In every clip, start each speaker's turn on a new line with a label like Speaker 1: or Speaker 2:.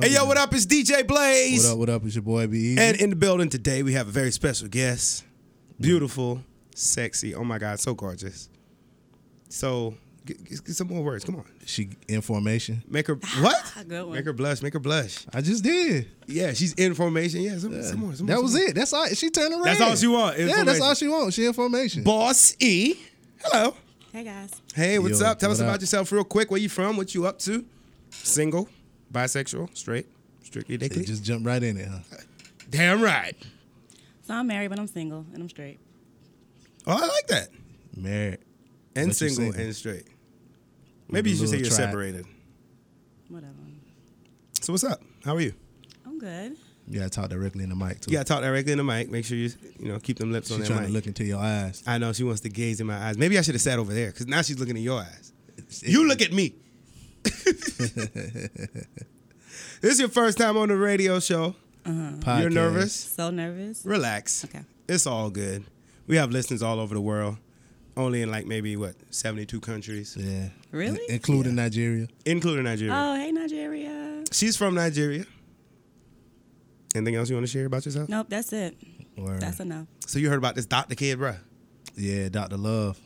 Speaker 1: Hey, yo, what up? It's DJ Blaze.
Speaker 2: What up? What up? It's your boy E Be Easy.
Speaker 1: And in the building today, we have a very special guest. Beautiful, sexy. Oh my God, so gorgeous. So, get, get get some more words. Come on.
Speaker 2: she in formation.
Speaker 1: Make her, what?
Speaker 3: Good one.
Speaker 1: Make her blush. Make her blush.
Speaker 2: I just did.
Speaker 1: Yeah, she's in formation. Yeah, some, some more. Some
Speaker 2: That
Speaker 1: more,
Speaker 2: was
Speaker 1: some
Speaker 2: it. That's all. She turned around.
Speaker 1: That's all she want,
Speaker 2: Yeah, that's
Speaker 1: information.
Speaker 2: all she wants. She in formation.
Speaker 1: more. Boss E. Hello.
Speaker 3: Hey guys.
Speaker 1: Hey, what's
Speaker 2: Yo,
Speaker 1: up? Tell
Speaker 2: what
Speaker 1: us about
Speaker 2: up?
Speaker 1: yourself real quick. Where you from? What you up to? Single, bisexual, straight, strictly
Speaker 2: They
Speaker 1: dating.
Speaker 2: just jumped right in it, huh?
Speaker 1: Damn right.
Speaker 3: So I'm married, but I'm single and I'm straight.
Speaker 1: Oh, I like that.
Speaker 2: Married. But
Speaker 1: And
Speaker 2: you
Speaker 1: single
Speaker 2: single.
Speaker 1: and straight. Maybe
Speaker 2: a
Speaker 1: you should say
Speaker 2: little
Speaker 1: you're
Speaker 2: tribe.
Speaker 1: separated.
Speaker 3: Whatever.
Speaker 1: So what's up? How are you?
Speaker 3: I'm good.
Speaker 2: You gotta talk directly in the mic too.
Speaker 1: You gotta talk directly in the mic. Make sure you you know keep them lips
Speaker 2: She's
Speaker 1: on
Speaker 2: trying
Speaker 1: that
Speaker 2: to
Speaker 1: mic.
Speaker 2: look into your eyes.
Speaker 1: I know she wants to gaze in my eyes. Maybe I should have sat over there because now she's looking in your eyes. You look at me. this is your first time on the radio show.
Speaker 2: Podcast.
Speaker 1: You're nervous.
Speaker 3: So nervous.
Speaker 1: Relax.
Speaker 3: Okay.
Speaker 1: It's all good. We have listeners all over the world. Only in like maybe what seventy two countries,
Speaker 2: Yeah.
Speaker 3: Really?
Speaker 2: In- including Nigeria.
Speaker 1: including Nigeria.
Speaker 3: Oh, hey Nigeria.
Speaker 1: She's from Nigeria. Anything else you want to share about yourself?
Speaker 3: Nope, that's it.
Speaker 2: Or
Speaker 3: That's enough.
Speaker 1: So you heard about this Dr. Kid, bruh.
Speaker 2: yeah, Doctor Love.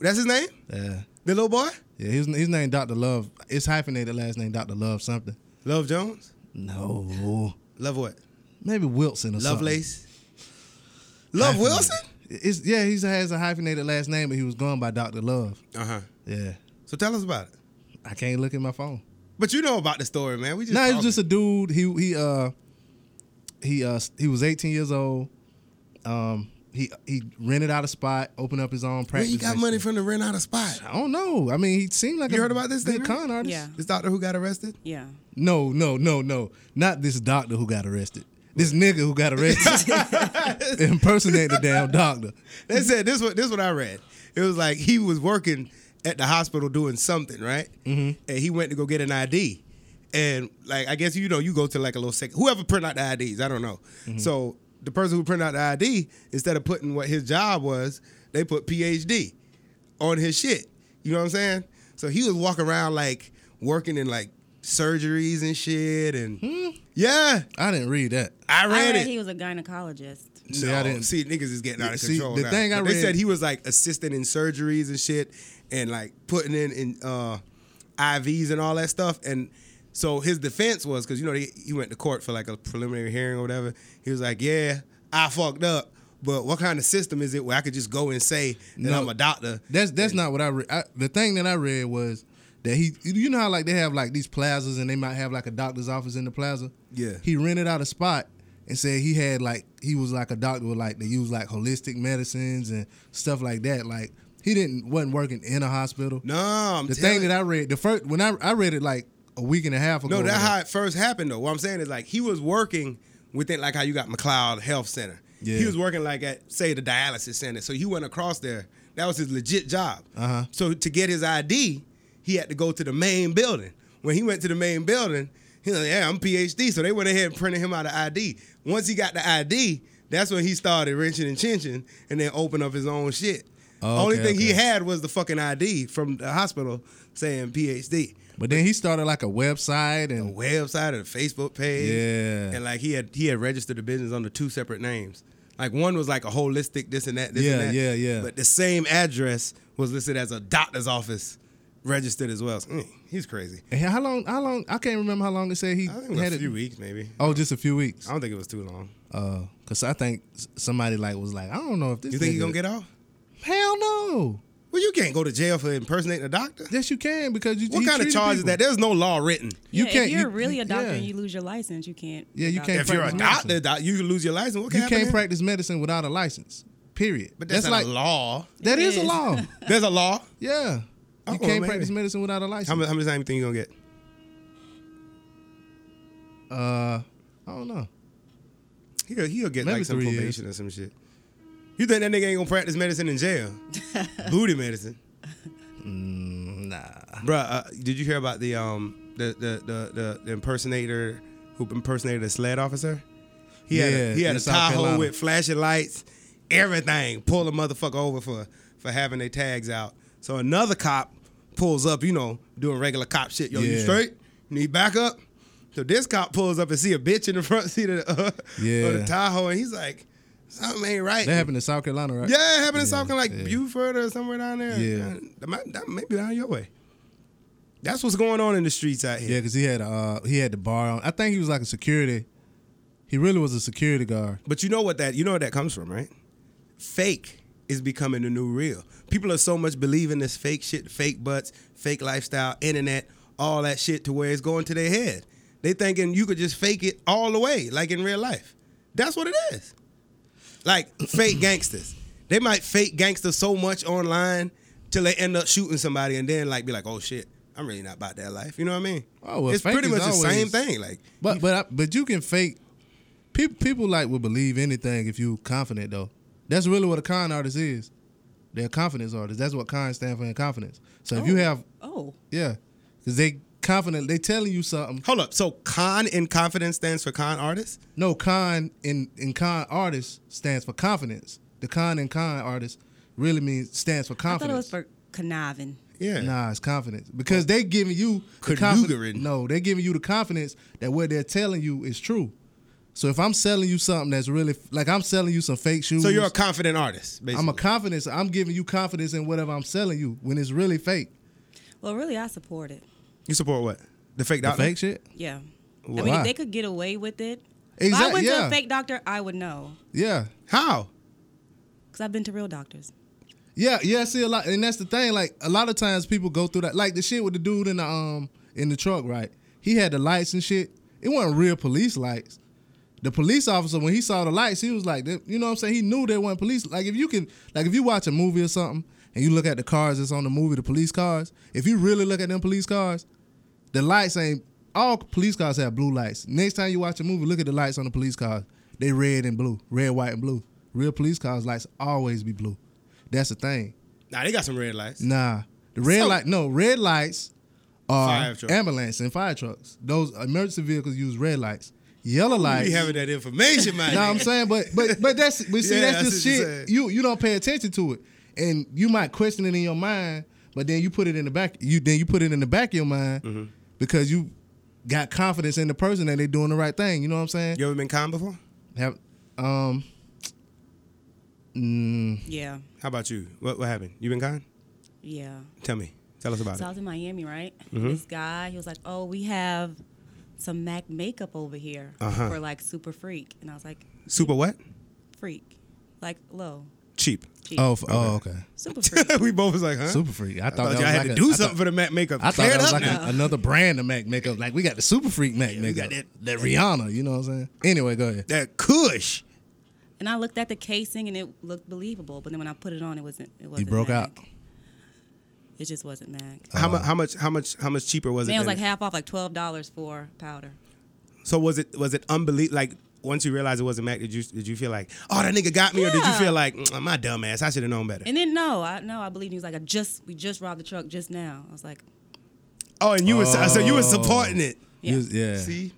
Speaker 1: That's his name?
Speaker 2: Yeah.
Speaker 1: The little boy?
Speaker 2: Yeah, his his name Doctor Love. It's hyphenated last name Doctor Love something.
Speaker 1: Love Jones?
Speaker 2: No.
Speaker 1: Love what?
Speaker 2: Maybe Wilson or something.
Speaker 1: Lovelace? Love
Speaker 2: Hyphenated.
Speaker 1: Wilson?
Speaker 2: It's yeah, he has a hyphenated last name, but he was going by Doctor Love.
Speaker 1: Uh huh.
Speaker 2: Yeah,
Speaker 1: So tell us about it.
Speaker 2: I can't look at my phone.
Speaker 1: But you know about the story, man. We just.
Speaker 2: No, it was
Speaker 1: talking.
Speaker 2: just a dude. He he uh he uh he was 18 years old. Um, he he rented out a spot, opened up his own
Speaker 1: Where
Speaker 2: practice.
Speaker 1: you got
Speaker 2: and
Speaker 1: money
Speaker 2: shit.
Speaker 1: from to rent out a spot?
Speaker 2: I don't know. I mean, he seemed like
Speaker 1: You
Speaker 2: a
Speaker 1: heard about this
Speaker 2: good
Speaker 1: thing,
Speaker 2: con artist.
Speaker 3: Yeah.
Speaker 1: This doctor who got arrested?
Speaker 3: Yeah.
Speaker 2: No, no, no, no. Not this doctor who got arrested. This nigga who got arrested impersonate the damn doctor.
Speaker 1: They said this. What this? What I read. It was like he was working at the hospital doing something, right? Mm-hmm. And he went to go get an ID, and like I guess you know you go to like a little second. Whoever print out the IDs, I don't know. So the person who printed out the ID instead of putting what his job was, they put PhD on his shit. You know what I'm saying? So he was walking around like working in like surgeries and shit, and yeah,
Speaker 2: I didn't read that.
Speaker 1: Hmm? I read,
Speaker 3: I read
Speaker 1: it.
Speaker 3: he was a gynecologist.
Speaker 2: See,
Speaker 1: no,
Speaker 2: I didn't-
Speaker 1: see niggas is getting out of
Speaker 2: See,
Speaker 1: control.
Speaker 2: the
Speaker 1: now.
Speaker 2: thing I
Speaker 1: But they
Speaker 2: read-
Speaker 1: said he was like assisting in surgeries and shit, and like putting in in uh, IVs and all that stuff. And so his defense was because you know he, he went to court for like a preliminary hearing or whatever. He was like, "Yeah, I fucked up, but what kind of system is it where I could just go and say that
Speaker 2: No.
Speaker 1: I'm a doctor?"
Speaker 2: That's that's not what I read. I, the thing that I read was that he, you know how like they have like these plazas and they might have like a doctor's office in the plaza.
Speaker 1: Yeah.
Speaker 2: He rented out a spot and said he had like he was like a doctor with like they use like holistic medicines and stuff like that. Like he didn't wasn't working in a hospital.
Speaker 1: No, I'm
Speaker 2: the
Speaker 1: telling-
Speaker 2: thing that I read the first when I I read it like a week and a half ago.
Speaker 1: No,
Speaker 2: or
Speaker 1: that's
Speaker 2: whatever.
Speaker 1: how it first happened though. What I'm saying is like he was working within like how you got McLeod Health Center.
Speaker 2: Yeah.
Speaker 1: He was working like at say the dialysis center. So he went across there. That was his legit job.
Speaker 2: Uh-huh.
Speaker 1: So to get his ID, he had to go to the main building. When he went to the main building, he was like, "Yeah, I'm PhD." So they went ahead and printed him out of ID. Once he got the ID, that's when he started wrenching and chinching, and then opened up his own shit.
Speaker 2: Oh,
Speaker 1: Only
Speaker 2: okay,
Speaker 1: thing he
Speaker 2: okay.
Speaker 1: had was the fucking ID from the hospital saying PhD
Speaker 2: But then he started like a website and
Speaker 1: a website or a Facebook page.
Speaker 2: Yeah.
Speaker 1: And like he had he had registered the business under two separate names. Like one was like a holistic this and that, this and
Speaker 2: Yeah,
Speaker 1: that.
Speaker 2: yeah, yeah.
Speaker 1: But the same address was listed as a doctor's office registered as well. So, mm, he's crazy.
Speaker 2: and how long? How long? I can't remember how long they said he
Speaker 1: I think it
Speaker 2: had
Speaker 1: was a
Speaker 2: it.
Speaker 1: few weeks maybe.
Speaker 2: Oh, just a few weeks.
Speaker 1: I don't think it was too long.
Speaker 2: Uh, cause I think s- somebody like was like, I don't know if this.
Speaker 1: You think
Speaker 2: nigga,
Speaker 1: he's gonna get off?
Speaker 2: Hell no.
Speaker 1: Well, you can't go to jail for impersonating a doctor.
Speaker 2: Yes, you can because you.
Speaker 1: What
Speaker 2: he
Speaker 1: kind of
Speaker 2: treated
Speaker 1: charge is
Speaker 2: people.
Speaker 1: that? There's no law written.
Speaker 2: You
Speaker 3: yeah,
Speaker 2: can't-
Speaker 3: if you're
Speaker 2: you-
Speaker 3: really a doctor
Speaker 2: yeah.
Speaker 3: and you lose your license, you can't.
Speaker 2: Yeah,
Speaker 3: be a
Speaker 2: you
Speaker 3: doctor.
Speaker 2: can't
Speaker 1: If you're a
Speaker 2: practice
Speaker 1: doctor,
Speaker 2: medicine.
Speaker 1: doc- you can lose your license. What can
Speaker 2: You
Speaker 1: happen
Speaker 2: can't
Speaker 1: then?
Speaker 2: practice medicine without a license. Period.
Speaker 1: But that's, not
Speaker 2: like
Speaker 1: a law.
Speaker 2: that
Speaker 3: It
Speaker 2: is a
Speaker 3: is.
Speaker 2: law.
Speaker 1: There's a law.
Speaker 2: yeah.
Speaker 1: Oh,
Speaker 2: You can't
Speaker 1: maybe.
Speaker 2: practice medicine without a license.
Speaker 1: How much, how much time you think you're gonna get?
Speaker 2: uh, I don't know.
Speaker 1: He'll, he'll get
Speaker 2: Maybe
Speaker 1: like some
Speaker 2: three years.
Speaker 1: probation or some shit. You think that nigga ain't gonna practice medicine in jail? Booty medicine,
Speaker 2: Mm, Nah.
Speaker 1: Bruh, Uh, did you hear about the um the the, the the the impersonator who impersonated a sled officer? He had
Speaker 2: Yeah,
Speaker 1: a, he had
Speaker 2: in
Speaker 1: a
Speaker 2: South
Speaker 1: Tahoe
Speaker 2: Carolina.
Speaker 1: with flashing lights, everything. Pull a motherfucker over for for having their tags out. So another cop pulls up, you know, doing regular cop shit. Yo, you
Speaker 2: Yeah.
Speaker 1: straight? Need backup? So this cop pulls up and see a bitch in the front seat of the, uh,
Speaker 2: Yeah.
Speaker 1: of the Tahoe, and he's like, "Something ain't right."
Speaker 2: That happened in South Carolina, right?
Speaker 1: yeah, it happened in something like
Speaker 2: yeah.
Speaker 1: Buford or somewhere down there. Uh,
Speaker 2: Yeah.
Speaker 1: that, might, that may be down your way. That's what's going on in the streets out here.
Speaker 2: Yeah, because he had uh he had the bar on. I think he was like a security. He really was a security guard.
Speaker 1: But you know what that you know where that comes from, right? Fake is becoming the new real. People are so much believing this fake shit, fake butts, fake lifestyle, internet, all that shit to where it's going to their head. They thinking you could just fake it all the way, like in real life. That's what it is. Like fake gangsters. They might fake gangsters so much online till they end up shooting somebody and then like be like, oh shit, I'm really not about that life. You know what I mean?
Speaker 2: Oh, well,
Speaker 1: it's
Speaker 2: fake
Speaker 1: pretty
Speaker 2: is
Speaker 1: much the same
Speaker 2: always-
Speaker 1: thing. Like
Speaker 2: But but I, but you can fake. People people like will believe anything if you confident though. That's really what a con artist is. They're a confidence artists. That's what con stand for in confidence. So if you
Speaker 3: Oh.
Speaker 2: have
Speaker 3: Oh,
Speaker 2: yeah, because they confident they telling you something.
Speaker 1: hold up. So con in confidence stands for con artist?
Speaker 2: No con in in con artist stands for confidence. The con and con artist really means stands for
Speaker 3: I thought
Speaker 2: confidence.
Speaker 3: it was for conniving.
Speaker 1: Yeah.
Speaker 2: Nah, it's confidence because they giving you the confi-
Speaker 1: Canoodling.
Speaker 2: No, they giving you the confidence that what they're telling you is true. So if I'm selling you something that's really like I'm selling you some fake shoes,
Speaker 1: So you're a confident artist, basically.
Speaker 2: I'm a confidence. I'm giving you confidence in whatever I'm selling you when it's really fake.
Speaker 3: Well, really, I support it.
Speaker 1: you support what? The fake
Speaker 2: The
Speaker 1: doctor?
Speaker 2: fake shit.
Speaker 3: Yeah. I mean,
Speaker 2: Why?
Speaker 3: if they could get away with it, if
Speaker 2: Exact-
Speaker 3: I went to
Speaker 2: yeah.
Speaker 3: a fake doctor, I would know
Speaker 2: Yeah,
Speaker 1: How?
Speaker 3: because I've been to real doctors.
Speaker 2: yeah, yeah. See a lot, and that's the thing. Like a lot of times people go through that. Like the shit with the dude in the um in the truck, right? He had the lights and shit. It wasn't real police lights. the police officer when he saw the lights, he was like, you know what I'm saying? He knew there weren't police. Like if you can, like if you watch a movie or something and you look at the cars that's on the movie, the police cars. If you really look at them police cars, the lights ain't. All police cars have blue lights. Next time you watch a movie, look at the lights on the police cars. They red and blue, red, white, and blue. Real police cars lights always be blue. That's the thing.
Speaker 1: Nah, they got some red lights.
Speaker 2: Nah, the red
Speaker 1: So-
Speaker 2: light. No, red lights
Speaker 1: Fire
Speaker 2: are
Speaker 1: truck.
Speaker 2: ambulance and fire trucks. Those emergency vehicles use red lights. Yellow lights.
Speaker 1: You having that information, man.
Speaker 2: No, I'm saying, but but but that's but see
Speaker 1: Yeah, I
Speaker 2: that's just
Speaker 1: see what you're
Speaker 2: shit. You you don't pay attention to it, and you might question it in your mind, but then you put it in the back. You then you put it in the back of your mind
Speaker 1: Mm-hmm.
Speaker 2: because you got confidence in the person that they're doing the right thing. You know what I'm saying?
Speaker 1: You ever been con before?
Speaker 2: Have um
Speaker 3: Yeah.
Speaker 1: How about you? What what happened? You been con?
Speaker 3: Yeah.
Speaker 1: Tell me. Tell us about
Speaker 3: So I
Speaker 1: it.
Speaker 3: was in Miami, right?
Speaker 2: Mm-hmm.
Speaker 3: This guy, he was like, "Oh, we have some Mac makeup over here
Speaker 1: Uh-huh.
Speaker 3: for like super freak," and I was like,
Speaker 1: Super what?
Speaker 3: "Freak, like low,
Speaker 1: Cheap.
Speaker 3: cheap,
Speaker 2: oh f- oh okay
Speaker 3: super freak."
Speaker 1: we both was like, huh?
Speaker 2: super freak. I
Speaker 1: I
Speaker 2: thought,
Speaker 1: thought
Speaker 2: that
Speaker 1: y'all
Speaker 2: was
Speaker 1: had
Speaker 2: like
Speaker 1: to
Speaker 2: a-
Speaker 1: do
Speaker 2: I
Speaker 1: something for the Mac makeup.
Speaker 2: Thought, I thought
Speaker 1: Clear
Speaker 2: that
Speaker 1: it
Speaker 2: was
Speaker 1: up
Speaker 2: like
Speaker 1: now.
Speaker 2: a, another brand of Mac makeup. Like we got the super freak Mac
Speaker 1: we
Speaker 2: makeup.
Speaker 1: got that-
Speaker 2: that Rihanna. You know what I'm saying? Anyway, go ahead.
Speaker 1: that Kush.
Speaker 3: and I looked at the casing, and it looked believable. But then when I put it on, it wasn't. It wasn't.
Speaker 2: broke
Speaker 3: Mac.
Speaker 2: out. Uh,
Speaker 3: It just wasn't Mac.
Speaker 1: How
Speaker 2: Uh-huh.
Speaker 1: much? How much? How much? How much cheaper was it?
Speaker 3: Man, it was
Speaker 1: than-
Speaker 3: like half off, like twelve dollars for powder.
Speaker 1: so was it? Was it unbelievable? Like once you realized it wasn't Mac, did you did you feel like, oh that nigga got me, or did you
Speaker 3: Yeah.
Speaker 1: feel like, "Mm, my dumb ass, I should have known better?
Speaker 3: And then no, I no, I believe he was like, "I just we just robbed the truck just now." I was like,
Speaker 1: oh, and you were so you were supporting it.
Speaker 3: Yeah.
Speaker 2: You was- yeah.
Speaker 1: See,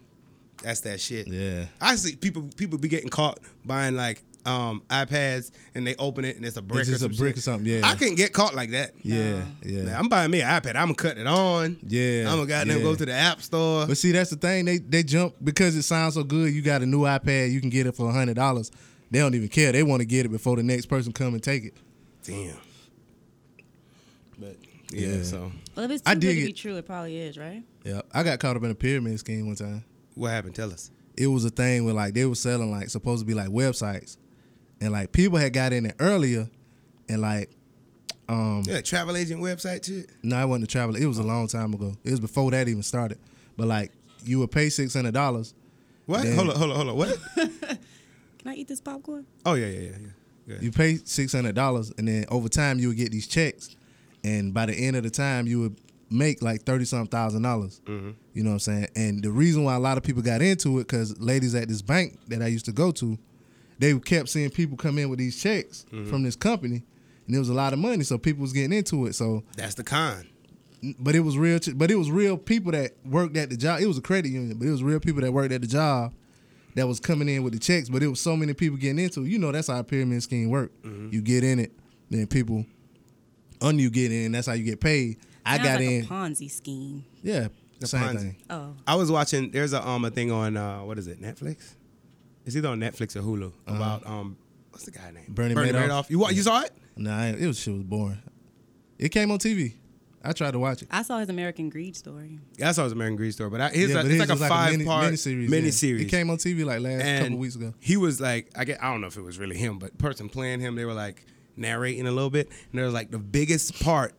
Speaker 1: that's that shit.
Speaker 2: Yeah.
Speaker 1: I see people people be getting caught buying like um iPads and they open it and it's a brick.
Speaker 2: It's just
Speaker 1: or
Speaker 2: a
Speaker 1: some
Speaker 2: brick
Speaker 1: shit.
Speaker 2: or something, yeah.
Speaker 1: I can get caught like that.
Speaker 2: Yeah, yeah.
Speaker 1: Nah, I'm buying me an iPad. I'm cutting it on.
Speaker 2: Yeah,
Speaker 1: I'm gonna goddamn
Speaker 2: yeah.
Speaker 1: go to the app store.
Speaker 2: But see, that's the thing. They they jump because it sounds so good. You got a new iPad. You can get it for hundred dollars. They don't even care. They want to get it before the next person come and take it.
Speaker 1: Damn. But yeah,
Speaker 2: Yeah.
Speaker 1: so
Speaker 3: "Well, if it's
Speaker 2: I
Speaker 3: too good
Speaker 2: dig
Speaker 3: to
Speaker 2: it.
Speaker 3: be true, it probably is, right?"
Speaker 2: Yeah, I got caught up in a pyramid scheme one time.
Speaker 1: what happened? Tell us.
Speaker 2: It was a thing where like they were selling like supposed to be like websites, and like people had got in it earlier, and like um,
Speaker 1: Yeah, travel agent website shit.
Speaker 2: No, I wasn't a traveler. It was a long time ago. It was before that even started. But like, you would pay six hundred dollars.
Speaker 1: What?
Speaker 2: Damn.
Speaker 1: Hold on, hold on, hold on. What?
Speaker 3: Can I eat this popcorn?
Speaker 1: oh yeah, yeah, yeah, yeah. yeah.
Speaker 2: You pay six hundred dollars, and then over time you would get these checks, and by the end of the time you would make like thirty something thousand dollars. You know what I'm saying? And the reason why a lot of people got into it because ladies at this bank that I used to go to, they kept seeing people come in with these checks from this company, and it was a lot of money, so people was getting into it. So
Speaker 1: That's the con.
Speaker 2: but it was real. ch- But it was real people that worked at the job. It was a credit union, but it was real people that worked at the job that was coming in with the checks. But it was so many people getting into. it. You know, that's how a pyramid scheme work.
Speaker 1: Mm-hmm.
Speaker 2: You get in it, then people under you get in. That's how you get paid. I
Speaker 3: Sounds
Speaker 2: got
Speaker 3: like
Speaker 2: in.
Speaker 3: a Ponzi scheme.
Speaker 2: yeah,
Speaker 1: The
Speaker 2: Same
Speaker 1: Ponzi.
Speaker 2: thing.
Speaker 3: Oh,
Speaker 1: I was watching. There's a um a thing on uh, what is it? Netflix. It's either on Netflix or Hulu about um what's the guy name?
Speaker 2: Uh-huh. Bernie Madoff.
Speaker 1: You wa- you saw it?
Speaker 2: Nah, I ain't- it was shit was boring. It came on TV. I tried to watch it.
Speaker 3: I saw his American Greed story.
Speaker 1: Yeah, I saw his American Greed story, but I, his, uh,
Speaker 2: Yeah, but
Speaker 1: it's
Speaker 2: his
Speaker 1: like a
Speaker 2: was
Speaker 1: five
Speaker 2: mini-
Speaker 1: part
Speaker 2: miniseries, yeah.
Speaker 1: miniseries.
Speaker 2: It came on TV like last
Speaker 1: and
Speaker 2: couple weeks ago.
Speaker 1: He was like, I get, I don't know if it was really him, but person playing him, they were like narrating a little bit, and they was like, the biggest part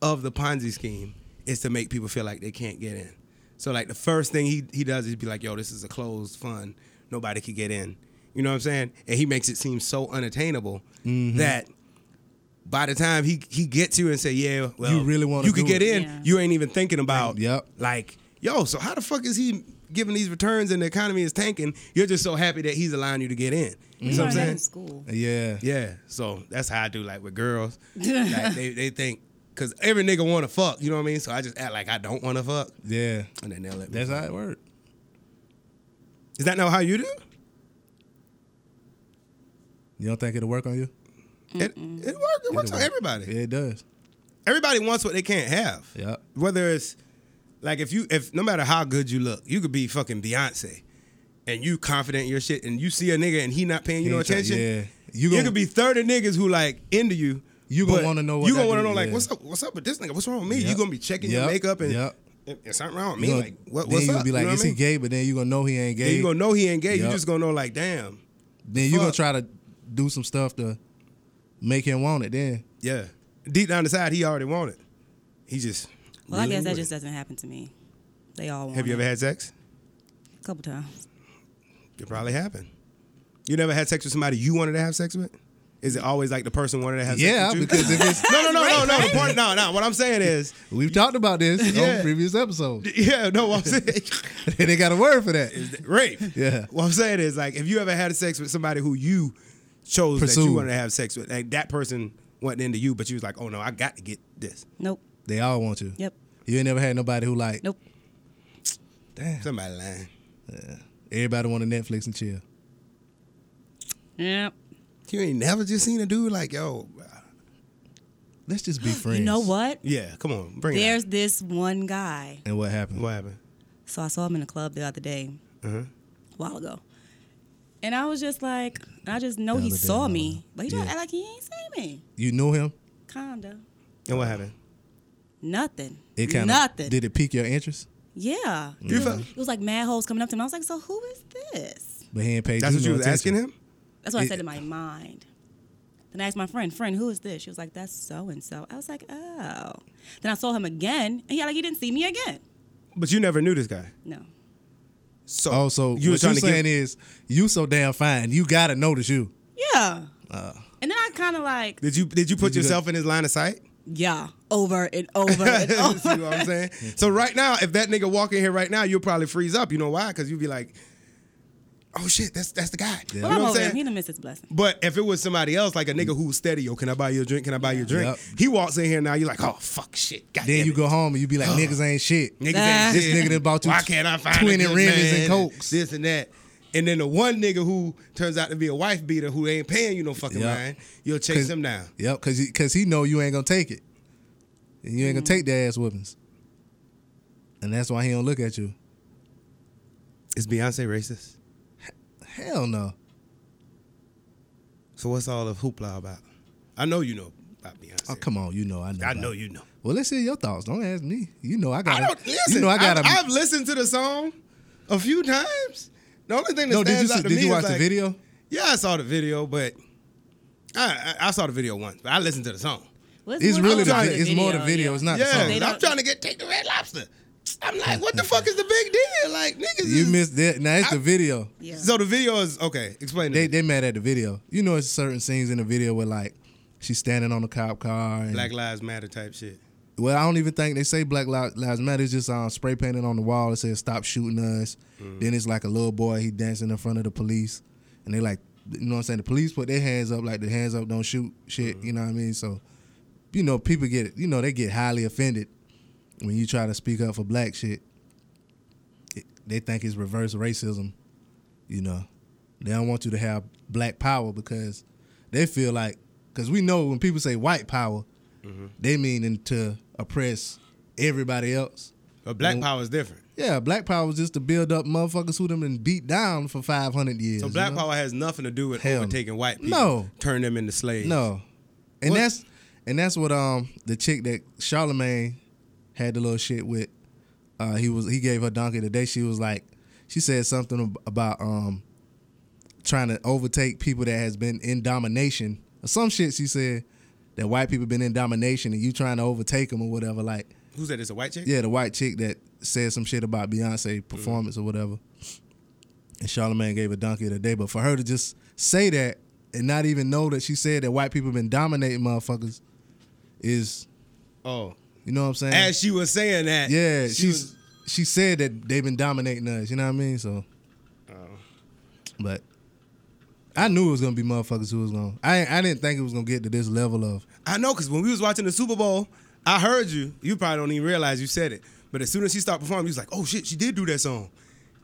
Speaker 1: of the Ponzi scheme is to make people feel like they can't get in. So like the first thing he he does is be like, yo, this is a closed fund, nobody could get in. You know what I'm saying? And he makes it seem so unattainable
Speaker 2: Mm-hmm.
Speaker 1: that. By the time he he gets you and say, "Yeah, well,
Speaker 2: You really wanna
Speaker 1: you could
Speaker 2: do
Speaker 1: get
Speaker 2: it."
Speaker 1: in,"
Speaker 3: Yeah.
Speaker 1: you ain't even thinking about,
Speaker 2: Yep.
Speaker 1: like, yo, so how the fuck is he giving these returns and the economy is tanking? You're just so happy that he's allowing you to get in. You know what I'm
Speaker 3: Learned that
Speaker 1: saying?
Speaker 3: in school.
Speaker 2: Yeah.
Speaker 1: Yeah. So that's how I do like with girls. like they, they think cause every nigga wanna fuck, you know what I mean? So I just act like I don't wanna fuck.
Speaker 2: Yeah.
Speaker 1: And then they'll let me.
Speaker 2: That's how it worked.
Speaker 1: Is that not how you do?
Speaker 2: You don't think it'll work on you?
Speaker 1: It, it works. It works on everybody.
Speaker 2: Yeah, it does.
Speaker 1: Everybody wants what they can't have.
Speaker 2: Yep.
Speaker 1: Whether it's like if you if no matter how good you look, you could be fucking Beyonce, and you confident in your shit, and you see a nigga and he not paying
Speaker 2: He
Speaker 1: you no
Speaker 2: ain't try-
Speaker 1: attention.
Speaker 2: yeah.
Speaker 1: you
Speaker 2: You gon-
Speaker 1: could be thirty niggas who like into you.
Speaker 2: You gonna
Speaker 1: but
Speaker 2: wanna know what
Speaker 1: you gonna
Speaker 2: that
Speaker 1: want to
Speaker 2: dude-
Speaker 1: know like
Speaker 2: yeah.
Speaker 1: what's up? What's up with this nigga? What's wrong with me? You
Speaker 2: Yep.
Speaker 1: gonna be checking your
Speaker 2: Yep.
Speaker 1: makeup and
Speaker 2: Yep.
Speaker 1: if- if something wrong with me?
Speaker 2: You gonna-
Speaker 1: like what,
Speaker 2: then
Speaker 1: what's
Speaker 2: you
Speaker 1: up?
Speaker 2: gonna be like,
Speaker 1: you know what
Speaker 2: is
Speaker 1: I
Speaker 2: he
Speaker 1: mean?
Speaker 2: gay? But then you gonna know he ain't
Speaker 1: Then
Speaker 2: gay.
Speaker 1: you gonna know he ain't gay. You
Speaker 2: Yep.
Speaker 1: just gonna know like damn,
Speaker 2: then you gonna
Speaker 1: fuck.
Speaker 2: try to do some stuff to make him want it. Then
Speaker 1: yeah. Deep down inside, he already wanted. He just.
Speaker 3: Well,
Speaker 1: really
Speaker 3: I guess that
Speaker 1: wanted.
Speaker 3: just doesn't happen to me. They all want
Speaker 1: Have you
Speaker 3: it.
Speaker 1: ever had sex?
Speaker 3: a couple times?
Speaker 1: It probably happened. You never had sex with somebody you wanted to have sex with? Is it always like the person wanted to have
Speaker 2: yeah,
Speaker 1: sex with you?
Speaker 2: because if it's
Speaker 1: no, no, no, no, no. The point, no, no. What I'm saying is,
Speaker 2: we've talked about this
Speaker 1: Yeah.
Speaker 2: on previous episodes,
Speaker 1: yeah, no. What I'm saying,
Speaker 2: they got a word for that.
Speaker 1: is that rape.
Speaker 2: Yeah.
Speaker 1: What I'm saying is, like, if you ever had sex with somebody who you chose that you
Speaker 2: Pursued.
Speaker 1: wanted to have sex with, like that person wasn't into you, but you was like, oh no, I got to get this.
Speaker 3: Nope.
Speaker 2: They all want you.
Speaker 3: Yep.
Speaker 2: You ain't never had nobody who like
Speaker 3: Nope.
Speaker 2: damn.
Speaker 1: Somebody lying.
Speaker 2: Everybody want to Netflix and chill.
Speaker 3: Yep.
Speaker 1: You ain't never just seen a dude like, yo,
Speaker 2: Let's just be friends.
Speaker 3: You know what?
Speaker 1: yeah, come on, bring
Speaker 3: There's
Speaker 1: it.
Speaker 3: this one guy.
Speaker 2: And what
Speaker 1: Out.
Speaker 2: happened?
Speaker 1: What happened? Uh-huh.
Speaker 3: So I saw him in a club the other day, a while ago, and I was just like, I just know
Speaker 2: The
Speaker 3: he
Speaker 2: other day,
Speaker 3: saw
Speaker 2: huh?
Speaker 3: me, but he don't
Speaker 2: Yeah.
Speaker 3: act like he ain't see me.
Speaker 2: You knew him.
Speaker 3: Kinda.
Speaker 1: And what happened?
Speaker 3: Nothing.
Speaker 2: It kind of
Speaker 3: nothing.
Speaker 2: Did it pique your interest?
Speaker 3: Yeah.
Speaker 1: You felt-
Speaker 3: It was like mad hoes coming up to me. I was like, so who is this?
Speaker 2: But he ain't paid.
Speaker 1: That's what
Speaker 2: no
Speaker 1: you was
Speaker 2: attention.
Speaker 1: asking him.
Speaker 3: That's what I
Speaker 2: It-
Speaker 3: said in my mind. Then I asked my friend, friend, who is this? She was like, that's so and so. I was like, oh. Then I saw him again, and he like he didn't see me again.
Speaker 1: But you never knew this guy.
Speaker 3: No.
Speaker 1: So,
Speaker 2: Oh, so
Speaker 1: you were
Speaker 2: what you
Speaker 1: trying to
Speaker 2: saying
Speaker 1: get.
Speaker 2: is you so damn fine. You gotta notice you.
Speaker 3: Yeah.
Speaker 1: Uh.
Speaker 3: and then I kind of like,
Speaker 1: Did you did you put
Speaker 2: you go-
Speaker 1: yourself in his line of sight?
Speaker 3: yeah, over and over and
Speaker 1: See
Speaker 3: over.
Speaker 1: what I'm saying? So right now, if that nigga walk in here right now, you'll probably freeze up. You know why? Because you'll be like, "Oh shit, that's that's the guy." You know
Speaker 3: Well, I'm
Speaker 1: what I'm
Speaker 3: over him.
Speaker 1: saying?
Speaker 3: He done missed his blessing.
Speaker 1: But if it was somebody else, like a nigga who was steady, yo, can I buy you a drink? Can I buy you a drink?
Speaker 2: Yup.
Speaker 1: He walks in here now, you're like, "Oh fuck, shit." God
Speaker 2: Then
Speaker 1: damn
Speaker 2: you
Speaker 1: it.
Speaker 2: go home and you be like, niggas ain't shit.
Speaker 1: Niggas
Speaker 3: Nah.
Speaker 1: ain't
Speaker 2: This
Speaker 1: shit.
Speaker 2: nigga done bought you
Speaker 1: Why can't I find a
Speaker 2: 20
Speaker 1: good
Speaker 2: Remy's and
Speaker 1: man?
Speaker 2: Cokes.
Speaker 1: This and that. And then the one nigga who turns out to be a wife beater who ain't paying you no fucking
Speaker 2: Yup.
Speaker 1: mind, you'll chase him down.
Speaker 2: Yep, cause he, cause he know you ain't gonna take it. And you ain't gonna take their ass whoopings. And that's why he don't look at you.
Speaker 1: Is Beyonce racist?
Speaker 2: Hell no.
Speaker 1: So what's all of hoopla about? I know you know about Beyonce.
Speaker 2: Oh come on, you know I know.
Speaker 1: I
Speaker 2: about
Speaker 1: know
Speaker 2: it.
Speaker 1: you know.
Speaker 2: Well, let's hear your thoughts. Don't ask me. You know I got.
Speaker 1: I don't listen.
Speaker 2: You know I got
Speaker 1: I've,
Speaker 2: a.
Speaker 1: I've listened to the song a few times. The only thing that
Speaker 2: no, did you
Speaker 1: stands
Speaker 2: see,
Speaker 1: out to
Speaker 2: did
Speaker 1: me
Speaker 2: you
Speaker 1: is
Speaker 2: watch the
Speaker 1: like- mm.
Speaker 2: video?
Speaker 1: Yeah, I saw the video, but I, I, I saw the video once, but I listened to the song.
Speaker 3: What's
Speaker 2: It's
Speaker 3: going
Speaker 2: really
Speaker 3: on
Speaker 1: the
Speaker 3: with
Speaker 1: vi-
Speaker 2: it's more the video. It's not the
Speaker 1: yeah,
Speaker 2: song.
Speaker 3: They
Speaker 1: I'm
Speaker 3: don't-
Speaker 1: trying to get take the red lobster. I'm like, what the fuck is the big deal? Like niggas,
Speaker 2: You
Speaker 1: is-
Speaker 2: missed that. Now it's
Speaker 1: I-
Speaker 2: the video.
Speaker 3: Yeah.
Speaker 1: So the video is okay. Explain
Speaker 2: They
Speaker 1: it.
Speaker 2: they mad at the video. You know, it's certain scenes in the video where like she's standing on a cop car. And,
Speaker 1: Black Lives Matter type shit.
Speaker 2: well, I don't even think they say Black Li- Lives Matter. It's just um, spray painted on the wall. It says "Stop shooting us." Then it's like a little boy. He dancing in front of the police, and they like, you know what I'm saying? The police put their hands up, like the hands up, don't shoot, shit. You know what I mean? So, you know, people get, you know, they get highly offended when you try to speak up for black shit. It, they think it's reverse racism. You know, they don't want you to have black power because they feel like, because we know when
Speaker 1: Mm-hmm.
Speaker 2: people say white power they meaning to oppress everybody else.
Speaker 1: But black power is different.
Speaker 2: Yeah, black power was just to build up motherfuckers who them been beat down for five hundred years.
Speaker 1: So black
Speaker 2: you know?
Speaker 1: power has nothing to do with
Speaker 2: Hell no.
Speaker 1: overtaking white people.
Speaker 2: No.
Speaker 1: Turn them into slaves.
Speaker 2: No, and
Speaker 1: What?
Speaker 2: that's and that's what um the chick that Charlemagne had the little shit with. Uh, he was he gave her donkey today. She was like, she said something ab- about um trying to overtake people that has been in domination or some shit. She said that white people been in domination and you trying to overtake them or whatever. Like,
Speaker 1: Who said it's a white chick?
Speaker 2: yeah, the white chick that said some shit about Beyonce performance or whatever. And Charlamagne gave a donkey of the day, but for her to just say that and not even know that she said that white people been dominating motherfuckers is,
Speaker 1: Oh.
Speaker 2: you know what I'm saying?
Speaker 1: As she was saying that.
Speaker 2: yeah,
Speaker 1: she
Speaker 2: she's
Speaker 1: was-
Speaker 2: she said that they've been dominating us. You know what I mean? So,
Speaker 1: Oh.
Speaker 2: but I knew it was gonna be motherfuckers who was gonna. I I didn't think it was gonna get to this level of
Speaker 1: I know, because when we was watching the Super Bowl, I heard you. You probably don't even realize you said it. But as soon as she started performing, you was like, oh shit, she did do that song.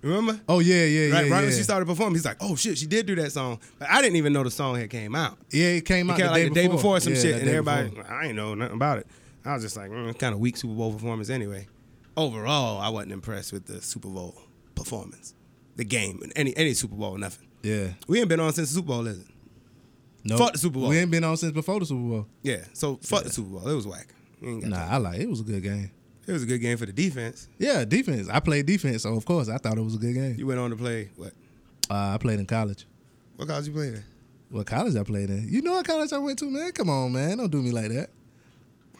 Speaker 1: Remember?
Speaker 2: oh yeah yeah
Speaker 1: Right,
Speaker 2: yeah
Speaker 1: right
Speaker 2: yeah.
Speaker 1: when she started performing, he's like, "Oh shit, she did do that song," but I didn't even know the song had came out.
Speaker 2: yeah it came
Speaker 1: It
Speaker 2: out
Speaker 1: came out like the day before, or some
Speaker 2: Yeah,
Speaker 1: shit,
Speaker 2: the
Speaker 1: and
Speaker 2: day
Speaker 1: everybody,
Speaker 2: before.
Speaker 1: I ain't know nothing about it. I was just like, mm, it's kind of weak Super Bowl performance anyway. Overall, I wasn't impressed with the Super Bowl performance, the game, and any any Super Bowl, nothing.
Speaker 2: yeah
Speaker 1: We ain't been on since the Super Bowl, is it?
Speaker 2: no
Speaker 1: Fuck the Super Bowl.
Speaker 2: we ain't been on since before the Super Bowl
Speaker 1: Yeah. So fuck the Super Bowl. It was whack. We ain't got time.
Speaker 2: nah I like it was a good game
Speaker 1: It was a good game for the defense.
Speaker 2: yeah defense I played defense so of course I thought it was a good game
Speaker 1: You went on to play what?
Speaker 2: uh, I played in college
Speaker 1: What college you played at?
Speaker 2: what college I played in you know what college I went to man come on man don't do me like that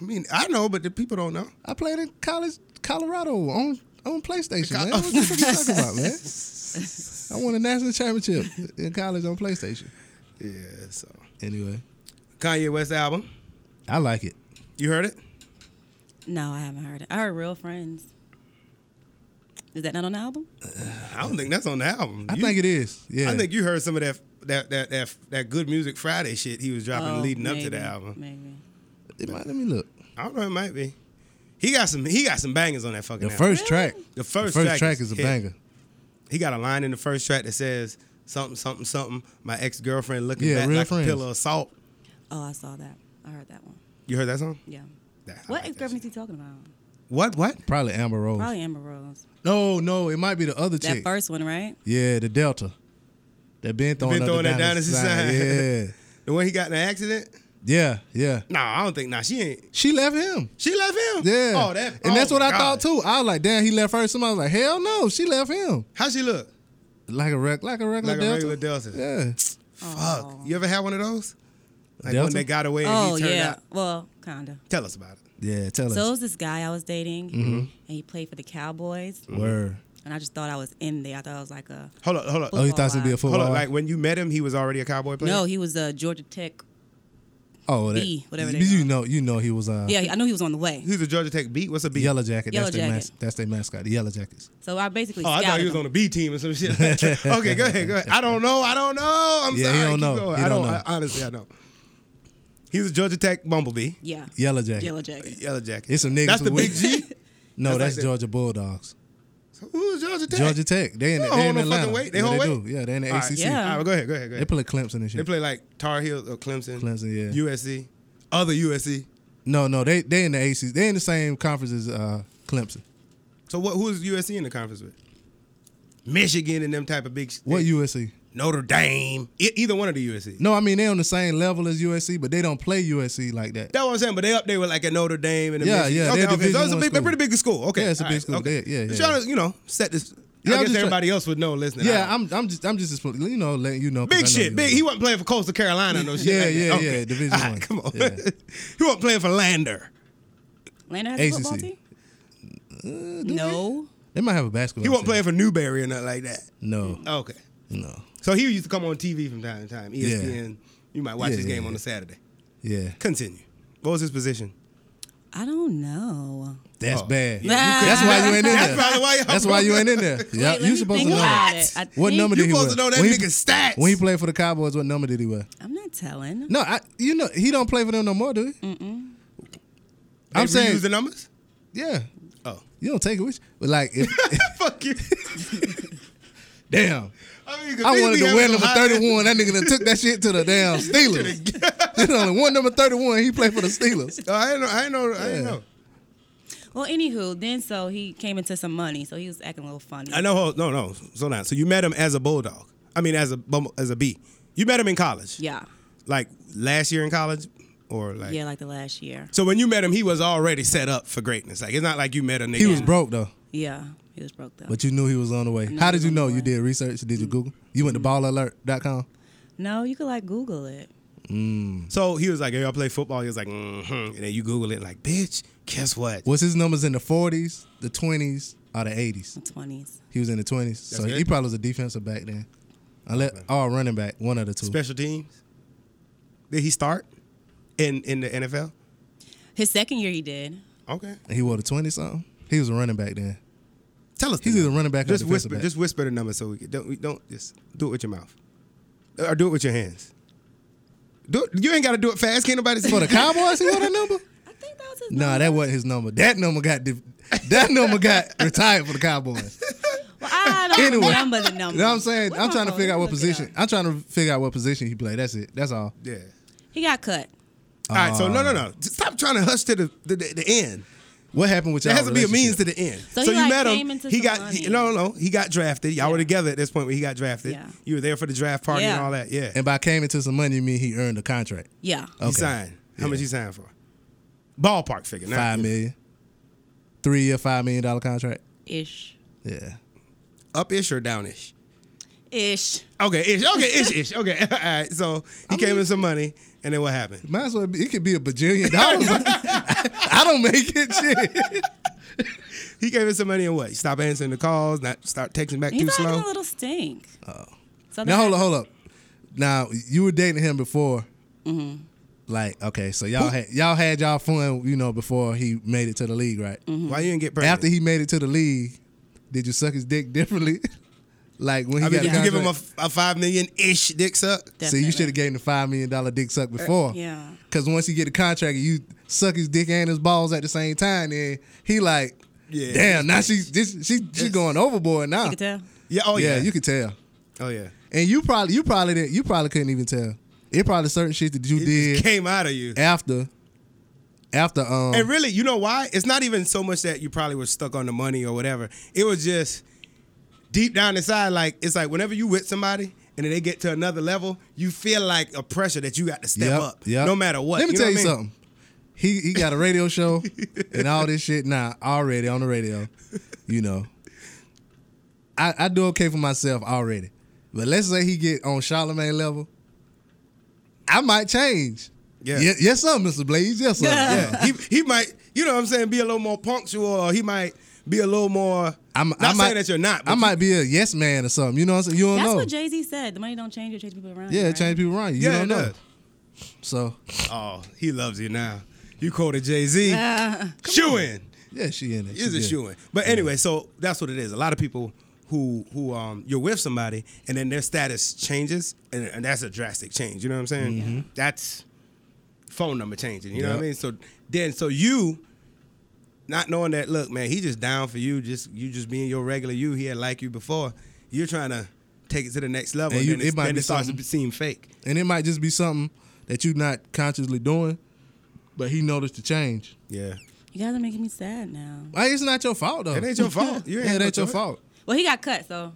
Speaker 1: I mean, I know, but the people don't know.
Speaker 2: I played in college, Colorado on on PlayStation, man. What the fuck you talking about, man? I won a national championship in college on PlayStation.
Speaker 1: Yeah. So
Speaker 2: Anyway,
Speaker 1: Kanye West album.
Speaker 2: I like it.
Speaker 1: You heard it?
Speaker 3: No, I haven't heard it. I heard Real Friends. Is that not on the album?
Speaker 1: I don't think that's on the album.
Speaker 2: I
Speaker 1: You-
Speaker 2: think it is. Yeah,
Speaker 1: I think you heard some of that that that that, that good music Friday shit he was dropping
Speaker 3: Oh,
Speaker 1: leading up to
Speaker 3: maybe,
Speaker 1: the album.
Speaker 3: Maybe.
Speaker 2: it might, let me look.
Speaker 1: I don't know. It might be. He got some. He got some bangers on that fucking.
Speaker 2: The
Speaker 1: album.
Speaker 2: first
Speaker 3: Really?
Speaker 2: track,
Speaker 1: The
Speaker 2: the
Speaker 1: first,
Speaker 2: first track, is, a
Speaker 1: hit.
Speaker 2: banger.
Speaker 1: He got a line in the first track that says something something something. My ex girlfriend looking
Speaker 2: Yeah,
Speaker 1: back
Speaker 2: Real
Speaker 1: like
Speaker 2: Friends.
Speaker 1: a pillow of salt.
Speaker 3: Oh, I saw that. I heard that one.
Speaker 1: You heard that song?
Speaker 3: Yeah.
Speaker 1: Nah, I like
Speaker 3: What
Speaker 1: that
Speaker 3: ex girlfriend is he talking about?
Speaker 1: shit. What what?
Speaker 2: Probably Amber Rose.
Speaker 3: Probably Amber Rose.
Speaker 2: No, no, it might be the other
Speaker 3: That
Speaker 2: chick.
Speaker 3: first one, right?
Speaker 2: yeah, the Delta. That been throwing,
Speaker 1: Been
Speaker 2: up
Speaker 1: throwing
Speaker 2: the
Speaker 1: that
Speaker 2: dynasty
Speaker 1: dynasty
Speaker 2: sign.
Speaker 1: sign. The one he got in an accident?
Speaker 2: Yeah, yeah, yeah.
Speaker 1: Nah, I don't think. Nah, she ain't.
Speaker 2: She left him.
Speaker 1: She left him.
Speaker 2: Yeah.
Speaker 1: Oh, that.
Speaker 2: and that's
Speaker 1: oh,
Speaker 2: what I
Speaker 1: God.
Speaker 2: thought too. I was like, damn, he left her. Somebody was like, hell no, she left him.
Speaker 1: How she look?
Speaker 2: Like a rec, like a regular
Speaker 1: Like
Speaker 2: Delta.
Speaker 1: a regular Delta.
Speaker 2: Yeah.
Speaker 1: Fuck. You ever had one of those? Like
Speaker 2: Delta?
Speaker 1: when they got away and
Speaker 3: Oh
Speaker 1: he turned
Speaker 3: yeah.
Speaker 1: out.
Speaker 3: Well, kinda.
Speaker 1: Tell us about it.
Speaker 2: Yeah, tell
Speaker 3: So it
Speaker 2: us.
Speaker 3: was this guy I was dating,
Speaker 1: Mm-hmm.
Speaker 3: and he played for the Cowboys,
Speaker 2: Word.
Speaker 3: and I just thought I was in there. I thought I was like a
Speaker 1: Hold up, hold up.
Speaker 2: Oh, you thought
Speaker 3: Football
Speaker 2: it'd be a
Speaker 3: wise.
Speaker 2: football.
Speaker 1: Hold up. Like when you met him, he was already a cowboy player.
Speaker 3: no. He was a Georgia Tech.
Speaker 2: oh, that,
Speaker 3: B, whatever they
Speaker 2: you, you
Speaker 3: call
Speaker 2: know, you know, he was uh,
Speaker 3: Yeah, I knew he was on the way.
Speaker 1: he was a Georgia Tech beat. What's a beat?
Speaker 2: yellow jacket.
Speaker 3: Yellow
Speaker 2: that's their
Speaker 3: Jacket.
Speaker 2: mas- that's their mascot. The yellow jackets.
Speaker 3: So I basically
Speaker 1: Oh, I
Speaker 3: scouted
Speaker 1: thought he was
Speaker 3: him.
Speaker 1: on the B team or some shit. okay, go ahead, go ahead. I don't know. I don't know.
Speaker 2: Yeah,
Speaker 1: I'm
Speaker 2: he
Speaker 1: sorry.
Speaker 2: don't
Speaker 1: Keep
Speaker 2: know.
Speaker 1: going.
Speaker 2: He
Speaker 1: I
Speaker 2: don't
Speaker 1: don't.
Speaker 2: know.
Speaker 1: I, honestly, I don't. He was a Georgia Tech bumblebee,
Speaker 3: yeah.
Speaker 2: Yellow jacket.
Speaker 3: Yellow jacket.
Speaker 1: yellow jacket.
Speaker 2: It's some niggas
Speaker 1: That's
Speaker 2: who
Speaker 1: the big
Speaker 2: win.
Speaker 1: G.
Speaker 2: No, that's,
Speaker 1: That's like the-
Speaker 2: Georgia Bulldogs.
Speaker 1: So Who's Georgia Tech?
Speaker 2: Georgia Tech. They in,
Speaker 1: They
Speaker 2: the
Speaker 1: don't
Speaker 2: they
Speaker 1: hold
Speaker 2: in
Speaker 1: no fucking
Speaker 2: Atlanta.
Speaker 1: weight. They
Speaker 2: yeah,
Speaker 1: hold
Speaker 2: they
Speaker 1: weight?
Speaker 2: do. Yeah, they in the
Speaker 1: All right,
Speaker 2: ACC.
Speaker 3: Yeah.
Speaker 1: All right, go ahead, go ahead, go
Speaker 2: They
Speaker 1: ahead.
Speaker 2: play Clemson and shit.
Speaker 1: They play like Tar Heels or Clemson.
Speaker 2: Clemson, yeah.
Speaker 1: USC, other USC.
Speaker 2: no, no, they they in the ACC. They in the same conference as uh, Clemson.
Speaker 1: So what? Who is USC in the conference with? Michigan and them type of big.
Speaker 2: What USC?
Speaker 1: Notre Dame. E- either one of the USC.
Speaker 2: No, I mean they on the same level as USC, but they don't play USC like that.
Speaker 1: That's what I'm saying. But they up there with like a Notre Dame and a
Speaker 2: Yeah,
Speaker 1: Michigan.
Speaker 2: yeah,
Speaker 1: Okay,
Speaker 2: they're
Speaker 1: okay. So
Speaker 2: Division
Speaker 1: it's a
Speaker 2: one
Speaker 1: big,
Speaker 2: school.
Speaker 1: pretty big school. Okay.
Speaker 2: Yeah, it's a
Speaker 1: all
Speaker 2: big school.
Speaker 1: Okay.
Speaker 2: They- yeah,
Speaker 1: Just
Speaker 2: yeah.
Speaker 1: trying to, you know, set this.
Speaker 2: Yeah, I'm
Speaker 1: I guess
Speaker 2: just
Speaker 1: everybody else would know listening.
Speaker 2: Yeah,
Speaker 1: All right.
Speaker 2: I'm I'm just I'm just expl- you know letting you know. 'cause
Speaker 1: Big
Speaker 2: I know
Speaker 1: shit,
Speaker 2: you
Speaker 1: big.
Speaker 2: know.
Speaker 1: He wasn't playing for Coastal Carolina, no shit.
Speaker 2: Yeah,
Speaker 1: like that.
Speaker 2: yeah,
Speaker 1: Okay.
Speaker 2: yeah, Division
Speaker 1: All right,
Speaker 2: one.
Speaker 1: Come on,
Speaker 2: Yeah.
Speaker 1: he wasn't playing for Lander.
Speaker 3: Atlanta has a football
Speaker 2: ACC.
Speaker 3: team.
Speaker 1: Uh,
Speaker 3: no.
Speaker 2: They might have a basketball.
Speaker 1: He wasn't
Speaker 2: team.
Speaker 1: playing for Newberry or nothing like that.
Speaker 2: No,
Speaker 1: Okay,
Speaker 2: no.
Speaker 1: so he used to come on TV from time to time. E ESPN. You might watch
Speaker 2: Yeah,
Speaker 1: his
Speaker 2: yeah,
Speaker 1: game on
Speaker 2: yeah.
Speaker 1: a Saturday.
Speaker 2: Yeah,
Speaker 1: Continue. What was his position?
Speaker 3: I don't know.
Speaker 2: that's
Speaker 1: Oh.
Speaker 2: bad.
Speaker 1: Yeah,
Speaker 3: you
Speaker 2: that's why you ain't in
Speaker 1: That's
Speaker 2: there.
Speaker 1: probably why. Y'all
Speaker 2: That's why you
Speaker 1: broke
Speaker 2: ain't in
Speaker 1: up.
Speaker 2: there.
Speaker 3: Wait,
Speaker 2: Yeah,
Speaker 3: let
Speaker 2: you
Speaker 3: me
Speaker 2: supposed to
Speaker 3: think
Speaker 2: know.
Speaker 3: about
Speaker 2: that.
Speaker 3: it. I
Speaker 2: What
Speaker 3: think-
Speaker 2: number
Speaker 1: You
Speaker 2: did he wear?
Speaker 1: supposed to know that
Speaker 2: when he,
Speaker 1: nigga's stats.
Speaker 2: When he played for the Cowboys, what number did he wear?
Speaker 3: I'm not telling.
Speaker 2: No, I. You know he don't play for them no more, do he? Mm-mm.
Speaker 1: They
Speaker 2: I'm saying,
Speaker 1: reused the numbers.
Speaker 2: yeah.
Speaker 1: Oh,
Speaker 2: You don't take it with you, but like, if,
Speaker 1: fuck you.
Speaker 2: damn.
Speaker 1: I, mean, 'cause
Speaker 2: I
Speaker 1: niggas
Speaker 2: wanted
Speaker 1: be
Speaker 2: to
Speaker 1: having
Speaker 2: wear
Speaker 1: some
Speaker 2: number
Speaker 1: hot-
Speaker 2: 31. That nigga done took that shit to the damn Steelers. you know, the one number 31, he played for the Steelers.
Speaker 1: Oh, I didn't know. I didn't know. I didn't
Speaker 2: Yeah.
Speaker 1: know.
Speaker 3: Well, anywho, then so he came into some money, so he was acting a little funny.
Speaker 1: I know. hold- No, no. So now, so you met him as a bulldog. I mean, as a bum- as a bee. You met him in college.
Speaker 3: Yeah,
Speaker 1: Like last year in college, or like.
Speaker 3: yeah, like the last year.
Speaker 1: So when you met him, he was already set up for greatness. Like it's not like you met a nigga.
Speaker 2: He was broke though,
Speaker 3: Yeah, he was broke though.
Speaker 2: but you knew he was on the way.
Speaker 3: knew
Speaker 2: How
Speaker 3: he
Speaker 2: did
Speaker 3: was
Speaker 2: you
Speaker 3: on
Speaker 2: know?
Speaker 3: the
Speaker 2: You
Speaker 3: way.
Speaker 2: did research? Did you Google? You went to ballalert.com.
Speaker 3: no, you could like Google it.
Speaker 1: So he was like, "Yo, I play football." He was like, "Mm-hmm," and then you Google it, like, "Bitch, guess what?"
Speaker 2: Was his numbers in the 40s, the 20s, or the 80s?
Speaker 3: The twenties.
Speaker 2: He was in the 20s, so
Speaker 1: That's
Speaker 2: he
Speaker 1: good.
Speaker 2: probably was a defensive back then. Unless, or a running back, one of the two.
Speaker 1: Special teams. Did he start in in the NFL?
Speaker 3: His second year, he did.
Speaker 1: Okay,
Speaker 2: And he wore the 20 something. He was a running back then.
Speaker 1: tell us. the
Speaker 2: He's either
Speaker 1: number.
Speaker 2: running back or
Speaker 1: Just
Speaker 2: defensive
Speaker 1: whisper.
Speaker 2: back.
Speaker 1: Just whisper the number so we can, don't we don't just do it with your mouth or do it with your hands. Do it, you ain't got to do it fast. Can't nobody see
Speaker 2: For the Cowboys, he wore that number.
Speaker 3: I think that was his.
Speaker 2: Nah, that wasn't his number. That number got dif- that number got retired for the Cowboys.
Speaker 3: Well, I don't
Speaker 2: Anyway.
Speaker 3: remember the number.
Speaker 2: You know what I'm saying?
Speaker 3: Well,
Speaker 2: I'm trying to
Speaker 3: no,
Speaker 2: figure out what
Speaker 3: look it up.
Speaker 2: position. I'm trying to figure out what position he played. That's it. That's all.
Speaker 1: Yeah.
Speaker 3: He got cut.
Speaker 1: All right. So no, no,
Speaker 2: Ah.
Speaker 1: no. Stop trying to hush to the the, the, the end.
Speaker 2: What happened with y'all?
Speaker 1: There has to be a means
Speaker 2: relationship?
Speaker 1: to the end.
Speaker 3: So
Speaker 1: So,
Speaker 3: he,
Speaker 1: you
Speaker 3: like,
Speaker 1: met
Speaker 3: came
Speaker 1: him.
Speaker 3: into
Speaker 1: He
Speaker 3: some
Speaker 1: got
Speaker 3: money.
Speaker 1: he, no, no. He got drafted. Y'all were together at this point when he got drafted.
Speaker 3: Yeah.
Speaker 1: You were there for the draft party and
Speaker 3: Yeah.
Speaker 1: all that. Yeah.
Speaker 2: And by came into some money, you mean he earned a contract.
Speaker 3: Yeah.
Speaker 1: He
Speaker 2: Okay.
Speaker 1: signed. How much he signed for? Ballpark figure. not-
Speaker 2: Five million. Three year, five million dollar contract.
Speaker 3: Ish.
Speaker 2: Yeah.
Speaker 1: Up ish or down ish?
Speaker 3: Ish.
Speaker 1: Okay, ish. Okay, ish, ish. Okay. all right. So he came in some money, and then what happened?
Speaker 2: Might as well be, it could be a bajillion dollars. I don't make it shit.
Speaker 1: He gave in some money, and what? He stopped answering the calls, not start texting back
Speaker 3: He's
Speaker 1: too
Speaker 3: like
Speaker 1: slow.
Speaker 3: a little stink. Oh. So
Speaker 2: Now hold
Speaker 3: that-
Speaker 2: up, hold up. Now you were dating him before.
Speaker 3: Mm-hmm.
Speaker 2: Like, okay, so y'all had y'all had y'all fun, you know, before he made it to the league, right?
Speaker 3: Mm-hmm.
Speaker 1: Why you didn't get pregnant?
Speaker 2: After he made it to the league, did you suck his dick differently? like when he
Speaker 1: I mean,
Speaker 2: got
Speaker 1: did
Speaker 2: the
Speaker 1: you give him a,
Speaker 2: contract?
Speaker 1: a five million ish dick suck?
Speaker 2: See, you
Speaker 3: Definitely. Er,
Speaker 2: should have gave him the five million dollar dick suck before.
Speaker 3: yeah.
Speaker 2: Cause once you get the contract, you suck his dick and his balls at the same time, then he like,
Speaker 1: Yeah.
Speaker 2: damn, now she's this, she she going overboard now.
Speaker 3: You could tell.
Speaker 1: Yeah. Oh yeah.
Speaker 2: yeah, you could tell.
Speaker 1: Oh yeah.
Speaker 2: And you probably you probably didn't you probably couldn't even tell. It probably certain shit that you
Speaker 1: It
Speaker 2: did
Speaker 1: just came out of you.
Speaker 2: after after um
Speaker 1: And really, you know why? It's not even so much that you probably were stuck on the money or whatever. It was just deep down inside, like it's like whenever you with somebody and then they get to another level, you feel like a pressure that you got to step
Speaker 2: yep,
Speaker 1: up,
Speaker 2: yep.
Speaker 1: no matter what.
Speaker 2: Let me
Speaker 1: know
Speaker 2: tell you
Speaker 1: what I mean?
Speaker 2: something. He he got a radio show and all this shit now already on the radio. You know. I, I do okay for myself already. But let's say he get on Charlemagne level. I might change.
Speaker 1: Yeah.
Speaker 2: Ye- yes, sir, Mr. Blaze. Yes, sir.
Speaker 1: Yeah, he he might, you know what I'm saying, be a little more punctual, or he might be a little more.
Speaker 2: I'm,
Speaker 1: not
Speaker 2: I
Speaker 1: saying
Speaker 2: might,
Speaker 1: that you're not. But
Speaker 2: I
Speaker 1: you-
Speaker 2: might be a yes man or something. You know what I'm saying? You don't
Speaker 3: That's
Speaker 2: know.
Speaker 3: what Jay Z said. The money don't change you, it changes people around. you,
Speaker 2: yeah,
Speaker 3: right?
Speaker 2: change people around you. You
Speaker 1: Yeah,
Speaker 2: don't
Speaker 1: it
Speaker 2: know.
Speaker 1: does.
Speaker 2: So
Speaker 1: Oh, he loves you now. You quoted Jay Z.
Speaker 3: Uh, Ah,
Speaker 1: Shoe in.
Speaker 2: yeah, she in it.
Speaker 1: is
Speaker 2: She
Speaker 1: a
Speaker 2: good.
Speaker 1: shoe in. But anyway, so that's what it is. A lot of people who who um you're with somebody and then their status changes and, and that's a drastic change. You know what I'm saying? That's phone number changing. You know what I
Speaker 2: Mm-hmm. Yep.
Speaker 1: mean? So then so you not knowing that look, man, he just down for you, just you just being your regular you, he had like you before. You're trying to take it to the next level
Speaker 2: And
Speaker 1: and,
Speaker 2: you-
Speaker 1: then, it's-
Speaker 2: it might
Speaker 1: then
Speaker 2: be
Speaker 1: it starts
Speaker 2: something-
Speaker 1: to seem fake.
Speaker 2: And it might just be something that you're not consciously doing, but he noticed the change.
Speaker 1: Yeah.
Speaker 3: You guys are making me sad now.
Speaker 2: Like, it's not your fault though.
Speaker 1: It ain't your fault. You ain't
Speaker 2: yeah, it
Speaker 1: no
Speaker 2: ain't your
Speaker 1: choice.
Speaker 2: fault.
Speaker 3: Well, he got cut, so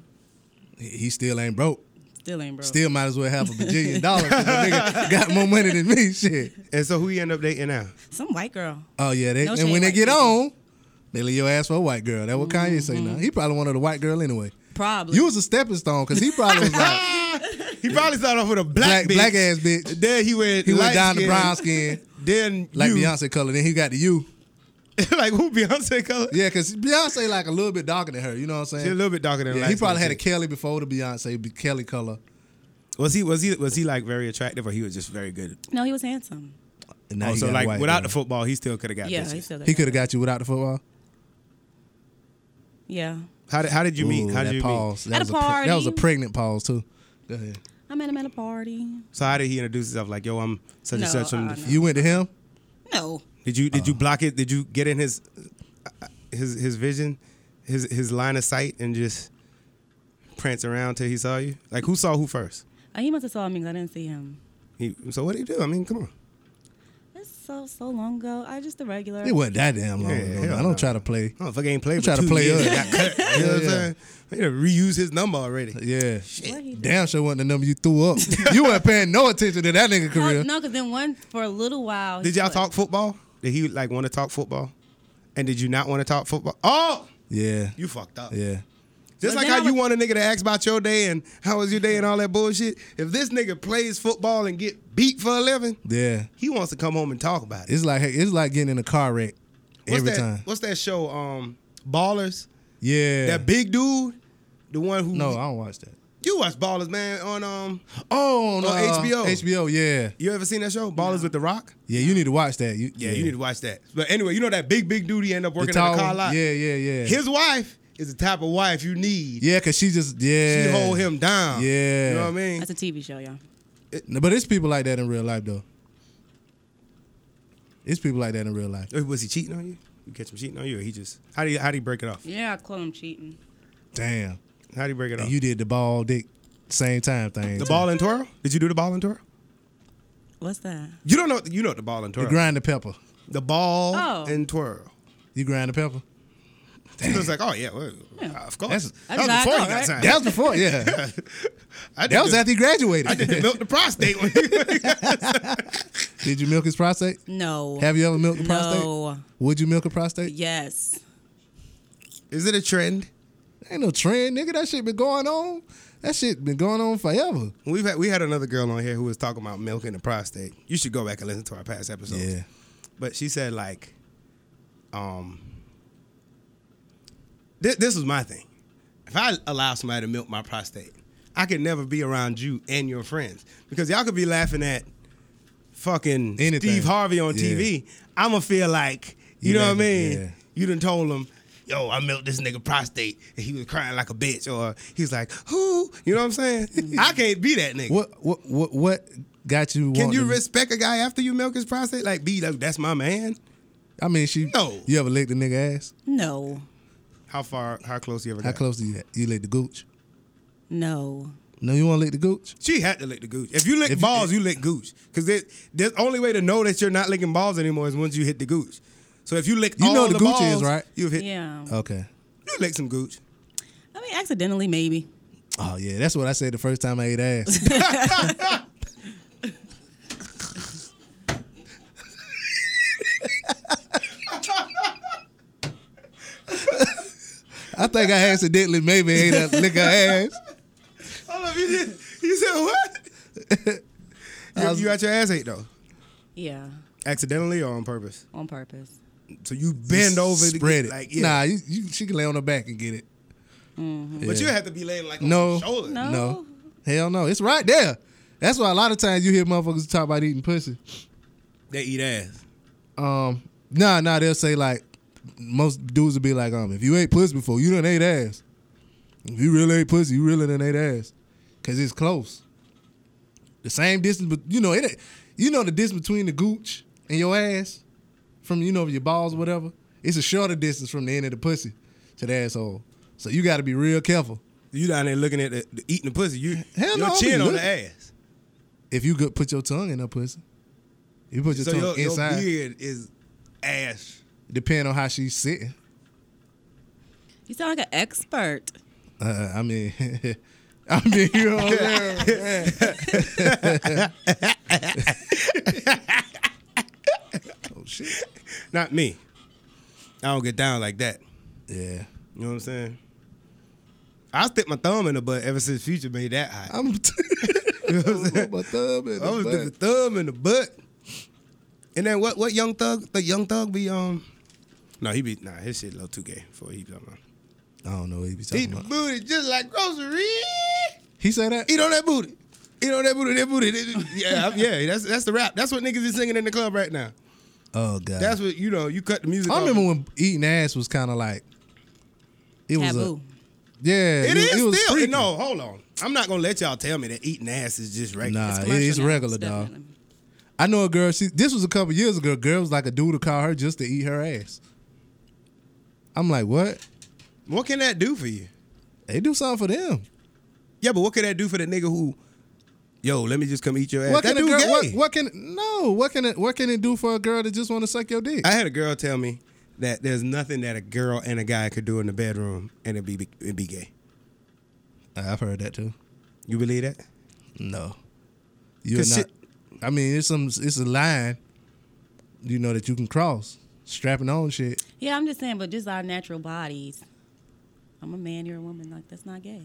Speaker 2: He he still ain't broke.
Speaker 3: still ain't broke.
Speaker 2: Still might as well have a bajillion dollars. 'cause the nigga got more money than me. Shit.
Speaker 1: And so who you end up dating now?
Speaker 3: Some white girl.
Speaker 2: Oh yeah. They,
Speaker 3: No
Speaker 2: and
Speaker 3: shame,
Speaker 2: when they
Speaker 3: white
Speaker 2: get
Speaker 3: people.
Speaker 2: on, they leave your ass for a white girl. That what Kanye say now. He probably wanted a white girl anyway.
Speaker 3: Probably.
Speaker 2: You was a stepping stone because he probably was like
Speaker 1: He probably started off with a
Speaker 2: black
Speaker 1: black bitch.
Speaker 2: black ass bitch.
Speaker 1: Then he went
Speaker 2: He went
Speaker 1: light
Speaker 2: down to
Speaker 1: skin.
Speaker 2: brown skin
Speaker 1: Then
Speaker 2: like
Speaker 1: you.
Speaker 2: Beyonce color. Then he got the you.
Speaker 1: like who Beyonce color?
Speaker 2: Yeah, because Beyonce like a little bit darker than her. You know what I'm saying?
Speaker 1: She a little bit darker than.
Speaker 2: Yeah,
Speaker 1: light
Speaker 2: he probably had a
Speaker 1: skin
Speaker 2: Kelly before the Beyonce be Kelly color.
Speaker 1: chick. Was he was he was he like very attractive or he was just very good?
Speaker 3: no, he was handsome.
Speaker 2: And
Speaker 1: Oh,
Speaker 2: he
Speaker 1: so
Speaker 2: got a
Speaker 1: like
Speaker 2: white
Speaker 1: without the
Speaker 2: girl.
Speaker 1: football, he still could have got.
Speaker 3: yeah,
Speaker 1: bitches.
Speaker 3: he still got
Speaker 2: he could
Speaker 3: cut.
Speaker 2: have got you without the football.
Speaker 3: Yeah.
Speaker 1: How did how did you meet?
Speaker 2: Ooh,
Speaker 1: How
Speaker 2: that
Speaker 1: did you
Speaker 2: pause. That
Speaker 3: At
Speaker 2: was
Speaker 3: a
Speaker 2: a pre- that was a
Speaker 3: party.
Speaker 2: pregnant pause too. Go ahead.
Speaker 3: I met him at a party.
Speaker 1: meet? So how did he introduce himself? Like yo, I'm such and
Speaker 3: No,
Speaker 1: such. From
Speaker 3: uh,
Speaker 1: the,
Speaker 3: no.
Speaker 2: You went to him.
Speaker 3: No.
Speaker 1: Did you did you block it? Did you get in his uh, his his vision, his his line of sight, and just prance around till he saw you? Like who saw who first?
Speaker 3: Ah, Uh, he must have saw me because I didn't see him.
Speaker 1: He, so what did he do? I mean, come on.
Speaker 3: That's so so long ago. I just a regular.
Speaker 2: It wasn't that damn long
Speaker 1: Yeah,
Speaker 2: ago.
Speaker 1: hell
Speaker 2: I don't
Speaker 1: no.
Speaker 2: try to play.
Speaker 1: Motherfucker ain't played.
Speaker 2: Try
Speaker 1: for
Speaker 2: to
Speaker 1: two
Speaker 2: play
Speaker 1: years.
Speaker 2: us.
Speaker 1: Got cut. You know what I'm
Speaker 2: Yeah.
Speaker 1: saying? They done reuse his number already.
Speaker 2: Yeah.
Speaker 3: What he did.
Speaker 2: Damn sure wasn't the number you threw up. you weren't paying no attention to that nigga
Speaker 3: Oh,
Speaker 2: career.
Speaker 3: no, because then one for a little while.
Speaker 1: Did y'all talk football? Did he like want to talk football? And did you not want to talk football? Oh,
Speaker 2: Yeah.
Speaker 1: you fucked up.
Speaker 2: Yeah.
Speaker 1: Just
Speaker 3: But
Speaker 1: like
Speaker 3: then
Speaker 1: how
Speaker 3: I
Speaker 1: you
Speaker 3: would-
Speaker 1: want a nigga to ask about your day and how was your day and all that bullshit. If this nigga plays football and get beat for a living,
Speaker 2: Yeah.
Speaker 1: he wants to come home and talk about it.
Speaker 2: It's like it's like getting in a car wreck
Speaker 1: What's
Speaker 2: every
Speaker 1: that,
Speaker 2: time.
Speaker 1: What's that show? Um, Ballers.
Speaker 2: Yeah.
Speaker 1: That big dude, the one who
Speaker 2: no, I don't watch that.
Speaker 1: you watch Ballers, man. On um,
Speaker 2: Oh, on
Speaker 1: Oh, HBO.
Speaker 2: HBO, yeah.
Speaker 1: you ever seen that show? Ballers with the Rock.
Speaker 2: Yeah, you need to watch that. You,
Speaker 1: Yeah, you need to watch that. But anyway, you know that big big dude he end up
Speaker 2: The
Speaker 1: working
Speaker 2: tall
Speaker 1: at the car
Speaker 2: one?
Speaker 1: lot.
Speaker 2: Yeah, yeah, yeah.
Speaker 1: His wife is the type of wife you need.
Speaker 2: yeah, cause she just yeah.
Speaker 1: She hold him down.
Speaker 2: Yeah.
Speaker 1: You know what I mean?
Speaker 3: That's a TV show, y'all.
Speaker 2: No, But it's people like that in real life though. It's people like that in real life.
Speaker 1: Uh, Was he cheating on you? You catch him cheating on you? Or he just how do you how do you break it off?
Speaker 3: Yeah, I call him cheating.
Speaker 2: Damn.
Speaker 1: How do you break it off?
Speaker 2: And you did the ball dick same time thing.
Speaker 1: the
Speaker 2: too.
Speaker 1: ball and twirl? Did you do the ball and twirl?
Speaker 3: What's that?
Speaker 1: You don't know you know the ball and
Speaker 2: You
Speaker 1: twirl.
Speaker 2: grind the pepper.
Speaker 1: The ball
Speaker 3: Oh.
Speaker 1: and twirl.
Speaker 2: You grind the pepper.
Speaker 1: It was like, oh yeah, well,
Speaker 3: Yeah.
Speaker 1: of course.
Speaker 2: That's-
Speaker 1: that was
Speaker 3: That's
Speaker 1: before
Speaker 3: how I
Speaker 1: he
Speaker 3: go,
Speaker 1: got
Speaker 3: right?
Speaker 1: signed.
Speaker 2: That was before, yeah.
Speaker 1: I did
Speaker 2: That was
Speaker 1: the-
Speaker 2: after he graduated.
Speaker 1: I did the milk the prostate when he-
Speaker 2: Did you milk his prostate?
Speaker 3: No.
Speaker 2: Have you ever milked a prostate?
Speaker 3: No.
Speaker 2: Would you milk a prostate?
Speaker 3: Yes.
Speaker 1: Is it a trend?
Speaker 2: Ain't no trend, nigga. That shit been going on. That shit been going on forever.
Speaker 1: We've had, we had another girl on here who was talking about milk and the prostate. You should go back and listen to our past episodes.
Speaker 2: Yeah.
Speaker 1: But she said like, um, thi- this was my thing. If I allow somebody to milk my prostate, I could never be around you and your friends because y'all could be laughing at fucking
Speaker 2: Anything.
Speaker 1: Steve Harvey on
Speaker 2: Yeah.
Speaker 1: TV. I'ma feel like you,
Speaker 2: You
Speaker 1: know what I
Speaker 2: laughing,
Speaker 1: mean.
Speaker 2: yeah.
Speaker 1: You done told him. Yo, I milked this nigga prostate, and he was crying like a bitch, or he's like, "Who?" You know what I'm saying? I can't be that nigga.
Speaker 2: Mm-hmm. What what what what got you?
Speaker 1: Can
Speaker 2: wanting
Speaker 1: you
Speaker 2: to-
Speaker 1: respect a guy after you milk his prostate? Like, be like, that's my man.
Speaker 2: I mean, she.
Speaker 1: No.
Speaker 2: You ever licked a nigga ass?
Speaker 3: No.
Speaker 1: How far? How close you ever
Speaker 2: How
Speaker 1: got?
Speaker 2: close do you? You lick the gooch?
Speaker 3: No.
Speaker 2: No, you want to lick the gooch?
Speaker 1: She had to lick the gooch. If you lick
Speaker 2: If-
Speaker 1: balls, you lick gooch. Because the only way to know that you're not licking balls anymore is once you hit the gooch. So if you lick
Speaker 2: You
Speaker 1: all
Speaker 2: know
Speaker 1: the,
Speaker 2: the gooch
Speaker 1: balls,
Speaker 2: is, right?
Speaker 1: You've hit.
Speaker 3: Yeah.
Speaker 2: Okay.
Speaker 1: You lick some gooch.
Speaker 3: I mean, accidentally, maybe.
Speaker 2: Oh yeah, that's what I said the first time I ate ass. I think I accidentally maybe ate a lick her ass.
Speaker 1: I love you. Did, you said what? you,
Speaker 2: was-
Speaker 1: you got your ass ate though,
Speaker 3: Yeah.
Speaker 1: accidentally or on purpose.
Speaker 3: On purpose.
Speaker 1: So you bend over, to
Speaker 2: spread
Speaker 1: get,
Speaker 2: it.
Speaker 1: Like, yeah.
Speaker 2: Nah, you, you, she can lay on her back and get it.
Speaker 1: But
Speaker 2: yeah.
Speaker 1: you have to be laying like on
Speaker 2: No.
Speaker 1: your shoulder.
Speaker 3: No.
Speaker 2: No. Hell no, it's right there. That's why a lot of times you hear motherfuckers talk about eating pussy.
Speaker 1: They eat ass.
Speaker 2: um nah nah they'll say like most dudes will be like um if you ate pussy before you done ate ass if you really ate pussy you really done ate ass cause it's close the same distance but you know it ain't- you know the distance between the gooch and your ass from you know your balls or whatever it's a shorter distance from the end of the pussy to the asshole so you got to be real careful
Speaker 1: You down there looking at the, the eating the pussy. You
Speaker 2: Hell
Speaker 1: your
Speaker 2: no, I be
Speaker 1: chin on the
Speaker 2: looking.
Speaker 1: ass.
Speaker 2: if you could put your tongue in that pussy you put your
Speaker 1: So
Speaker 2: tongue
Speaker 1: your, your
Speaker 2: inside
Speaker 1: beard is ass.
Speaker 2: depending on how she's sitting
Speaker 3: You sound like an expert.
Speaker 2: Uh, I mean, I mean, you know what I'm saying? oh shit!
Speaker 1: Not me. I don't get down like that.
Speaker 2: Yeah,
Speaker 1: You know what I'm saying? I stick my thumb in the butt ever since Future made that high.
Speaker 2: I'm.
Speaker 1: You know what I'm
Speaker 2: I
Speaker 1: saying?
Speaker 2: my thumb in
Speaker 1: I was
Speaker 2: the
Speaker 1: sticking the
Speaker 2: butt.
Speaker 1: thumb in the butt. And then what? What young thug? The young thug be um. No, he be nah. His shit a little too gay for he be talking about.
Speaker 2: I don't know what he be
Speaker 1: Eat
Speaker 2: talking
Speaker 1: the
Speaker 2: about.
Speaker 1: booty just like grocery.
Speaker 2: He said that.
Speaker 1: Eat on that booty. Eat on that booty. That booty. that- yeah, I'm- yeah. That's that's the rap. That's what niggas is singing in the club right now.
Speaker 2: Oh god!
Speaker 1: That's what you know. You cut the music.
Speaker 2: I
Speaker 1: off.
Speaker 2: remember when eating ass was kind of like. It was
Speaker 3: Taboo.
Speaker 2: a yeah.
Speaker 1: It is
Speaker 2: was
Speaker 1: still.
Speaker 2: freaky.
Speaker 1: No, hold on. I'm not gonna let y'all tell me that eating ass is just regular.
Speaker 2: Nah, it
Speaker 3: Commercial
Speaker 2: is
Speaker 3: now,
Speaker 2: uh, regular, dog.
Speaker 3: definitely.
Speaker 2: I know a girl. She this was a couple years ago. A girl was like a dude to call her just to eat her ass. I'm like, what?
Speaker 1: What can that do for you?
Speaker 2: They do something for them.
Speaker 1: Yeah, but what could that do for the nigga who yo, let me just come eat your ass.
Speaker 2: What
Speaker 1: that
Speaker 2: can a
Speaker 1: dude
Speaker 2: girl?
Speaker 1: gay.
Speaker 2: What, what can no? What can it? What can it do for a girl that just want to suck your dick?
Speaker 1: I had a girl tell me that there's nothing that a girl and a guy could do in the bedroom and it be it be gay.
Speaker 2: I've heard that too.
Speaker 1: You believe that?
Speaker 2: No, you're
Speaker 1: Consi-
Speaker 2: not. I mean, it's some. It's a line. You know that you can cross. Strapping on shit.
Speaker 3: Yeah, I'm just saying, but just our natural bodies. I'm a man, you're a woman. Like that's not gay.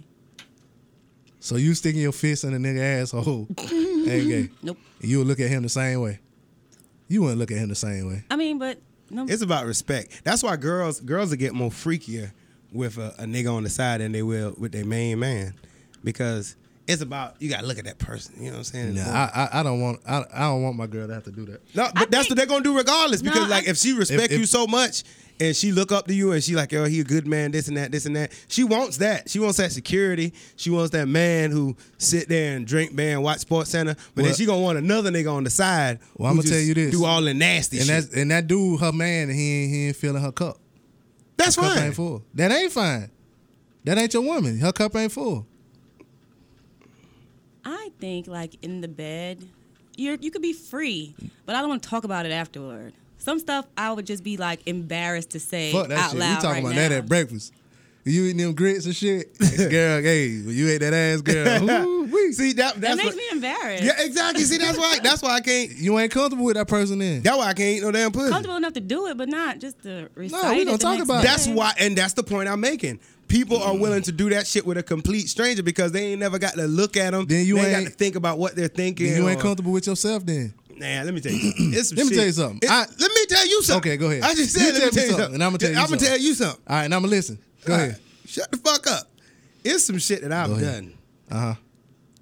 Speaker 2: So you sticking your fist in a nigga asshole. ain't gay.
Speaker 3: Nope.
Speaker 2: And you would look at him the same way. You wouldn't look at him the same way.
Speaker 3: I mean, but no.
Speaker 1: It's about respect. That's why girls girls will get more freakier with a, a nigga on the side than they will with their main man, because it's about you gotta look at that person. You know what I'm saying?
Speaker 2: Nah, I, I, I don't want I, I don't want my girl to have to do that.
Speaker 1: No, but that's what they're gonna do regardless.
Speaker 3: No,
Speaker 1: Because like
Speaker 3: I-
Speaker 1: if she respect
Speaker 2: If- if-
Speaker 1: you so much and she look up to you and she like, yo, he a good man, this and that, this and that. She wants that. She wants that security. She wants that man who sit there and drink beer and watch Sports Center. But then
Speaker 2: Well-
Speaker 1: she gonna want another nigga on the side.
Speaker 2: Well,
Speaker 1: who
Speaker 2: I'ma tell
Speaker 1: just
Speaker 2: you this.
Speaker 1: do all the nasty
Speaker 2: And
Speaker 1: shit.
Speaker 2: that's and that dude, her man, he ain't he ain't filling her cup.
Speaker 1: That's,
Speaker 2: Cup
Speaker 1: fine.
Speaker 2: ain't full. That ain't fine. That ain't your woman. Her cup ain't full.
Speaker 3: I think like in the bed, you you could be free, but I don't want to talk about it afterward. Some stuff I would just be like embarrassed to say
Speaker 2: Fuck that
Speaker 3: out
Speaker 2: shit. we
Speaker 3: loud
Speaker 2: talking
Speaker 3: right
Speaker 2: about
Speaker 3: now.
Speaker 2: that at breakfast. You eating them grits and shit, girl. Hey, when you ate that ass, girl. ooh, wee.
Speaker 1: See that
Speaker 3: That
Speaker 1: that's what,
Speaker 3: makes me embarrassed.
Speaker 1: Yeah, exactly. See, that's why that's why I can't
Speaker 2: you ain't comfortable with that person then.
Speaker 1: that's why I can't eat no damn pussy.
Speaker 3: Comfortable enough to do it, but not just to recite.
Speaker 2: we
Speaker 3: it
Speaker 2: gonna
Speaker 3: the
Speaker 2: talk
Speaker 3: next
Speaker 2: about it.
Speaker 3: day.
Speaker 1: That's why, and that's the point I'm making. People are willing to do that shit with a complete stranger because they ain't never got to look at them.
Speaker 2: Then you
Speaker 1: they got
Speaker 2: ain't-
Speaker 1: to think about what they're thinking.
Speaker 2: you ain't
Speaker 1: or-
Speaker 2: comfortable with yourself then.
Speaker 1: Nah, let me tell you. Something. It's some
Speaker 2: Let me
Speaker 1: shit.
Speaker 2: tell you something.
Speaker 1: It-
Speaker 2: I-
Speaker 1: let me tell you something.
Speaker 2: Okay, go ahead.
Speaker 1: I just
Speaker 2: You
Speaker 1: said let me tell you something,
Speaker 2: and I'ma tell you
Speaker 1: I'm gonna
Speaker 2: something.
Speaker 1: tell you something.
Speaker 2: All right, and I'ma listen. Go
Speaker 1: All
Speaker 2: ahead.
Speaker 1: right, shut the fuck up. It's some shit that I've
Speaker 2: Go ahead.
Speaker 1: done,
Speaker 2: Uh huh.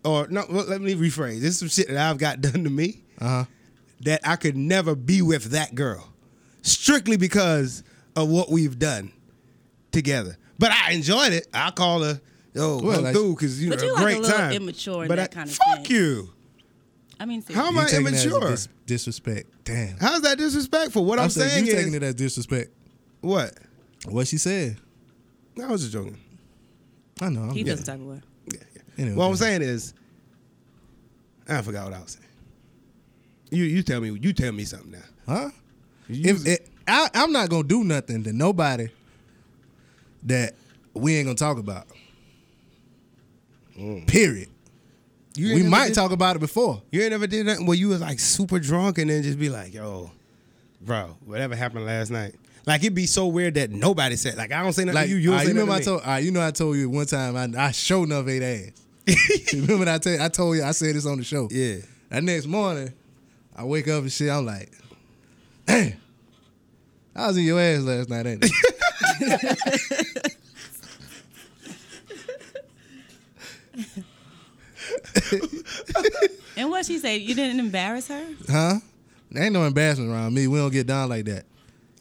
Speaker 1: or no, well, let me rephrase. It's some shit that I've got done to me
Speaker 2: Uh huh.
Speaker 1: that I could never be with that girl, strictly because of what we've done together. But I enjoyed it. I call her, yo,
Speaker 2: Well,
Speaker 1: come
Speaker 2: like-
Speaker 1: through, because you know,
Speaker 3: But you
Speaker 1: a
Speaker 3: like a
Speaker 1: great
Speaker 3: little
Speaker 1: time.
Speaker 3: immature and
Speaker 1: but
Speaker 3: that
Speaker 1: I,
Speaker 3: kind of
Speaker 1: fuck
Speaker 3: thing.
Speaker 1: you.
Speaker 3: I mean,
Speaker 1: How
Speaker 3: seriously.
Speaker 1: am I immature?
Speaker 2: Dis- disrespect. Damn.
Speaker 1: How's that disrespectful? What I'm,
Speaker 2: I'm
Speaker 1: saying
Speaker 2: saying you taking
Speaker 1: is
Speaker 2: it as disrespect.
Speaker 1: what?
Speaker 2: What she said.
Speaker 1: No, I was just joking.
Speaker 2: I know. I'm
Speaker 3: he
Speaker 2: yeah.
Speaker 3: feels the type of way.
Speaker 1: Yeah, yeah.
Speaker 2: Anyway,
Speaker 1: what
Speaker 2: go
Speaker 1: I'm
Speaker 2: ahead.
Speaker 1: saying is, I forgot what I was saying. You you tell me you tell me something now.
Speaker 2: Huh?
Speaker 1: You-
Speaker 2: If it, I, I'm not gonna do nothing to nobody that we ain't gonna talk about. Period.
Speaker 1: you ain't
Speaker 2: we
Speaker 1: never
Speaker 2: might
Speaker 1: did-
Speaker 2: talk about it before.
Speaker 1: You ain't never did nothing where you was like super drunk and then just be like, yo, bro, whatever happened last night. Like it'd be so weird that nobody said. Like I don't say nothing
Speaker 2: Like uh, ah,
Speaker 1: to you.
Speaker 2: you,
Speaker 1: You don't say
Speaker 2: remember I
Speaker 1: nothing to me.
Speaker 2: told all right, you know I told you one time I I showed enough ate ass. You remember I tell I told you I said this on the show.
Speaker 1: Yeah.
Speaker 2: That next morning, I wake up and shit. I'm like, damn, I was in your ass last night, ain't it?
Speaker 3: And what she say? You didn't embarrass her.
Speaker 2: huh? There ain't no embarrassment around me. We don't get down like that.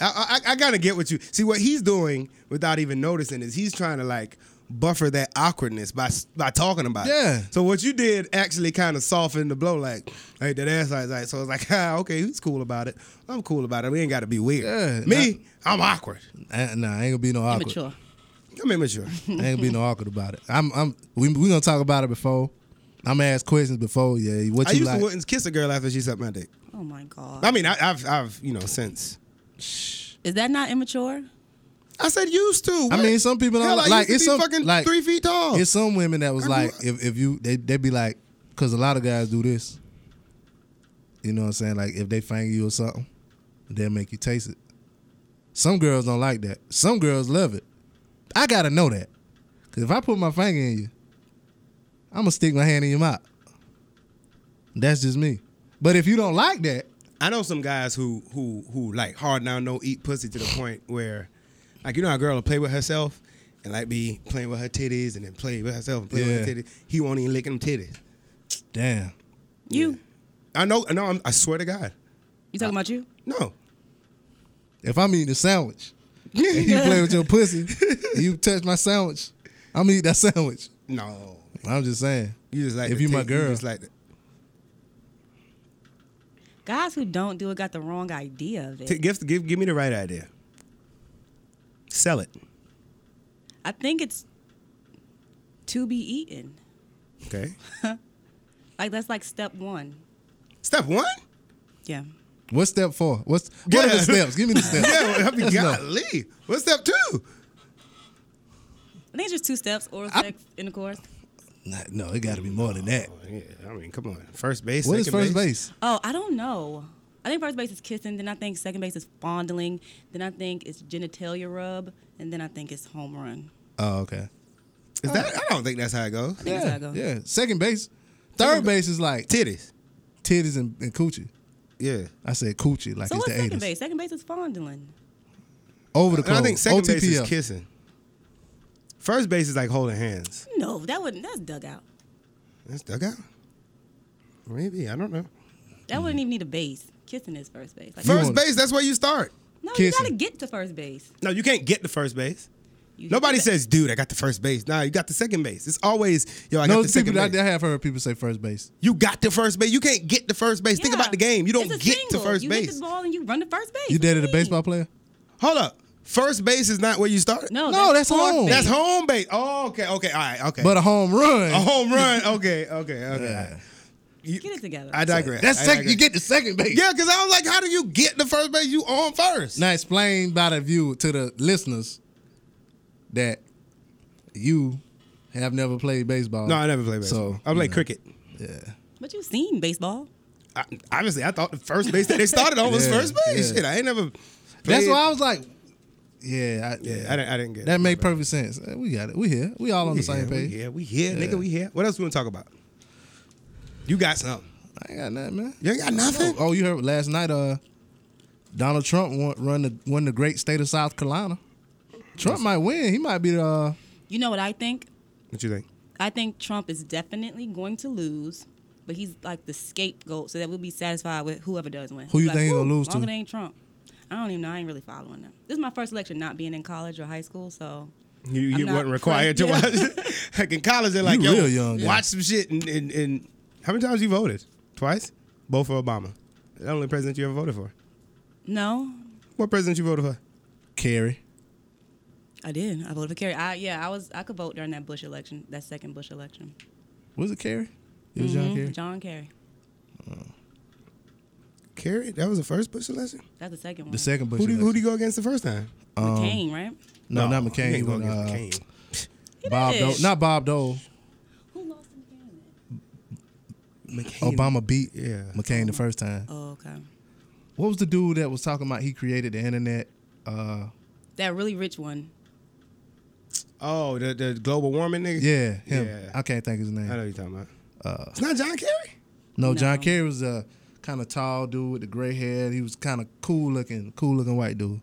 Speaker 1: I, I, I gotta get with you. See what he's doing without even noticing is he's trying to like buffer that awkwardness by s- by talking about it.
Speaker 2: Yeah.
Speaker 1: So what you did actually kind of softened the blow. Like, hey, that ass like that. So it's like, ah, okay, he's cool about it. I'm cool about it. We ain't got to be weird.
Speaker 2: Yeah,
Speaker 1: Me, I'm awkward.
Speaker 2: I, nah, I ain't gonna be no awkward.
Speaker 3: Immature.
Speaker 1: I'm immature.
Speaker 2: I ain't gonna be no awkward about it. I'm, I'm. We we gonna talk about it before. I'm gonna ask questions before. Yeah, what
Speaker 1: I
Speaker 2: you
Speaker 1: used
Speaker 2: like?
Speaker 1: to wouldn't kiss a girl after she sucked my dick.
Speaker 3: Oh my god.
Speaker 1: I mean, I, I've I've you know since.
Speaker 3: Is that not immature?
Speaker 1: I said used to.
Speaker 2: I
Speaker 1: What?
Speaker 2: mean, some people don't
Speaker 1: Hell, I
Speaker 2: like-
Speaker 1: used to
Speaker 2: it's
Speaker 1: be
Speaker 2: some-
Speaker 1: fucking
Speaker 2: like-
Speaker 1: three feet tall.
Speaker 2: It's some women that was
Speaker 1: I grew
Speaker 2: like,
Speaker 1: up-
Speaker 2: if, if you they they be like, because a lot of guys do this. You know what I'm saying? Like if they finger you or something, they'll make you taste it. Some girls don't like that. Some girls love it. I gotta know that, because if I put my finger in you, I'm gonna stick my hand in your mouth. That's just me. But if you don't like that,
Speaker 1: I know some guys who who who like hard now no eat pussy to the point where, like you know, how a girl will play with herself and like be playing with her titties and then play with herself and play with her
Speaker 2: Yeah.
Speaker 1: titties. He won't even lick them titties.
Speaker 2: damn.
Speaker 3: You.
Speaker 1: I know. No, I'm, I swear to God,
Speaker 3: You talking about you?
Speaker 1: no.
Speaker 2: If I'm eating a sandwich, and you play with your pussy, and you touch my sandwich, I'm gonna eat that sandwich.
Speaker 1: No,
Speaker 2: I'm just saying.
Speaker 1: you just like
Speaker 2: If
Speaker 1: to
Speaker 2: you my
Speaker 1: take-
Speaker 2: girl.
Speaker 1: just like to-
Speaker 3: Guys who don't do it got the wrong idea of
Speaker 1: t-
Speaker 3: it.
Speaker 1: give, give give me the right idea. Sell it.
Speaker 3: I think it's to be eaten.
Speaker 1: Okay.
Speaker 3: Like that's like step one.
Speaker 1: Step one?
Speaker 3: Yeah.
Speaker 2: What's step four? What's what are
Speaker 1: Yeah.
Speaker 2: the steps? Give me the steps.
Speaker 1: Yeah, well, I mean,
Speaker 2: Let's know.
Speaker 1: golly. What's step two?
Speaker 3: I think it's just two steps: oral
Speaker 2: I-
Speaker 3: sex, intercourse.
Speaker 2: Nah, no, it got to be more than that.
Speaker 1: Yeah, I mean, come on. First base.
Speaker 2: What is
Speaker 1: second
Speaker 2: first base?
Speaker 3: Oh, I don't know. I think first base is kissing. Then I think second base is fondling. Then I think it's genitalia rub, and then I think it's home run.
Speaker 2: Oh, okay.
Speaker 1: Is that? I don't think that's how it goes.
Speaker 3: I think that's how it
Speaker 2: Yeah,
Speaker 3: goes.
Speaker 2: yeah. Second base, third base is like
Speaker 1: Titties.
Speaker 2: titties and, and coochie.
Speaker 1: Yeah.
Speaker 2: I said coochie like
Speaker 3: So
Speaker 2: it's
Speaker 3: what's
Speaker 2: the
Speaker 3: second
Speaker 2: eighties.
Speaker 3: base? Second base is fondling.
Speaker 2: Over the
Speaker 1: And I
Speaker 2: clothes.
Speaker 1: think second base is
Speaker 2: OTPL.
Speaker 1: kissing. First base is like holding hands.
Speaker 3: No, that wouldn't. That's dugout.
Speaker 1: That's dugout. Maybe I don't know.
Speaker 3: That wouldn't even need a base. Kissing is first base. Like,
Speaker 1: First
Speaker 2: wanna-
Speaker 1: base. That's where Mm. you start.
Speaker 3: no, you
Speaker 2: kissing.
Speaker 3: gotta get to first base.
Speaker 1: No, you can't get the first base.
Speaker 3: You-
Speaker 1: Nobody says, "Dude, I got the first base." Nah, you got the second base. It's always, "Yo, I got
Speaker 2: No,
Speaker 1: the second
Speaker 2: people, I,
Speaker 1: base."
Speaker 2: I have heard people say first base.
Speaker 1: You got the first base. You can't get the first base. Think
Speaker 3: Yeah.
Speaker 1: about the game. You don't
Speaker 3: It's a
Speaker 1: get to
Speaker 3: single.
Speaker 1: first
Speaker 3: you hit
Speaker 1: base.
Speaker 3: the ball and you run to first base.
Speaker 2: You
Speaker 3: What do
Speaker 2: dated a
Speaker 3: mean?
Speaker 2: baseball player?
Speaker 1: Hold up. First base is not where you start.
Speaker 3: No,
Speaker 2: No, that's
Speaker 3: that's, fourth
Speaker 2: home.
Speaker 3: base.
Speaker 1: That's home base. Oh, okay, okay, all right, okay.
Speaker 2: But a home run.
Speaker 1: a home run. Okay, okay, okay.
Speaker 2: Yeah.
Speaker 1: You-
Speaker 3: Get it together.
Speaker 1: I digress.
Speaker 2: That's
Speaker 1: I
Speaker 2: second. You
Speaker 1: digress.
Speaker 2: get the second base.
Speaker 1: Yeah, because I was like, how do you get the first base? You on first.
Speaker 2: Now explain by the view to the listeners that you have never played baseball.
Speaker 1: No, I never played baseball.
Speaker 2: So
Speaker 1: I played
Speaker 2: you know,
Speaker 1: cricket.
Speaker 2: Yeah.
Speaker 3: But you've seen baseball.
Speaker 1: I, obviously, I thought the first base that they started on was
Speaker 2: Yeah,
Speaker 1: first base.
Speaker 2: yeah.
Speaker 1: Shit, I ain't never.
Speaker 2: That's
Speaker 1: played-
Speaker 2: why I was like, yeah, I,
Speaker 1: Yeah, I didn't, I didn't get it.
Speaker 2: that made perfect sense. Uh, We got it. We here. We all on the
Speaker 1: yeah,
Speaker 2: same page.
Speaker 1: We here, we here,
Speaker 2: Yeah.
Speaker 1: nigga, we here. What else we want to talk about? You got something.
Speaker 2: I ain't got nothing, man.
Speaker 1: You ain't got nothing?
Speaker 2: Oh, oh, you heard last night? Uh, Donald Trump won, run the won the great state of South Carolina. Trump might win. He might be the. Uh,
Speaker 3: You know what I think?
Speaker 1: What you think?
Speaker 3: I think Trump is definitely going to lose, but he's like the scapegoat, so that we'll be satisfied with whoever does win.
Speaker 2: Who you
Speaker 3: Like,
Speaker 2: think he gonna
Speaker 3: "Woo,
Speaker 2: lose to?"
Speaker 3: Long as it ain't Trump. I don't even know. I ain't really following them. This is my first election not being in college or high school, so
Speaker 1: You,
Speaker 3: I'm
Speaker 1: you
Speaker 3: not
Speaker 1: weren't required to
Speaker 3: praying. Yeah.
Speaker 1: watch. like in college, they're like,
Speaker 2: You
Speaker 1: yo,
Speaker 2: real young, yeah.
Speaker 1: watch some shit. And, and, and how many times you voted? Twice? Both for Obama. The only president you ever voted for.
Speaker 3: no,
Speaker 1: What president you voted for?
Speaker 2: Kerry.
Speaker 3: I did. I voted for Kerry. I yeah, I was I could vote during that Bush election, that second Bush election.
Speaker 2: Was it Kerry? It was John
Speaker 3: Mhm,
Speaker 2: Kerry.
Speaker 3: John Kerry.
Speaker 1: Kerry? That was the first Bush election?
Speaker 3: That's the second one.
Speaker 2: The um, second Bush.
Speaker 1: Who do, you, who do
Speaker 2: election.
Speaker 1: you go against the first time?
Speaker 3: McCain, right?
Speaker 2: no, not
Speaker 1: you
Speaker 2: McCain.
Speaker 1: ain't
Speaker 2: He
Speaker 1: go
Speaker 2: went, uh,
Speaker 1: against McCain.
Speaker 2: Bob
Speaker 3: did.
Speaker 2: Dole. Not Bob Dole.
Speaker 3: Who lost to McCain?
Speaker 1: McCain.
Speaker 2: Obama beat
Speaker 1: Yeah.
Speaker 2: McCain the first time.
Speaker 3: Oh, okay.
Speaker 2: What was the dude that was talking about? He created the internet. Uh,
Speaker 3: That really rich one.
Speaker 1: Oh, the, the global warming nigga?
Speaker 2: yeah, him.
Speaker 1: Yeah.
Speaker 2: I Uh, can't think of his name.
Speaker 1: I know you're talking about. it's not John Kerry?
Speaker 2: No, John
Speaker 3: No.
Speaker 2: Kerry was a kind of tall dude with the gray hair. He was kind of cool looking, cool looking white dude,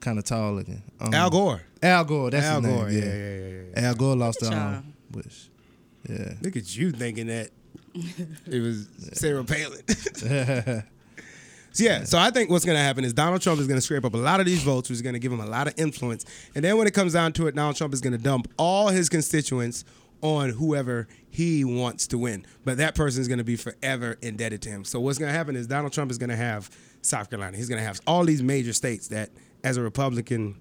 Speaker 2: kind of tall looking. Um,
Speaker 1: Al Gore.
Speaker 2: Al Gore. That's
Speaker 1: Al
Speaker 2: his name.
Speaker 1: Gore. Yeah,
Speaker 2: Yeah.
Speaker 1: yeah, yeah, yeah. yeah.
Speaker 2: Al Gore lost
Speaker 3: at
Speaker 2: the
Speaker 3: y'all.
Speaker 2: um, Bush. Yeah.
Speaker 1: Look at you thinking that it was Sarah Palin. So, yeah, so I think what's going to happen is Donald Trump is going to scrape up a lot of these votes, which is going to give him a lot of influence. And then when it comes down to it, Donald Trump is going to dump all his constituents on whoever he wants to win. But that person is going to be forever indebted to him. So what's going to happen is Donald Trump is going to have South Carolina. He's going to have all these major states that, as a Republican,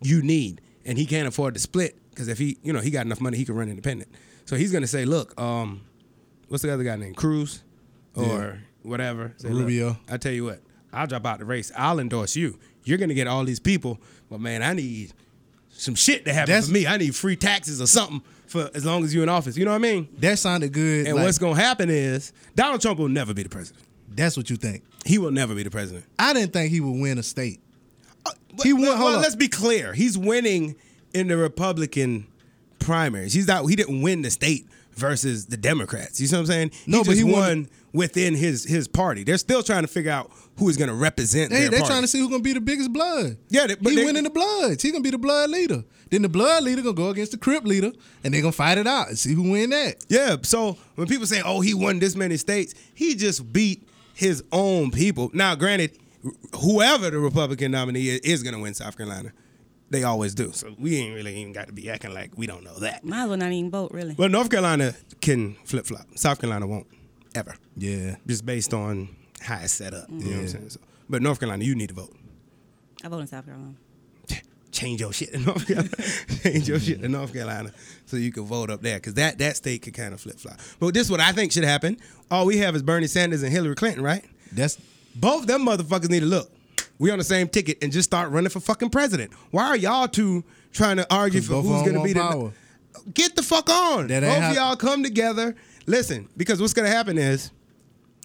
Speaker 1: you need, and he can't afford to split because if he, you know, he got enough money, he can run independent. So he's gonna say, look, um, what's the other guy named Cruz or whatever? Say, "Look,
Speaker 2: Rubio.
Speaker 1: I tell you what, I'll drop out the race. I'll endorse you. You're gonna get all these people, but man, I need some shit to happen
Speaker 2: That's-
Speaker 1: for me. I need free taxes or something for as long as you're in office. You know what I mean?
Speaker 2: That sounded good.
Speaker 1: And
Speaker 2: like,
Speaker 1: what's gonna happen is Donald Trump will never be the president.
Speaker 2: that's what you think.
Speaker 1: He will never be the president.
Speaker 2: I didn't think he would win a state.
Speaker 1: he
Speaker 2: He
Speaker 1: won.
Speaker 2: won- hold
Speaker 1: Uh, well,
Speaker 2: up.
Speaker 1: let's be clear. He's winning in the Republican primaries. He's not. He didn't win the state versus the Democrats. You see what I'm saying?
Speaker 2: No,
Speaker 1: he
Speaker 2: but
Speaker 1: just
Speaker 2: he
Speaker 1: won,
Speaker 2: won-
Speaker 1: within his his party. They're still trying to figure out who is going to represent.
Speaker 2: Hey,
Speaker 1: their
Speaker 2: they're
Speaker 1: party.
Speaker 2: trying to see who's gonna be the biggest blood.
Speaker 1: Yeah, they- but
Speaker 2: he
Speaker 1: they-
Speaker 2: winning the bloods. He gonna be the blood leader. Then the blood leader gonna go against the crip leader, and they gonna fight it out and see who win that.
Speaker 1: Yeah. So when people say, "Oh, he won this many states," he just beat his own people. Now, granted, whoever the Republican nominee is, is going to win South Carolina. They always do. So we ain't really even got to be acting like we don't know that.
Speaker 3: Might as well not even vote, really.
Speaker 1: Well, North Carolina can flip flop. South Carolina won't ever.
Speaker 2: Yeah.
Speaker 1: just based on how Mm-hmm. it's set up. You know what I'm
Speaker 2: Yeah.
Speaker 1: saying? So, but North Carolina, you need to vote.
Speaker 3: I vote in South Carolina.
Speaker 1: Ch- change your shit to North Carolina, change your shit to North Carolina, so you can vote up there, because that that state could kind of flip flop. But this is what I think should happen. All we have is Bernie Sanders and Hillary Clinton, right?
Speaker 2: That's
Speaker 1: Both them motherfuckers need to look. We on the same ticket and just start running for fucking president. Why are y'all two trying to argue for
Speaker 2: both
Speaker 1: who's
Speaker 2: of them
Speaker 1: gonna be the
Speaker 2: want power.
Speaker 1: get the fuck on.
Speaker 2: That ain't
Speaker 1: Both
Speaker 2: hap-
Speaker 1: of y'all come together. Listen, because what's gonna happen is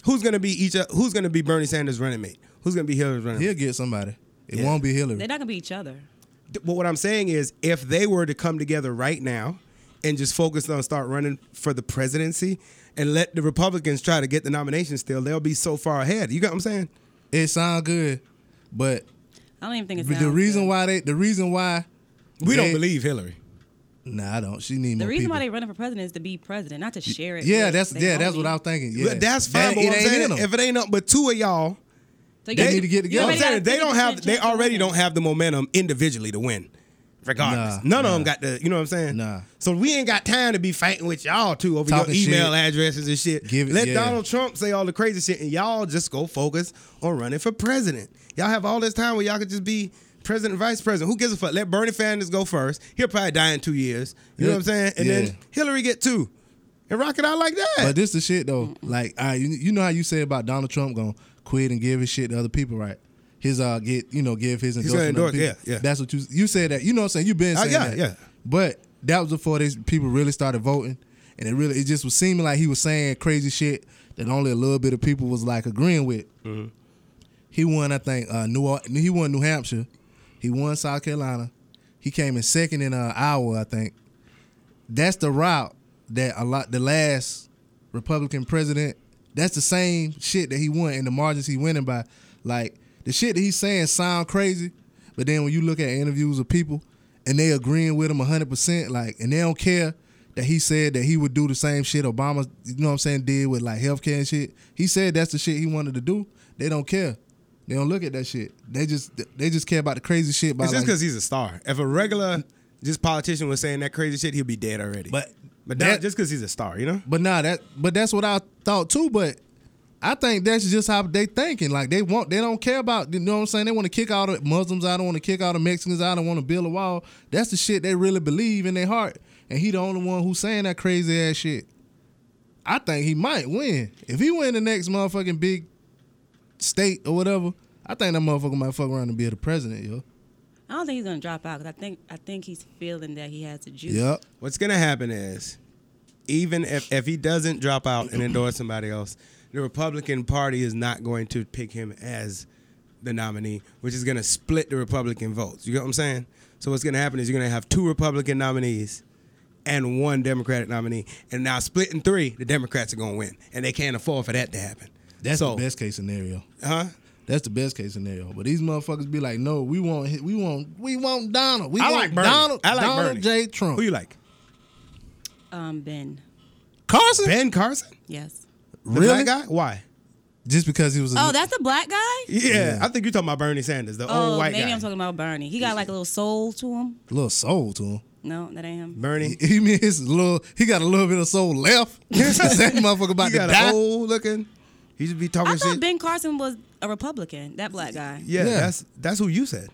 Speaker 1: who's gonna be each o- who's gonna be Bernie Sanders' running mate? Who's gonna be Hillary's running mate?
Speaker 2: He'll get somebody. It
Speaker 1: Yeah.
Speaker 2: won't be Hillary.
Speaker 3: They're not gonna be each other.
Speaker 1: Th- But what I'm saying is if they were to come together right now and just focus on start running for the presidency and let the Republicans try to get the nomination still, they'll be so far ahead. You got what I'm saying?
Speaker 2: It sounds good, but
Speaker 3: I don't even think it's
Speaker 2: the reason why they the reason why
Speaker 1: We
Speaker 2: they-
Speaker 1: don't believe Hillary.
Speaker 2: Nah, I don't. She need
Speaker 3: the
Speaker 2: more
Speaker 3: reason
Speaker 2: people.
Speaker 3: why they running for president is to be president, not to share it.
Speaker 2: yeah,
Speaker 3: with
Speaker 2: that's
Speaker 3: their
Speaker 2: yeah, that's what
Speaker 3: homie.
Speaker 2: I was thinking. Yeah,
Speaker 1: But That's fine,
Speaker 2: That-
Speaker 1: but what
Speaker 2: it
Speaker 1: I'm
Speaker 2: ain't
Speaker 1: saying
Speaker 2: in 'em.
Speaker 1: if it ain't up but two of y'all,
Speaker 3: So you
Speaker 2: They
Speaker 3: got-
Speaker 2: need to get
Speaker 3: you
Speaker 2: together.
Speaker 1: You know what I'm
Speaker 3: already
Speaker 1: saying? They
Speaker 3: got a
Speaker 1: don't
Speaker 3: 50%
Speaker 1: have. They
Speaker 3: chance of
Speaker 1: already
Speaker 3: winning.
Speaker 1: don't have the momentum individually to win. Regardless,
Speaker 2: Nah,
Speaker 1: none
Speaker 2: nah.
Speaker 1: of them got the. You know what I'm saying?
Speaker 2: Nah.
Speaker 1: So we ain't got time to be fighting with y'all too over
Speaker 2: Talking
Speaker 1: your email
Speaker 2: shit.
Speaker 1: addresses and shit.
Speaker 2: Give it-
Speaker 1: Let
Speaker 2: yeah.
Speaker 1: Donald Trump say all the crazy shit, and y'all just go focus on running for president. Y'all have all this time where y'all could just be president, and vice president. Who gives a fuck? Let Bernie Sanders go first. He'll probably die in two years. You know what I'm saying? And
Speaker 2: Yeah.
Speaker 1: then Hillary get two, and rock it out like that.
Speaker 2: But this the shit though. Like, all right, you, you know how you say about Donald Trump gonna quit and give his shit to other people, right? His uh, get you know, give his
Speaker 1: gonna
Speaker 2: endorsement. to other
Speaker 1: endorse,
Speaker 2: people.
Speaker 1: yeah, yeah.
Speaker 2: That's what you you said that. You know what I'm saying? You been
Speaker 1: Uh,
Speaker 2: saying
Speaker 1: yeah,
Speaker 2: that.
Speaker 1: yeah.
Speaker 2: But that was before these people really started voting, and it really it just was seeming like he was saying crazy shit that only a little bit of people was like agreeing with.
Speaker 1: Mm-hmm.
Speaker 2: He won, I think, uh, New Or- he won New Hampshire, he won South Carolina, he came in second in uh, Iowa, I think that's the route that a lot the last Republican president. That's the same shit that he won and the margins he winning by. Like the shit that he's saying sound crazy, but then when you look at interviews with people and they agreeing with him hundred percent, like and they don't care that he said that he would do the same shit Obama, you know what I'm saying, did with like healthcare and shit. He said that's the shit he wanted to do. They don't care. They don't look at that shit. They just they just care about the crazy shit. By
Speaker 1: It's just
Speaker 2: like,
Speaker 1: because he's a star. If a regular just politician was saying that crazy shit, he'd be dead already.
Speaker 2: But
Speaker 1: but
Speaker 2: that-
Speaker 1: that, just because he's a star, you know.
Speaker 2: But nah, that but that's what I thought too. But I think that's just how they thinking. Like they want, they don't care about. You know what I'm saying? They want to kick all the Muslims out. They want to kick all the Mexicans out. They want to build a wall. That's the shit they really believe in their heart. And he the only one who's saying that crazy ass shit. I think he might win if he win the next motherfucking big state or whatever. I think that motherfucker might fuck around and be the president, yo.
Speaker 3: I don't think he's gonna drop out because I think I think he's feeling that he has to juice.
Speaker 2: Yep.
Speaker 1: What's gonna happen is, even if if he doesn't drop out and endorse somebody else, the Republican Party is not going to pick him as the nominee, which is gonna split the Republican votes. You get what I'm saying? So what's gonna happen is you're gonna have two Republican nominees. And one Democratic nominee, and now splitting three, the Democrats are gonna win, and they can't afford for that to happen.
Speaker 2: That's
Speaker 1: so,
Speaker 2: the best case scenario.
Speaker 1: huh?
Speaker 2: That's the best case scenario. But these motherfuckers be like, no, we want, hi- we want, we want Donald. We
Speaker 1: I
Speaker 2: want
Speaker 1: like Bernie.
Speaker 2: Donald.
Speaker 1: I like
Speaker 2: Donald
Speaker 1: Bernie.
Speaker 2: J. Trump.
Speaker 1: Who you like?
Speaker 3: Um, Ben.
Speaker 2: Carson?
Speaker 1: Ben Carson?
Speaker 3: Yes.
Speaker 1: The
Speaker 2: really?
Speaker 1: black guy? Why?
Speaker 2: Just because he was. A,
Speaker 3: Oh, that's a black guy.
Speaker 1: Yeah, I think you're talking about Bernie Sanders, the
Speaker 3: Oh,
Speaker 1: old white
Speaker 3: maybe
Speaker 1: guy.
Speaker 3: I'm talking about Bernie. He got like a little soul to him.
Speaker 2: little soul to him.
Speaker 3: No, that ain't him.
Speaker 1: Bernie.
Speaker 2: He mean his little. He got a little bit of soul left. that motherfucker about
Speaker 1: He
Speaker 2: to
Speaker 1: got
Speaker 2: die.
Speaker 1: an old looking. He should be talking
Speaker 3: I thought
Speaker 1: shit.
Speaker 3: Ben Carson was a Republican. That black guy.
Speaker 1: yeah,
Speaker 2: Yeah.
Speaker 1: that's that's who you said.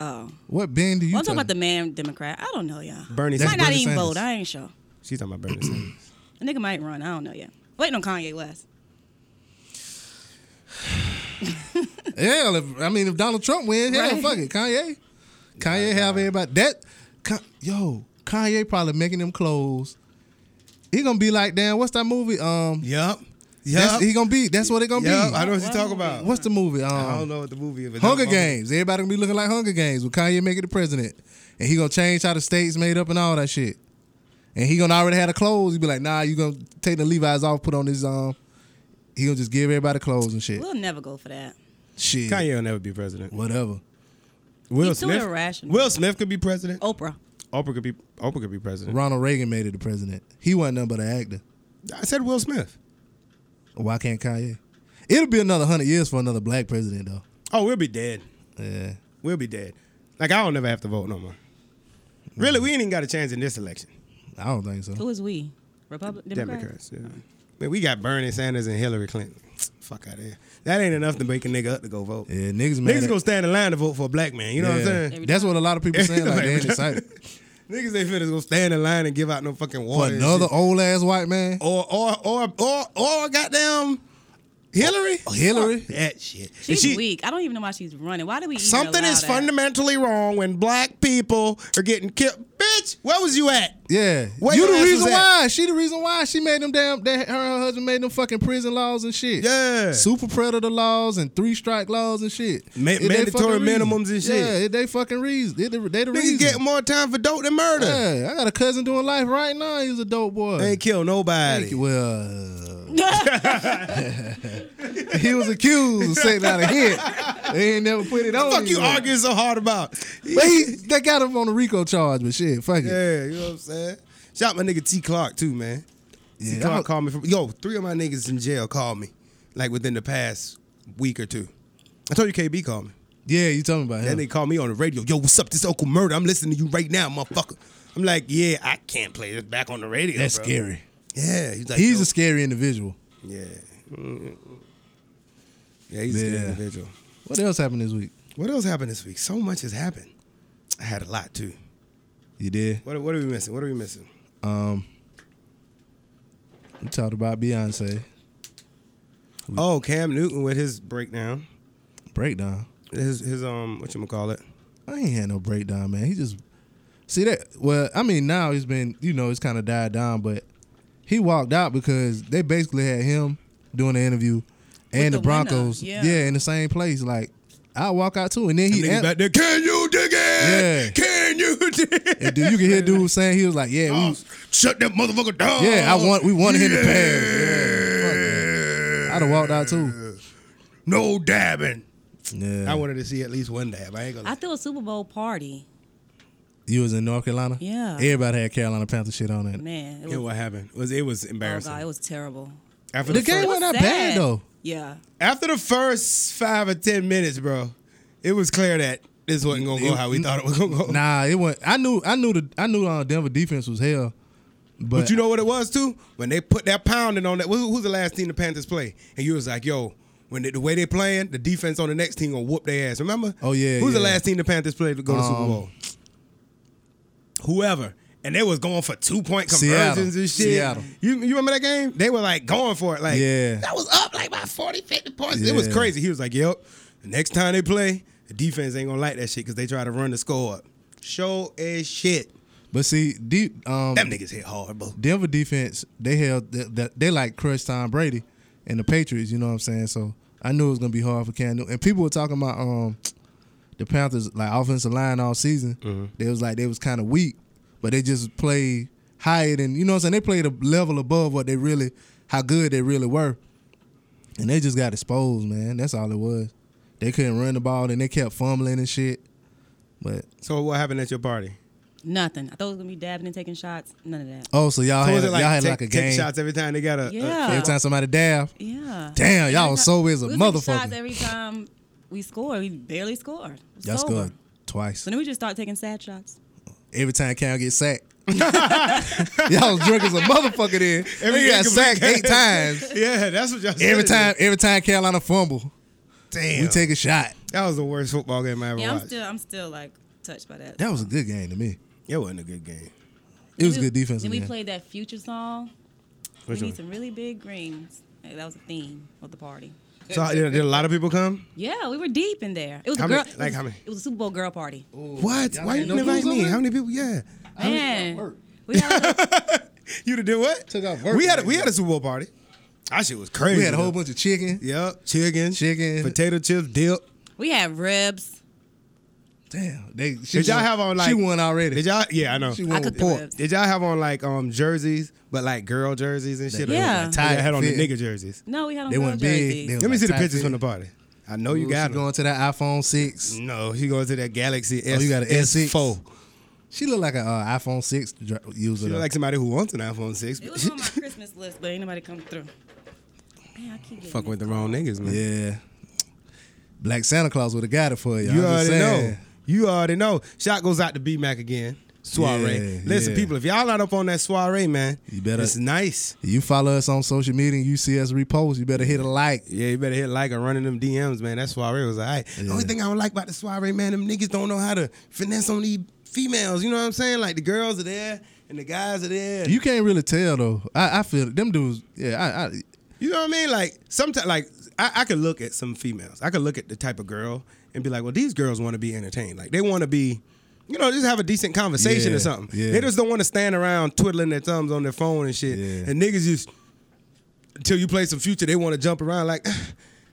Speaker 3: Oh,
Speaker 2: what Ben do you?
Speaker 3: well, I'm talking
Speaker 2: talking-
Speaker 3: about the man Democrat. I don't know, y'all.
Speaker 1: Bernie
Speaker 3: might
Speaker 1: Sanders.
Speaker 3: not
Speaker 2: Bernie
Speaker 3: even
Speaker 2: Sanders.
Speaker 3: vote. I ain't sure.
Speaker 1: She's talking about Bernie Sanders.
Speaker 3: A nigga might run. I don't know yet. Waiting on Kanye West.
Speaker 2: Hell, if, I mean, if Donald Trump wins, hell,
Speaker 3: Right.
Speaker 2: fuck it. Kanye, Kanye have everybody. That, Ka- yo, Kanye probably making them clothes. He gonna be like, damn, what's that movie? Um,
Speaker 1: Yup.
Speaker 2: that's,
Speaker 1: Yup.
Speaker 2: he gonna be. That's what it gonna
Speaker 1: Yup.
Speaker 2: be.
Speaker 1: I know what you're talking about.
Speaker 2: What's the movie? Um,
Speaker 1: I don't know what the movie is. but
Speaker 2: Hunger
Speaker 1: that-
Speaker 2: Games. Everybody gonna be looking like Hunger Games with Kanye making the president, and he gonna change how the states made up and all that shit. And he gonna already have the clothes. He be like, nah, you gonna take the Levi's off, put on his um. He gonna just give everybody clothes and shit.
Speaker 3: We'll never go for that.
Speaker 2: Shit,
Speaker 1: Kanye will never be president.
Speaker 2: whatever.
Speaker 1: Will
Speaker 3: He's too
Speaker 1: Smith.
Speaker 3: irrational. Oh.
Speaker 1: Will Smith could be president.
Speaker 3: Oprah.
Speaker 1: Oprah could be. Oprah could be president.
Speaker 2: Ronald Reagan made it the president. He wasn't nothing but an actor.
Speaker 1: I said Will Smith.
Speaker 2: Why can't Kanye? It'll be another hundred years for another black president though.
Speaker 1: Oh, we'll be dead.
Speaker 2: Yeah,
Speaker 1: We'll be dead. Like I don't never have to vote no more. Really, we ain't even got a chance in this election.
Speaker 2: I don't think so.
Speaker 3: Who is we? Republican Democrats.
Speaker 1: Democrats. Yeah. Man, we got Bernie Sanders and Hillary Clinton. Fuck out of here. That ain't enough to make a nigga up to go vote.
Speaker 2: Yeah, niggas mad.
Speaker 1: Niggas
Speaker 2: at-
Speaker 1: gonna stand in line to vote for a black man. You know what
Speaker 2: Yeah.
Speaker 1: I'm saying?
Speaker 3: saying?
Speaker 2: That's what a lot of people saying. Like they ain't excited
Speaker 1: Niggas ain't finna go stand in line and give out no fucking
Speaker 2: for
Speaker 1: water. and
Speaker 2: another
Speaker 1: shit.
Speaker 2: old ass white man.
Speaker 1: or or or or or goddamn Hillary.
Speaker 2: Oh, Hillary?
Speaker 1: Fuck that shit.
Speaker 3: She's
Speaker 1: And she-
Speaker 3: weak. I don't even know why she's running. Why do we? even
Speaker 1: Something
Speaker 3: allow
Speaker 1: is
Speaker 3: that?
Speaker 1: fundamentally wrong when black people are getting killed. Bitch, where was you at?
Speaker 2: Yeah,
Speaker 1: Where
Speaker 2: you
Speaker 1: your
Speaker 2: the
Speaker 1: ass
Speaker 2: reason
Speaker 1: was at?
Speaker 2: why. She the reason why she made them damn. That her, and her husband made them fucking prison laws and shit.
Speaker 1: Yeah.
Speaker 2: super predator laws and three strike laws and shit.
Speaker 1: Ma-
Speaker 2: It they
Speaker 1: mandatory
Speaker 2: fucking reason.
Speaker 1: minimums and shit.
Speaker 2: Yeah, it they fucking reason. They the, they the reason.
Speaker 1: Niggas get more time for dope than murder.
Speaker 2: yeah, I got a cousin doing life right now. He's a dope boy.
Speaker 1: Ain't kill nobody.
Speaker 2: Well, uh, he was accused of setting out a hit. They ain't never put it on.
Speaker 1: Fuck you
Speaker 2: him.
Speaker 1: arguing so hard about.
Speaker 2: But he, they got him on the RICO charge, but shit, fuck it.
Speaker 1: Yeah, you know what I'm saying? Shout my nigga T Clark too, man. T
Speaker 2: Yeah,
Speaker 1: Clark
Speaker 2: I'm-
Speaker 1: called me from yo, three of my niggas in jail called me. Like within the past week or two. I told you KB called me.
Speaker 2: Yeah, you talking about him?
Speaker 1: Then they called me on the radio. Yo, what's up? This Uncle Murder. I'm listening to you right now, motherfucker. I'm like, yeah, I can't play this back on the radio.
Speaker 2: That's
Speaker 1: bro.
Speaker 2: scary.
Speaker 1: Yeah, he's like,
Speaker 2: He's
Speaker 1: yo,
Speaker 2: a scary individual.
Speaker 1: yeah, Mm. yeah, he's a
Speaker 2: Yeah.
Speaker 1: scary individual.
Speaker 2: What else happened this week?
Speaker 1: What else happened this week? So much has happened. I had a lot too.
Speaker 2: You did.
Speaker 1: What, what are we missing? What are we missing?
Speaker 2: Um, we talked about Beyonce
Speaker 1: Oh, Cam Newton with his breakdown.
Speaker 2: breakdown.
Speaker 1: His his um, what you call it?
Speaker 2: I ain't had no breakdown, man. He just see that. Well, I mean, now he's been, you know, it's kind of died down, but he walked out because they basically had him doing the interview and
Speaker 3: the
Speaker 2: the, Broncos,
Speaker 3: winner, yeah.
Speaker 2: in the same place. Like I walk out too, and then he.
Speaker 1: Niggas
Speaker 2: an-
Speaker 1: back there. Can you dig it?
Speaker 2: Yeah.
Speaker 1: Can you dig it?
Speaker 2: and dude, you can hear dude saying he was like, "Yeah, we,
Speaker 1: shut that motherfucker down.
Speaker 2: yeah, I want, we wanted him to pass."
Speaker 1: pass.
Speaker 2: I'd have walked out too.
Speaker 1: No dabbing.
Speaker 2: Yeah,
Speaker 1: I wanted to see at least one dab. I ain't gonna.
Speaker 3: I threw a Super Bowl party.
Speaker 2: you was in North Carolina.
Speaker 3: Yeah.
Speaker 2: everybody had Carolina Panther shit on it.
Speaker 3: Man, it
Speaker 1: You know
Speaker 3: was,
Speaker 1: what happened? Was it was
Speaker 3: oh
Speaker 1: embarrassing.
Speaker 3: God, it was terrible.
Speaker 1: after
Speaker 2: The
Speaker 1: the,
Speaker 2: game
Speaker 1: first,
Speaker 2: went
Speaker 3: was
Speaker 2: not bad
Speaker 3: sad.
Speaker 2: though.
Speaker 3: Yeah.
Speaker 1: after the first five or ten minutes, bro, it was clear that this wasn't gonna go how we thought it was gonna go.
Speaker 2: Nah, it went. I knew, I knew the, I knew uh, Denver defense was hell. But,
Speaker 1: But you know what it was too? When they put that pounding on that, who- who's the last team the Panthers play? And you was like, yo, when they, the way they playing, the defense on the next team gonna whoop their ass. Remember?
Speaker 2: Oh, yeah,
Speaker 1: Who's the
Speaker 2: yeah.
Speaker 1: last team the Panthers played to go to Super
Speaker 2: Um,
Speaker 1: Bowl? Whoever. And they was going for two point conversions
Speaker 2: Seattle.
Speaker 1: and shit.
Speaker 2: Seattle.
Speaker 1: You you remember that game? They were like going for it. Like
Speaker 2: Yeah.
Speaker 1: that was up like by 40, 50 points. It was
Speaker 2: Yeah.
Speaker 1: crazy. He was like, Yep, the next time they play, the defense ain't gonna like that shit because they try to run the score up. Show as shit.
Speaker 2: but see, deep um,
Speaker 1: Them niggas hit hard, bro.
Speaker 2: Denver defense, they held that that- they like crushed Tom Brady and the Patriots. You know what I'm saying? So I knew it was gonna be hard for Cam Newton. And people were talking about um the Panthers like offensive line all season.
Speaker 1: Mm-hmm.
Speaker 2: They was like they was kind of weak, but they just played higher than you know what I'm saying. They played a level above what they really how good they really were, and they just got exposed, man. That's all it was. They couldn't run the ball and they kept fumbling and shit. But
Speaker 1: So what happened at your party?
Speaker 3: Nothing. I thought it was gonna be dabbing and taking shots. None of that.
Speaker 2: oh, so y'all
Speaker 1: So was
Speaker 2: had
Speaker 1: it like,
Speaker 2: y'all had
Speaker 1: take,
Speaker 2: like a
Speaker 1: take
Speaker 2: game
Speaker 1: shots every time they got a.
Speaker 3: Yeah.
Speaker 2: every time somebody dab.
Speaker 3: Yeah.
Speaker 2: Damn, y'all
Speaker 3: Every
Speaker 2: was
Speaker 3: time-
Speaker 2: sober as a
Speaker 3: we was taking
Speaker 2: motherfucker.
Speaker 3: Shots every time we scored, we barely scored. It was
Speaker 2: Y'all
Speaker 3: sober.
Speaker 2: scored twice.
Speaker 3: So then we just start taking sad shots.
Speaker 2: Every time Cam gets sacked. y'all was drunk as a motherfucker then.
Speaker 1: Every
Speaker 2: Every got
Speaker 1: game-
Speaker 2: sacked eight times.
Speaker 1: yeah, that's what y'all. Said.
Speaker 2: Every time, every time Carolina fumble,
Speaker 1: damn,
Speaker 2: we take a shot.
Speaker 1: that was the worst football game I ever
Speaker 3: Yeah, I'm
Speaker 1: watched.
Speaker 3: still, I'm still like touched by that.
Speaker 2: That was a good game to me.
Speaker 1: it wasn't a good game.
Speaker 2: It was
Speaker 3: We-
Speaker 2: good defense.
Speaker 3: Then we
Speaker 2: man.
Speaker 3: played that future song.
Speaker 1: Which
Speaker 3: we
Speaker 1: one?
Speaker 3: need some really big greens. Hey, that was the theme of the party.
Speaker 1: So did, did a lot of people come?
Speaker 3: Yeah, we were deep in there. It was
Speaker 1: How
Speaker 3: a girl.
Speaker 1: many-
Speaker 3: it
Speaker 1: like
Speaker 3: was-
Speaker 1: how many?
Speaker 3: It was a Super Bowl girl party.
Speaker 1: what? Why you didn't invite me? How many people? Yeah,
Speaker 3: Man, we had a little-
Speaker 1: you done did what?
Speaker 2: Took off work
Speaker 1: We had a,
Speaker 2: that
Speaker 1: we
Speaker 2: day.
Speaker 1: had a Super Bowl party. That shit was crazy.
Speaker 2: We had a whole bunch of chicken.
Speaker 1: Yep, chicken,
Speaker 2: Chicken.
Speaker 1: potato chips, dip.
Speaker 3: we had ribs.
Speaker 2: Damn. They, she
Speaker 1: Did y'all
Speaker 2: won-
Speaker 1: have on like?
Speaker 2: She won already.
Speaker 1: Did y'all? Yeah, I know.
Speaker 2: She
Speaker 3: I
Speaker 2: won
Speaker 3: cooked
Speaker 2: with
Speaker 3: the
Speaker 2: pork.
Speaker 3: ribs.
Speaker 1: Did y'all have on like um jerseys, but like girl jerseys and shit? Or
Speaker 3: Yeah.
Speaker 1: was it Like, I had on the
Speaker 2: Fit.
Speaker 1: nigga jerseys.
Speaker 3: No, we had on
Speaker 2: They
Speaker 3: girl
Speaker 2: went big.
Speaker 3: jerseys.
Speaker 2: They was
Speaker 1: Let me
Speaker 2: like
Speaker 1: see the
Speaker 2: tight
Speaker 1: pictures
Speaker 2: fit.
Speaker 1: from the party. I know
Speaker 2: Ooh,
Speaker 1: you got
Speaker 2: she
Speaker 1: them.
Speaker 2: going to that iPhone six.
Speaker 1: No, she goes to that Galaxy S.
Speaker 2: Oh, you got an S6.
Speaker 1: S4.
Speaker 2: She looked like an uh, iPhone six dr- user.
Speaker 1: You
Speaker 2: though.
Speaker 1: know, like somebody who wants an iPhone 6.
Speaker 3: It
Speaker 1: But
Speaker 3: was on my Christmas list, but ain't nobody come through. Man, I keep getting
Speaker 1: fuck with the wrong niggas, man.
Speaker 2: yeah. Black Santa Claus would have got it for you.
Speaker 1: You
Speaker 2: I'm just
Speaker 1: already
Speaker 2: saying.
Speaker 1: know. You already know. Shot goes out to B Mac again. soiree.
Speaker 2: Yeah,
Speaker 1: Listen,
Speaker 2: yeah.
Speaker 1: people, if y'all not up on that soiree, man,
Speaker 2: You better-
Speaker 1: It's nice.
Speaker 2: You follow us on social media and you see us repost, you better hit a like.
Speaker 1: Yeah, you better hit like or running them DMs, man. That soiree was all right. The only thing I don't like about the soiree, man, them niggas don't know how to finesse on these females. You know what I'm saying? Like the girls are there and the guys are there.
Speaker 2: You can't really tell though. I, I feel them dudes. Yeah, I, I
Speaker 1: You know what I mean? Like sometimes, like I, I could look at some females. I could look at the type of girl and be like, well, these girls want to be entertained. Like they want to be, you know, just have a decent conversation
Speaker 2: Yeah,
Speaker 1: or something.
Speaker 2: yeah.
Speaker 1: They just don't want to stand around twiddling their thumbs on their phone and shit.
Speaker 2: Yeah.
Speaker 1: And niggas just until you play some future, they want to jump around like,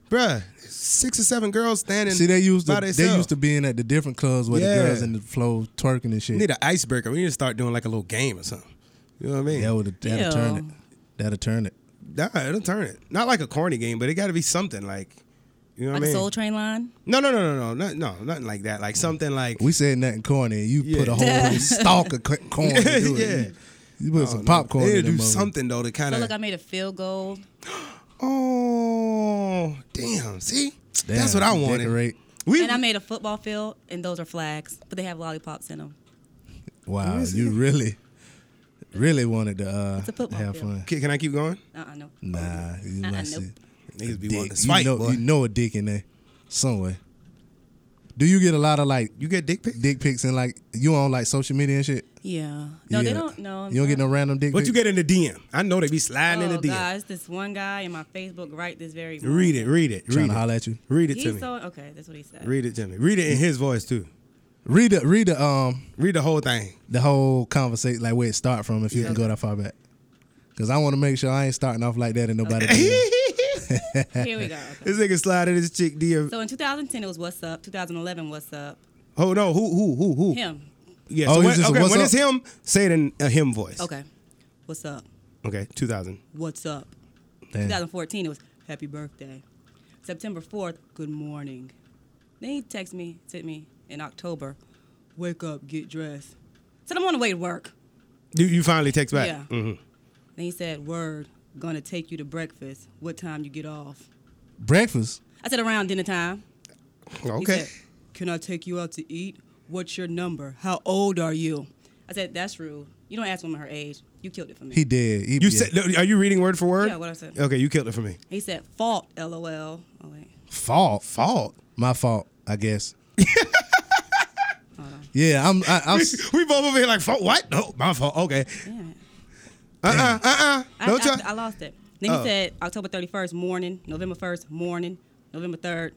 Speaker 1: bruh, six or seven girls standing.
Speaker 2: see they used
Speaker 1: by
Speaker 2: to
Speaker 1: themselves.
Speaker 2: they used to being at the different clubs where
Speaker 1: Yeah.
Speaker 2: the girls in the flow twerking and
Speaker 1: We
Speaker 2: shit.
Speaker 1: need an icebreaker. We need to start doing like a little game or something. You know what I mean?
Speaker 2: That would that'll turn it.
Speaker 3: Ew.
Speaker 2: That'll turn it.
Speaker 1: Nah, it'll turn it. Not like a corny game, but it got to be something like, you know what
Speaker 3: Like
Speaker 1: I
Speaker 3: a
Speaker 1: mean?
Speaker 3: Soul Train line.
Speaker 1: No, no, no, no, no, not, no, nothing like that. Like something like
Speaker 2: We said nothing corny. and You put
Speaker 1: Yeah.
Speaker 2: a whole stalk of c- corn. into it.
Speaker 1: Yeah.
Speaker 2: You put
Speaker 1: I
Speaker 2: some
Speaker 1: don't know.
Speaker 2: popcorn. in
Speaker 1: They do
Speaker 2: them motherfuckers.
Speaker 1: something though to
Speaker 3: I
Speaker 1: kind
Speaker 3: feel
Speaker 1: of.
Speaker 3: like I made a field goal.
Speaker 1: oh, damn! See, that's
Speaker 2: Damn,
Speaker 1: what I wanted.
Speaker 2: Decorate.
Speaker 1: We
Speaker 3: And I made a football field, and those are flags, but they have lollipops in them.
Speaker 2: Wow, you really, really wanted to uh,
Speaker 3: It's a football
Speaker 2: have
Speaker 3: field.
Speaker 2: fun.
Speaker 1: can, can I keep going?
Speaker 3: Uh-uh, no.
Speaker 2: Nah, you
Speaker 3: Uh-uh,
Speaker 2: must
Speaker 3: nope.
Speaker 2: see.
Speaker 1: Niggas be wanting
Speaker 2: Dick.
Speaker 1: to fight,
Speaker 2: you know,
Speaker 1: boy.
Speaker 2: you know a dick in there somewhere. Do you get a lot of like
Speaker 1: You get dick pics,
Speaker 2: dick pics and like you on like social media and shit?
Speaker 3: Yeah. No,
Speaker 2: You
Speaker 3: they
Speaker 2: get-
Speaker 3: don't. No.
Speaker 2: you don't get no random dick.
Speaker 1: but
Speaker 2: pic?
Speaker 1: you get in the DM. I know they be sliding
Speaker 3: Oh,
Speaker 1: in the DM.
Speaker 3: God, it's this one guy in my Facebook right this very moment.
Speaker 1: Read it, read it,
Speaker 2: trying
Speaker 1: read
Speaker 2: to
Speaker 1: it.
Speaker 2: holler at you.
Speaker 1: Read it to
Speaker 3: He's
Speaker 1: me.
Speaker 3: so okay. That's what he said.
Speaker 1: Read it to me. Read it in his voice too.
Speaker 2: Read the read the um
Speaker 1: Read the whole thing.
Speaker 2: the whole conversation like where it start from if you can go that far back. Cause I want to make sure I ain't starting off like that and nobody. can-
Speaker 1: this
Speaker 3: Here we go. Okay.
Speaker 1: nigga sliding his chick DM.
Speaker 3: So in 2010 it was what's up. 2011 what's up.
Speaker 1: Oh no, who who who who?
Speaker 3: Him.
Speaker 1: Yeah.
Speaker 2: Oh,
Speaker 1: so
Speaker 2: he's
Speaker 1: when,
Speaker 2: just a
Speaker 1: okay,
Speaker 2: what's
Speaker 1: when
Speaker 2: up?
Speaker 1: it's him, say it in a him voice.
Speaker 3: Okay. What's up?
Speaker 1: Okay. Two thousand.
Speaker 3: What's up?
Speaker 2: Damn.
Speaker 3: 2014 it was happy birthday. September 4th good morning. Then he texted me, sent me in October. Wake up, get dressed. Said I'm on the way to work.
Speaker 1: You, you finally text back.
Speaker 3: Yeah.
Speaker 1: Mhm.
Speaker 3: Then he said, "Word, gonna take you to breakfast. What time you get off?"
Speaker 2: Breakfast.
Speaker 3: I said around dinner time. He
Speaker 1: Okay.
Speaker 3: said, Can I take you out to eat? What's your number? How old are you? I said, That's rude. You don't ask women her age. You killed it for me.
Speaker 2: He did. He,
Speaker 1: you
Speaker 2: yeah.
Speaker 1: said, are you reading word for word?
Speaker 3: Yeah, what I said.
Speaker 1: Okay, you killed it for me.
Speaker 3: He said, Fault, lol. Oh, wait.
Speaker 2: fault. Fault. My fault. I guess. yeah, I'm. I, I'm. s-
Speaker 1: we both over here like, fault what? No, my fault. Okay.
Speaker 3: Damn it.
Speaker 1: Uh uh uh uh.
Speaker 3: I,
Speaker 1: Don't
Speaker 3: I,
Speaker 1: try.
Speaker 3: I lost it. Then
Speaker 1: Oh.
Speaker 3: he said, October 31st, morning. November 1st, morning. November 3rd,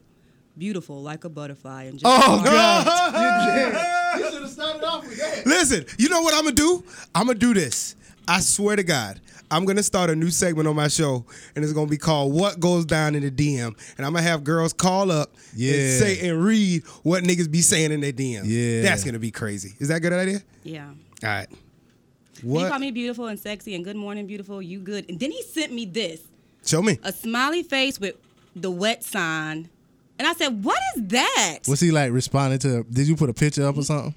Speaker 3: beautiful like a butterfly. And
Speaker 2: Oh
Speaker 1: God.
Speaker 2: God! you should have started off with that.
Speaker 1: Listen, you know what I'm gonna do? I'm gonna do this. I swear to God, I'm gonna start a new segment on my show, and it's gonna be called "What Goes Down in the DM," and I'm gonna have girls call up and
Speaker 2: Yeah.
Speaker 1: say and read what niggas be saying in their DM.
Speaker 2: Yeah.
Speaker 1: that's gonna be crazy. Is that a good idea?
Speaker 3: Yeah.
Speaker 1: All right.
Speaker 3: He
Speaker 1: What?
Speaker 3: called me beautiful and sexy and good morning, beautiful. You good. And then he sent me this.
Speaker 1: Show me.
Speaker 3: a smiley face with the wet sign. And I said, What is that?
Speaker 2: Was he like responding to? Did you put a picture up or something?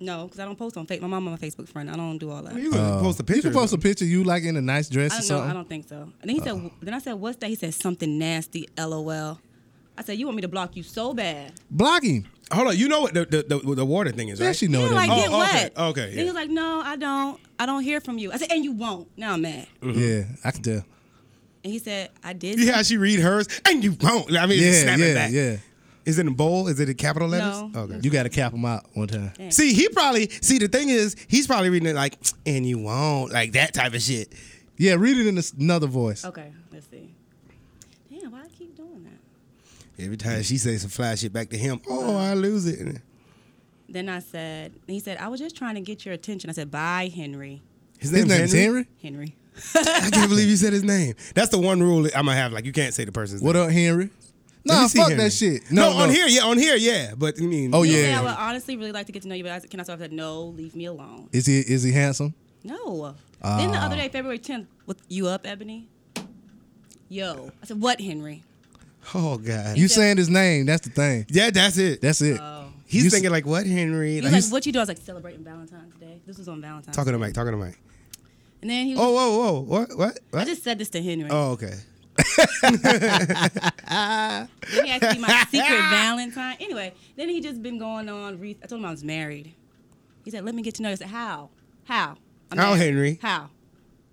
Speaker 3: no, because I don't post on Facebook. My mom my Facebook friend. I don't do all that.
Speaker 1: You can post a picture.
Speaker 2: Oh. You can post a picture. You like in a nice dress
Speaker 3: I
Speaker 2: or
Speaker 3: don't know. I
Speaker 2: something.
Speaker 3: don't think so. And then he said,
Speaker 1: Oh.
Speaker 3: Then I said, What's that? He said, Something nasty, lol. I said, You want me to block you so bad.
Speaker 2: Block him.
Speaker 1: Hold on. You know what the the, the, the water thing is,
Speaker 2: Yeah,
Speaker 1: right?
Speaker 2: she know
Speaker 3: yeah,
Speaker 2: that.
Speaker 3: like,
Speaker 2: man.
Speaker 3: get
Speaker 1: Oh, okay,
Speaker 3: wet.
Speaker 1: okay,
Speaker 3: Then
Speaker 1: yeah.
Speaker 3: he was like, No, I don't. I don't hear from you. I said, And you won't. Now I'm mad.
Speaker 2: Yeah, I can tell.
Speaker 3: And he said, I did.
Speaker 1: You hear how she read hers, and you won't. I mean,
Speaker 2: Yeah,
Speaker 1: yeah, snap
Speaker 2: yeah,
Speaker 1: it back.
Speaker 2: yeah.
Speaker 1: Is it in bold? Is it in capital letters?
Speaker 3: No.
Speaker 1: Okay.
Speaker 2: You got to cap him out one time.
Speaker 1: See, he probably see the thing is he's probably reading it like, and you won't like that type of shit.
Speaker 2: Yeah, read it in this- another voice.
Speaker 3: Okay, let's see. Damn, why I keep doing that?
Speaker 1: Every time she says some fly shit back to him, oh, I lose it.
Speaker 3: Then I said, He said, I was just trying to get your attention. I said, Bye, Henry.
Speaker 2: His name's Henry.
Speaker 3: Henry.
Speaker 1: I can't believe you said his name. That's the one rule I'm gonna have. Like, you can't say the person's
Speaker 2: What
Speaker 1: name.
Speaker 2: up, Henry?
Speaker 1: Let me
Speaker 2: Nah,
Speaker 1: see
Speaker 2: fuck
Speaker 1: Henry.
Speaker 2: that shit.
Speaker 1: No, on here, yeah, on here, yeah. But I mean,
Speaker 2: Oh,
Speaker 3: He
Speaker 2: yeah.
Speaker 3: said, I would honestly really like to get to know you, but I said, can I stop? I said, no, leave me alone.
Speaker 2: Is he is he handsome?
Speaker 3: No. then the other day, February 10th, with you up, Ebony? Yo. I said, what, Henry?
Speaker 1: oh god,
Speaker 2: You saying his name? That's the thing.
Speaker 1: yeah, that's it.
Speaker 2: That's it.
Speaker 3: Oh.
Speaker 1: He's
Speaker 2: You s-
Speaker 1: thinking like, what, Henry?
Speaker 3: He
Speaker 1: Like,
Speaker 3: was like,
Speaker 1: he's-
Speaker 3: what you doing? I was like, celebrating Valentine's Day. This was on Valentine's
Speaker 1: talking to
Speaker 3: Day.
Speaker 1: Mike, talking to Mike.
Speaker 3: And then he was,
Speaker 1: Oh, whoa, whoa, what, what,
Speaker 3: I
Speaker 1: what?
Speaker 3: just said this to Henry.
Speaker 1: oh, okay.
Speaker 3: Then he asked me my secret Valentine. Anyway, then he just been going on. Re- I told him I was married. He said, "Let me get to know you." I said, "How? How? I'm
Speaker 1: How,
Speaker 3: married.
Speaker 1: Henry?
Speaker 3: How?"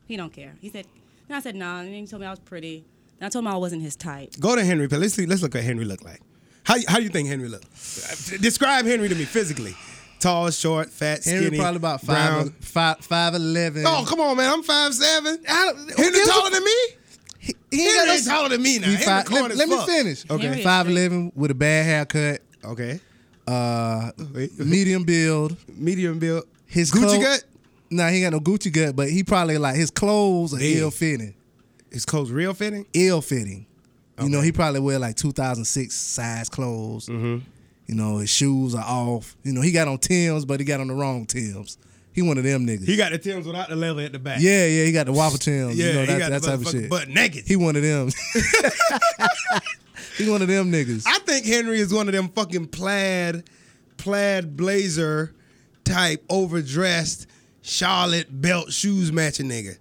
Speaker 3: He don't care. He said, "Then I said no." and then he told me I was pretty. Then I told him I wasn't his type.
Speaker 1: Go to Henry. Let's see. Let's look at Henry look like. How how do you think Henry look? Uh, Describe Henry to me physically. Tall, short, fat, skinny.
Speaker 2: Henry probably about
Speaker 1: brown.
Speaker 2: five, five, five eleven.
Speaker 1: Oh come on, man! I'm five seven. Henry
Speaker 2: gives a-
Speaker 1: taller than me.
Speaker 2: he ain't got
Speaker 1: Henry's
Speaker 2: no-
Speaker 1: taller than me now.
Speaker 2: He
Speaker 1: Henry
Speaker 2: fi-
Speaker 1: corn
Speaker 2: let,
Speaker 1: as
Speaker 2: let me
Speaker 1: fuck. Oh,
Speaker 2: finish.
Speaker 3: Henry
Speaker 2: Okay,
Speaker 3: is
Speaker 2: five eleven with a bad haircut,
Speaker 1: Okay.
Speaker 2: uh,
Speaker 1: Wait.
Speaker 2: medium build.
Speaker 1: Medium build.
Speaker 2: His
Speaker 1: Gucci
Speaker 2: clo-
Speaker 1: gut.
Speaker 2: Nah, he ain't got no Gucci gut, but he probably like his clothes are
Speaker 1: Big.
Speaker 2: ill fitting.
Speaker 1: His clothes real fitting.
Speaker 2: ill fitting. You know, he probably wear like 2006 size clothes.
Speaker 1: Mm-hmm.
Speaker 2: You know, his shoes are off. You know, he got on Tim's, but he got on the wrong Tim's. He one of them niggas.
Speaker 1: He got the Tim's without the leather at the back.
Speaker 2: yeah, yeah, he got the waffle Tim's.
Speaker 1: yeah.
Speaker 2: you know,
Speaker 1: he
Speaker 2: that,
Speaker 1: got
Speaker 2: that
Speaker 1: the
Speaker 2: type of
Speaker 1: motherfucker
Speaker 2: shit.
Speaker 1: Butt naked.
Speaker 2: he one of them. he one of them niggas.
Speaker 1: I think Henry is one of them fucking plaid, plaid blazer type, overdressed, Charlotte belt shoes matching nigga.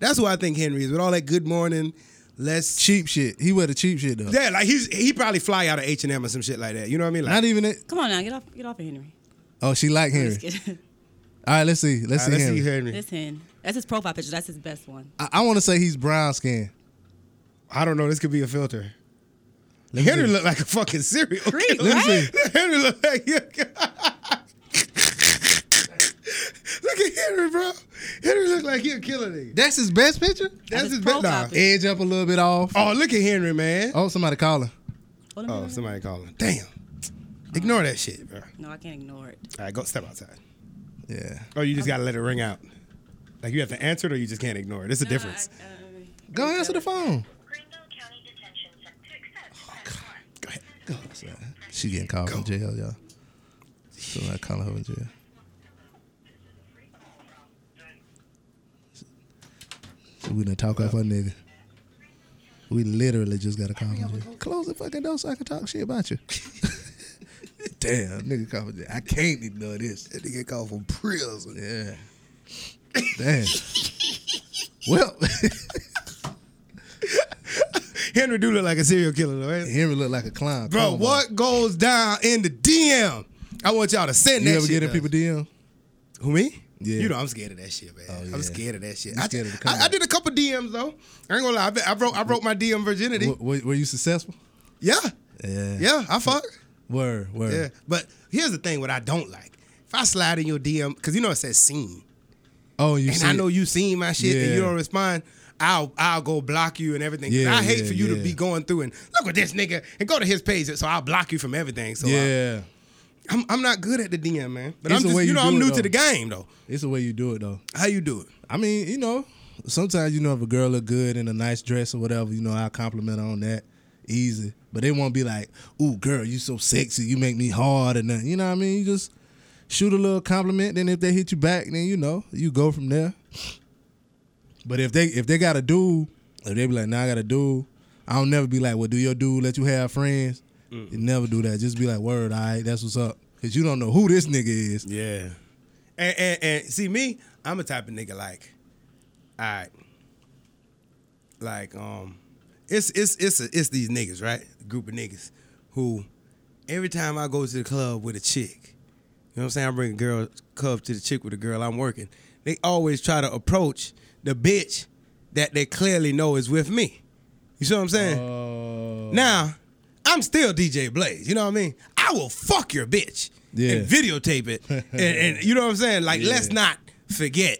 Speaker 1: That's who I think Henry is with all that good morning. Let's
Speaker 2: cheap shit. He wear the cheap shit though.
Speaker 1: yeah, like he's he probably fly out of H and M or some shit like that. You know what I mean? Like,
Speaker 2: Not even it.
Speaker 3: Come on now, get off, get off of Henry.
Speaker 2: Oh, she like
Speaker 3: I'm
Speaker 2: Henry.
Speaker 3: just kidding.
Speaker 2: All right, let's see. Let's
Speaker 1: all
Speaker 2: see
Speaker 1: right, let's
Speaker 2: Henry.
Speaker 1: see Henry.
Speaker 3: This Hen. That's his profile picture. That's his best one.
Speaker 2: I, I want to say he's brown skinned.
Speaker 1: I don't know. This could be a filter.
Speaker 2: Let me
Speaker 1: Henry
Speaker 2: see.
Speaker 1: look like a fucking serial
Speaker 3: Creep,
Speaker 1: killer.
Speaker 3: Let me
Speaker 1: Henry look like look at Henry, bro. Henry look like he a killer nigga.
Speaker 2: That's his best picture.
Speaker 1: That's
Speaker 3: his
Speaker 1: his best.
Speaker 3: profile
Speaker 1: Nah.
Speaker 3: picture.
Speaker 2: Edge up a little bit off.
Speaker 1: Oh, look at Henry, man.
Speaker 2: Oh, somebody calling.
Speaker 3: Hold on.
Speaker 1: Oh, somebody calling. Damn. Ignore that shit, bro. All
Speaker 3: No, I can't ignore it.
Speaker 1: right, go step outside.
Speaker 2: Yeah.
Speaker 1: Oh, you just gotta let it ring out. Like you have to answer it, or you just can't ignore it. It's a difference.
Speaker 2: Go answer the phone.
Speaker 4: Greenville County Detention Center. To accept, press one.
Speaker 1: Go ahead.
Speaker 2: She getting called from jail, y'all. So I calling her in jail. So we done talk off her nigga. We literally just got a call from jail. Close the fucking door so I can talk shit about you. Damn, nigga called from jail. I can't ignore this. That nigga called from prison. Yeah. Damn. well,
Speaker 1: Henry do look like a serial killer, though. ain't he?
Speaker 2: Henry looked like a clown.
Speaker 1: Bro,
Speaker 2: Come on.
Speaker 1: what goes down in the DM? I want y'all to send
Speaker 2: You
Speaker 1: that
Speaker 2: ever
Speaker 1: shit.
Speaker 2: get in
Speaker 1: to
Speaker 2: people DM?
Speaker 1: Who me?
Speaker 2: Yeah.
Speaker 1: You know I'm scared of that shit, man.
Speaker 2: Oh, yeah.
Speaker 1: I'm scared of that shit.
Speaker 2: You
Speaker 1: I,
Speaker 2: scared of the
Speaker 1: I- I
Speaker 2: comeback.
Speaker 1: did a couple DMs though. I ain't gonna lie. I, bet- I wrote I wrote my DM virginity.
Speaker 2: Were, were, were you successful?
Speaker 1: Yeah.
Speaker 2: Yeah.
Speaker 1: Yeah. I fucked.
Speaker 2: Word, word.
Speaker 1: Yeah. But here's the thing: what I don't like, if I slide in your DM, because you know it says seen,
Speaker 2: Oh, you
Speaker 1: and
Speaker 2: see.
Speaker 1: I know you seen my shit, and
Speaker 2: Yeah.
Speaker 1: you don't respond. I'll I'll go block you and everything. 'Cause
Speaker 2: Yeah,
Speaker 1: I hate
Speaker 2: yeah,
Speaker 1: for you
Speaker 2: yeah.
Speaker 1: to be going through and look at this nigga and go to his page. So I'll block you from everything. So yeah.
Speaker 2: Yeah.
Speaker 1: I, am I'm not good at the DM, man. But
Speaker 2: It's
Speaker 1: I'm
Speaker 2: the
Speaker 1: just
Speaker 2: way
Speaker 1: you
Speaker 2: you
Speaker 1: know
Speaker 2: do
Speaker 1: I'm
Speaker 2: it,
Speaker 1: new
Speaker 2: though.
Speaker 1: to the game though.
Speaker 2: It's the way you do it, though.
Speaker 1: How you do it?
Speaker 2: I mean, you know, sometimes, you know, if a girl look good in a nice dress or whatever, you know, I'll compliment her on that. Easy. But they won't be like, ooh, girl, you so sexy. You make me hard or nothing. You know what I mean? You just shoot a little compliment. Then if they hit you back, then, you know, you go from there. But if they if they got a dude, if they be like, nah, I got a dude, I'll never be like, well, do your dude let you have friends? You never do that. Just be like, word, all right, that's what's up. Because you don't know who this nigga is.
Speaker 1: Yeah. And, and and see me, I'm a type of nigga like, all right, like um, it's it's it's a, it's these niggas right, group of niggas who every time I go to the club with a chick, you know what I'm saying? I bring a girl club to the chick with a girl I'm working. They always try to approach the bitch that they clearly know is with me. You see what I'm saying?
Speaker 2: Oh.
Speaker 1: Now, I'm still DJ Blaze. You know what I mean? I will fuck your bitch
Speaker 2: Yeah.
Speaker 1: and videotape it, and, and you know what I'm saying. Like, let's
Speaker 2: Yeah.
Speaker 1: not forget,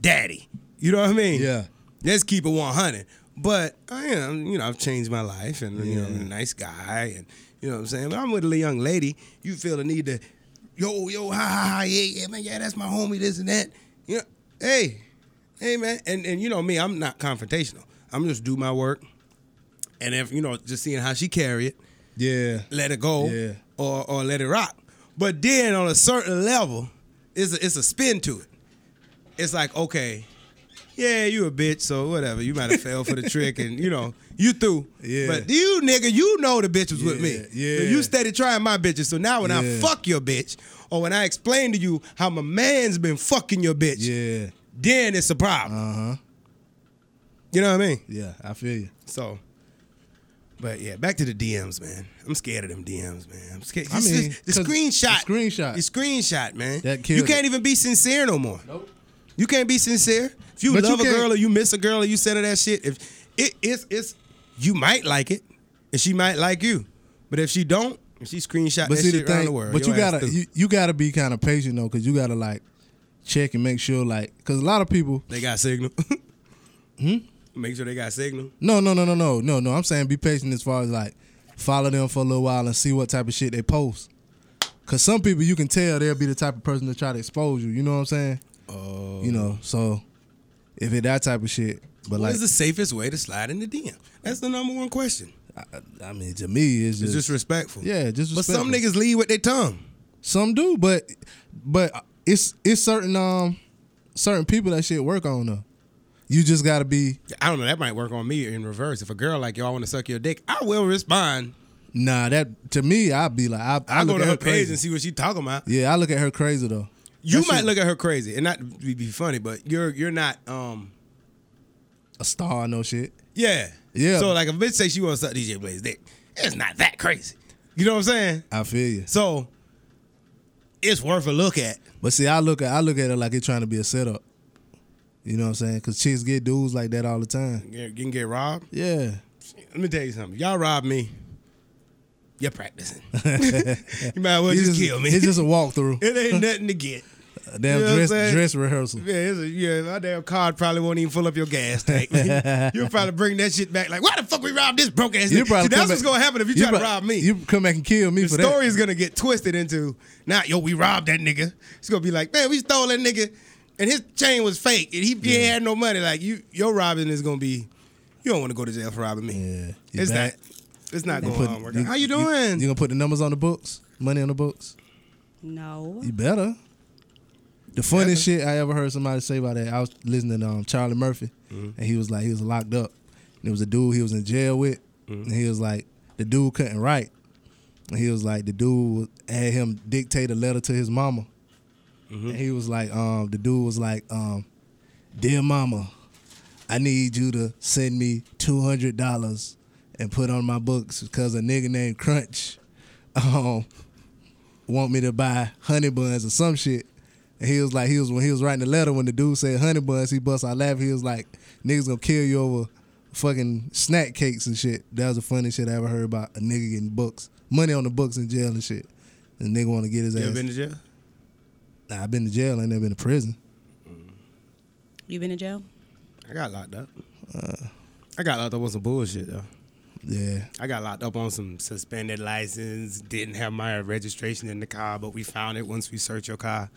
Speaker 1: Daddy. You know what I mean?
Speaker 2: Yeah.
Speaker 1: Let's keep it 100. But I am, you know, I've changed my life, and you know, I'm a nice guy, and you know what I'm saying. But I'm with a little young lady. You feel the need to, yo, yo, ha, ha, ha, yeah, yeah, man, yeah, that's my homie, this and that. You know, hey, hey, man, and and you know me, I'm not confrontational. I'm just do my work, and if you know, just seeing how she carry it,
Speaker 2: Yeah.
Speaker 1: let it go
Speaker 2: Yeah.
Speaker 1: or or let it rock. But then on a certain level, it's a, it's a spin to it. It's like okay, yeah, you a bitch, so whatever. You might have failed for the trick, and you know you through.
Speaker 2: Yeah.
Speaker 1: But you nigga, you know the bitch was with me.
Speaker 2: Yeah, yeah.
Speaker 1: You steady trying my bitches. So now when I
Speaker 2: Yeah.
Speaker 1: fuck your bitch, or when I explain to you how my man's been fucking your bitch,
Speaker 2: Yeah.
Speaker 1: then it's a problem.
Speaker 2: Uh huh.
Speaker 1: You know what I mean?
Speaker 2: Yeah, I feel you.
Speaker 1: So, But yeah, back to the DMs, man. I'm scared of them DMs, man. I'm scared.
Speaker 2: I
Speaker 1: This-
Speaker 2: mean,
Speaker 1: the
Speaker 2: 'cause
Speaker 1: screenshot,
Speaker 2: the screenshot.
Speaker 1: the screenshot, man.
Speaker 2: That killed
Speaker 1: you
Speaker 2: it.
Speaker 1: can't even be sincere no more.
Speaker 2: Nope.
Speaker 1: You can't be sincere. If you
Speaker 2: But you
Speaker 1: love a
Speaker 2: can't-
Speaker 1: girl or you miss a girl or you said her that shit, if it, it's it's you might like it and she might like you, but if she don't, if she screenshot
Speaker 2: But
Speaker 1: that
Speaker 2: see the
Speaker 1: shit around
Speaker 2: thing,
Speaker 1: the world.
Speaker 2: but
Speaker 1: your
Speaker 2: you
Speaker 1: ass
Speaker 2: gotta
Speaker 1: through.
Speaker 2: you, you gotta be kind of patient though, because you gotta like check and make sure like, because a lot of people
Speaker 1: they got signal.
Speaker 2: Hmm?
Speaker 1: Make sure they got signal.
Speaker 2: No, no, no, no, no, no, no. I'm saying be patient as far as like follow them for a little while and see what type of shit they post. Cause some people you can tell they'll be the type of person to try to expose you. You know what I'm saying? Oh. You know, so if it that type of shit, but
Speaker 1: What
Speaker 2: like,
Speaker 1: is the safest way to slide in the DM? That's the number one question.
Speaker 2: I mean, to me, it's
Speaker 1: It's
Speaker 2: just,
Speaker 1: disrespectful.
Speaker 2: yeah, just.
Speaker 1: But some
Speaker 2: respectful.
Speaker 1: niggas lead with their tongue.
Speaker 2: Some do, but but it's it's certain um certain people that shit work on though. You just gotta be
Speaker 1: I don't know. That might work on me in reverse. If a girl like yo, I want to suck your dick, I will respond.
Speaker 2: nah. That to me, I'd be like, I, I,
Speaker 1: I,
Speaker 2: look
Speaker 1: go to
Speaker 2: at
Speaker 1: her
Speaker 2: her
Speaker 1: page
Speaker 2: crazy.
Speaker 1: and see what she talking about.
Speaker 2: Yeah, I look at her crazy though.
Speaker 1: You
Speaker 2: That
Speaker 1: might
Speaker 2: shit-
Speaker 1: look at her crazy, and not to be be funny, but you're you're not. um
Speaker 2: a star, no shit.
Speaker 1: Yeah,
Speaker 2: Yeah.
Speaker 1: So like, if a bitch say she want to suck DJ Blaze dick, it's not that crazy. You know what I'm saying?
Speaker 2: I feel you.
Speaker 1: So it's worth a look at.
Speaker 2: But see, I look at I look at it like it's trying to be a setup. You know what I'm saying? Because chicks get dudes like that all the time.
Speaker 1: You can get robbed.
Speaker 2: Yeah.
Speaker 1: Let me tell you something. Y'all rob me. You're practicing. you might as well just, kill me.
Speaker 2: It's just a walkthrough.
Speaker 1: it ain't nothing to get.
Speaker 2: A damn
Speaker 1: you know what I'm
Speaker 2: dress
Speaker 1: saying?
Speaker 2: dress rehearsal.
Speaker 1: Yeah, it's a, yeah, my damn card probably won't even fill up your gas tank. You'll probably bring that shit back. Like, why the fuck we robbed this broke ass?
Speaker 2: You
Speaker 1: nigga? See,
Speaker 2: probably
Speaker 1: that's
Speaker 2: come
Speaker 1: what's
Speaker 2: back-
Speaker 1: gonna happen if you, try
Speaker 2: prob-
Speaker 1: to rob me.
Speaker 2: You come back and kill me
Speaker 1: the
Speaker 2: for
Speaker 1: story
Speaker 2: that.
Speaker 1: is gonna get twisted into now. Yo, we robbed that nigga. It's gonna be like, man, we stole that nigga, and his chain was fake, and he, he had no money. Like you, your robbing is gonna be. You don't want to go to jail for robbing me.
Speaker 2: Yeah. You
Speaker 1: It's
Speaker 2: back.
Speaker 1: not. It's not going
Speaker 2: Put-
Speaker 1: on. working. How you doing?
Speaker 2: You, gonna put the numbers on the books? Money on the books?
Speaker 3: No.
Speaker 2: You better. The funniest shit I ever heard somebody say about that, I was listening to um, Charlie Murphy, and he was like, he was locked up. And there was a dude he was in jail with, and he was like, the dude couldn't write. And he was like, the dude had him dictate a letter to his mama. And he was like, um, the dude was like, um, Dear mama, I need you to send me $200 and put on my books because a nigga named Crunch um, want me to buy honey buns or some shit. And he was like, he was when he was writing the letter, when the dude said honey buns, he bust out laughing. He was like, niggas gonna kill you over fucking snack cakes and shit. That was the funniest shit I ever heard about a nigga getting books, money on the books in jail and shit. And nigga wanna get his
Speaker 1: You
Speaker 2: ass.
Speaker 1: ever been to jail?
Speaker 2: nah, I've been to jail, I ain't never been to prison.
Speaker 3: You been in jail?
Speaker 1: I got locked up.
Speaker 2: Uh.
Speaker 1: I got locked up on some bullshit though.
Speaker 2: Yeah.
Speaker 1: I got locked up on some suspended license. Didn't have my registration in the car, but we found it once we searched your car.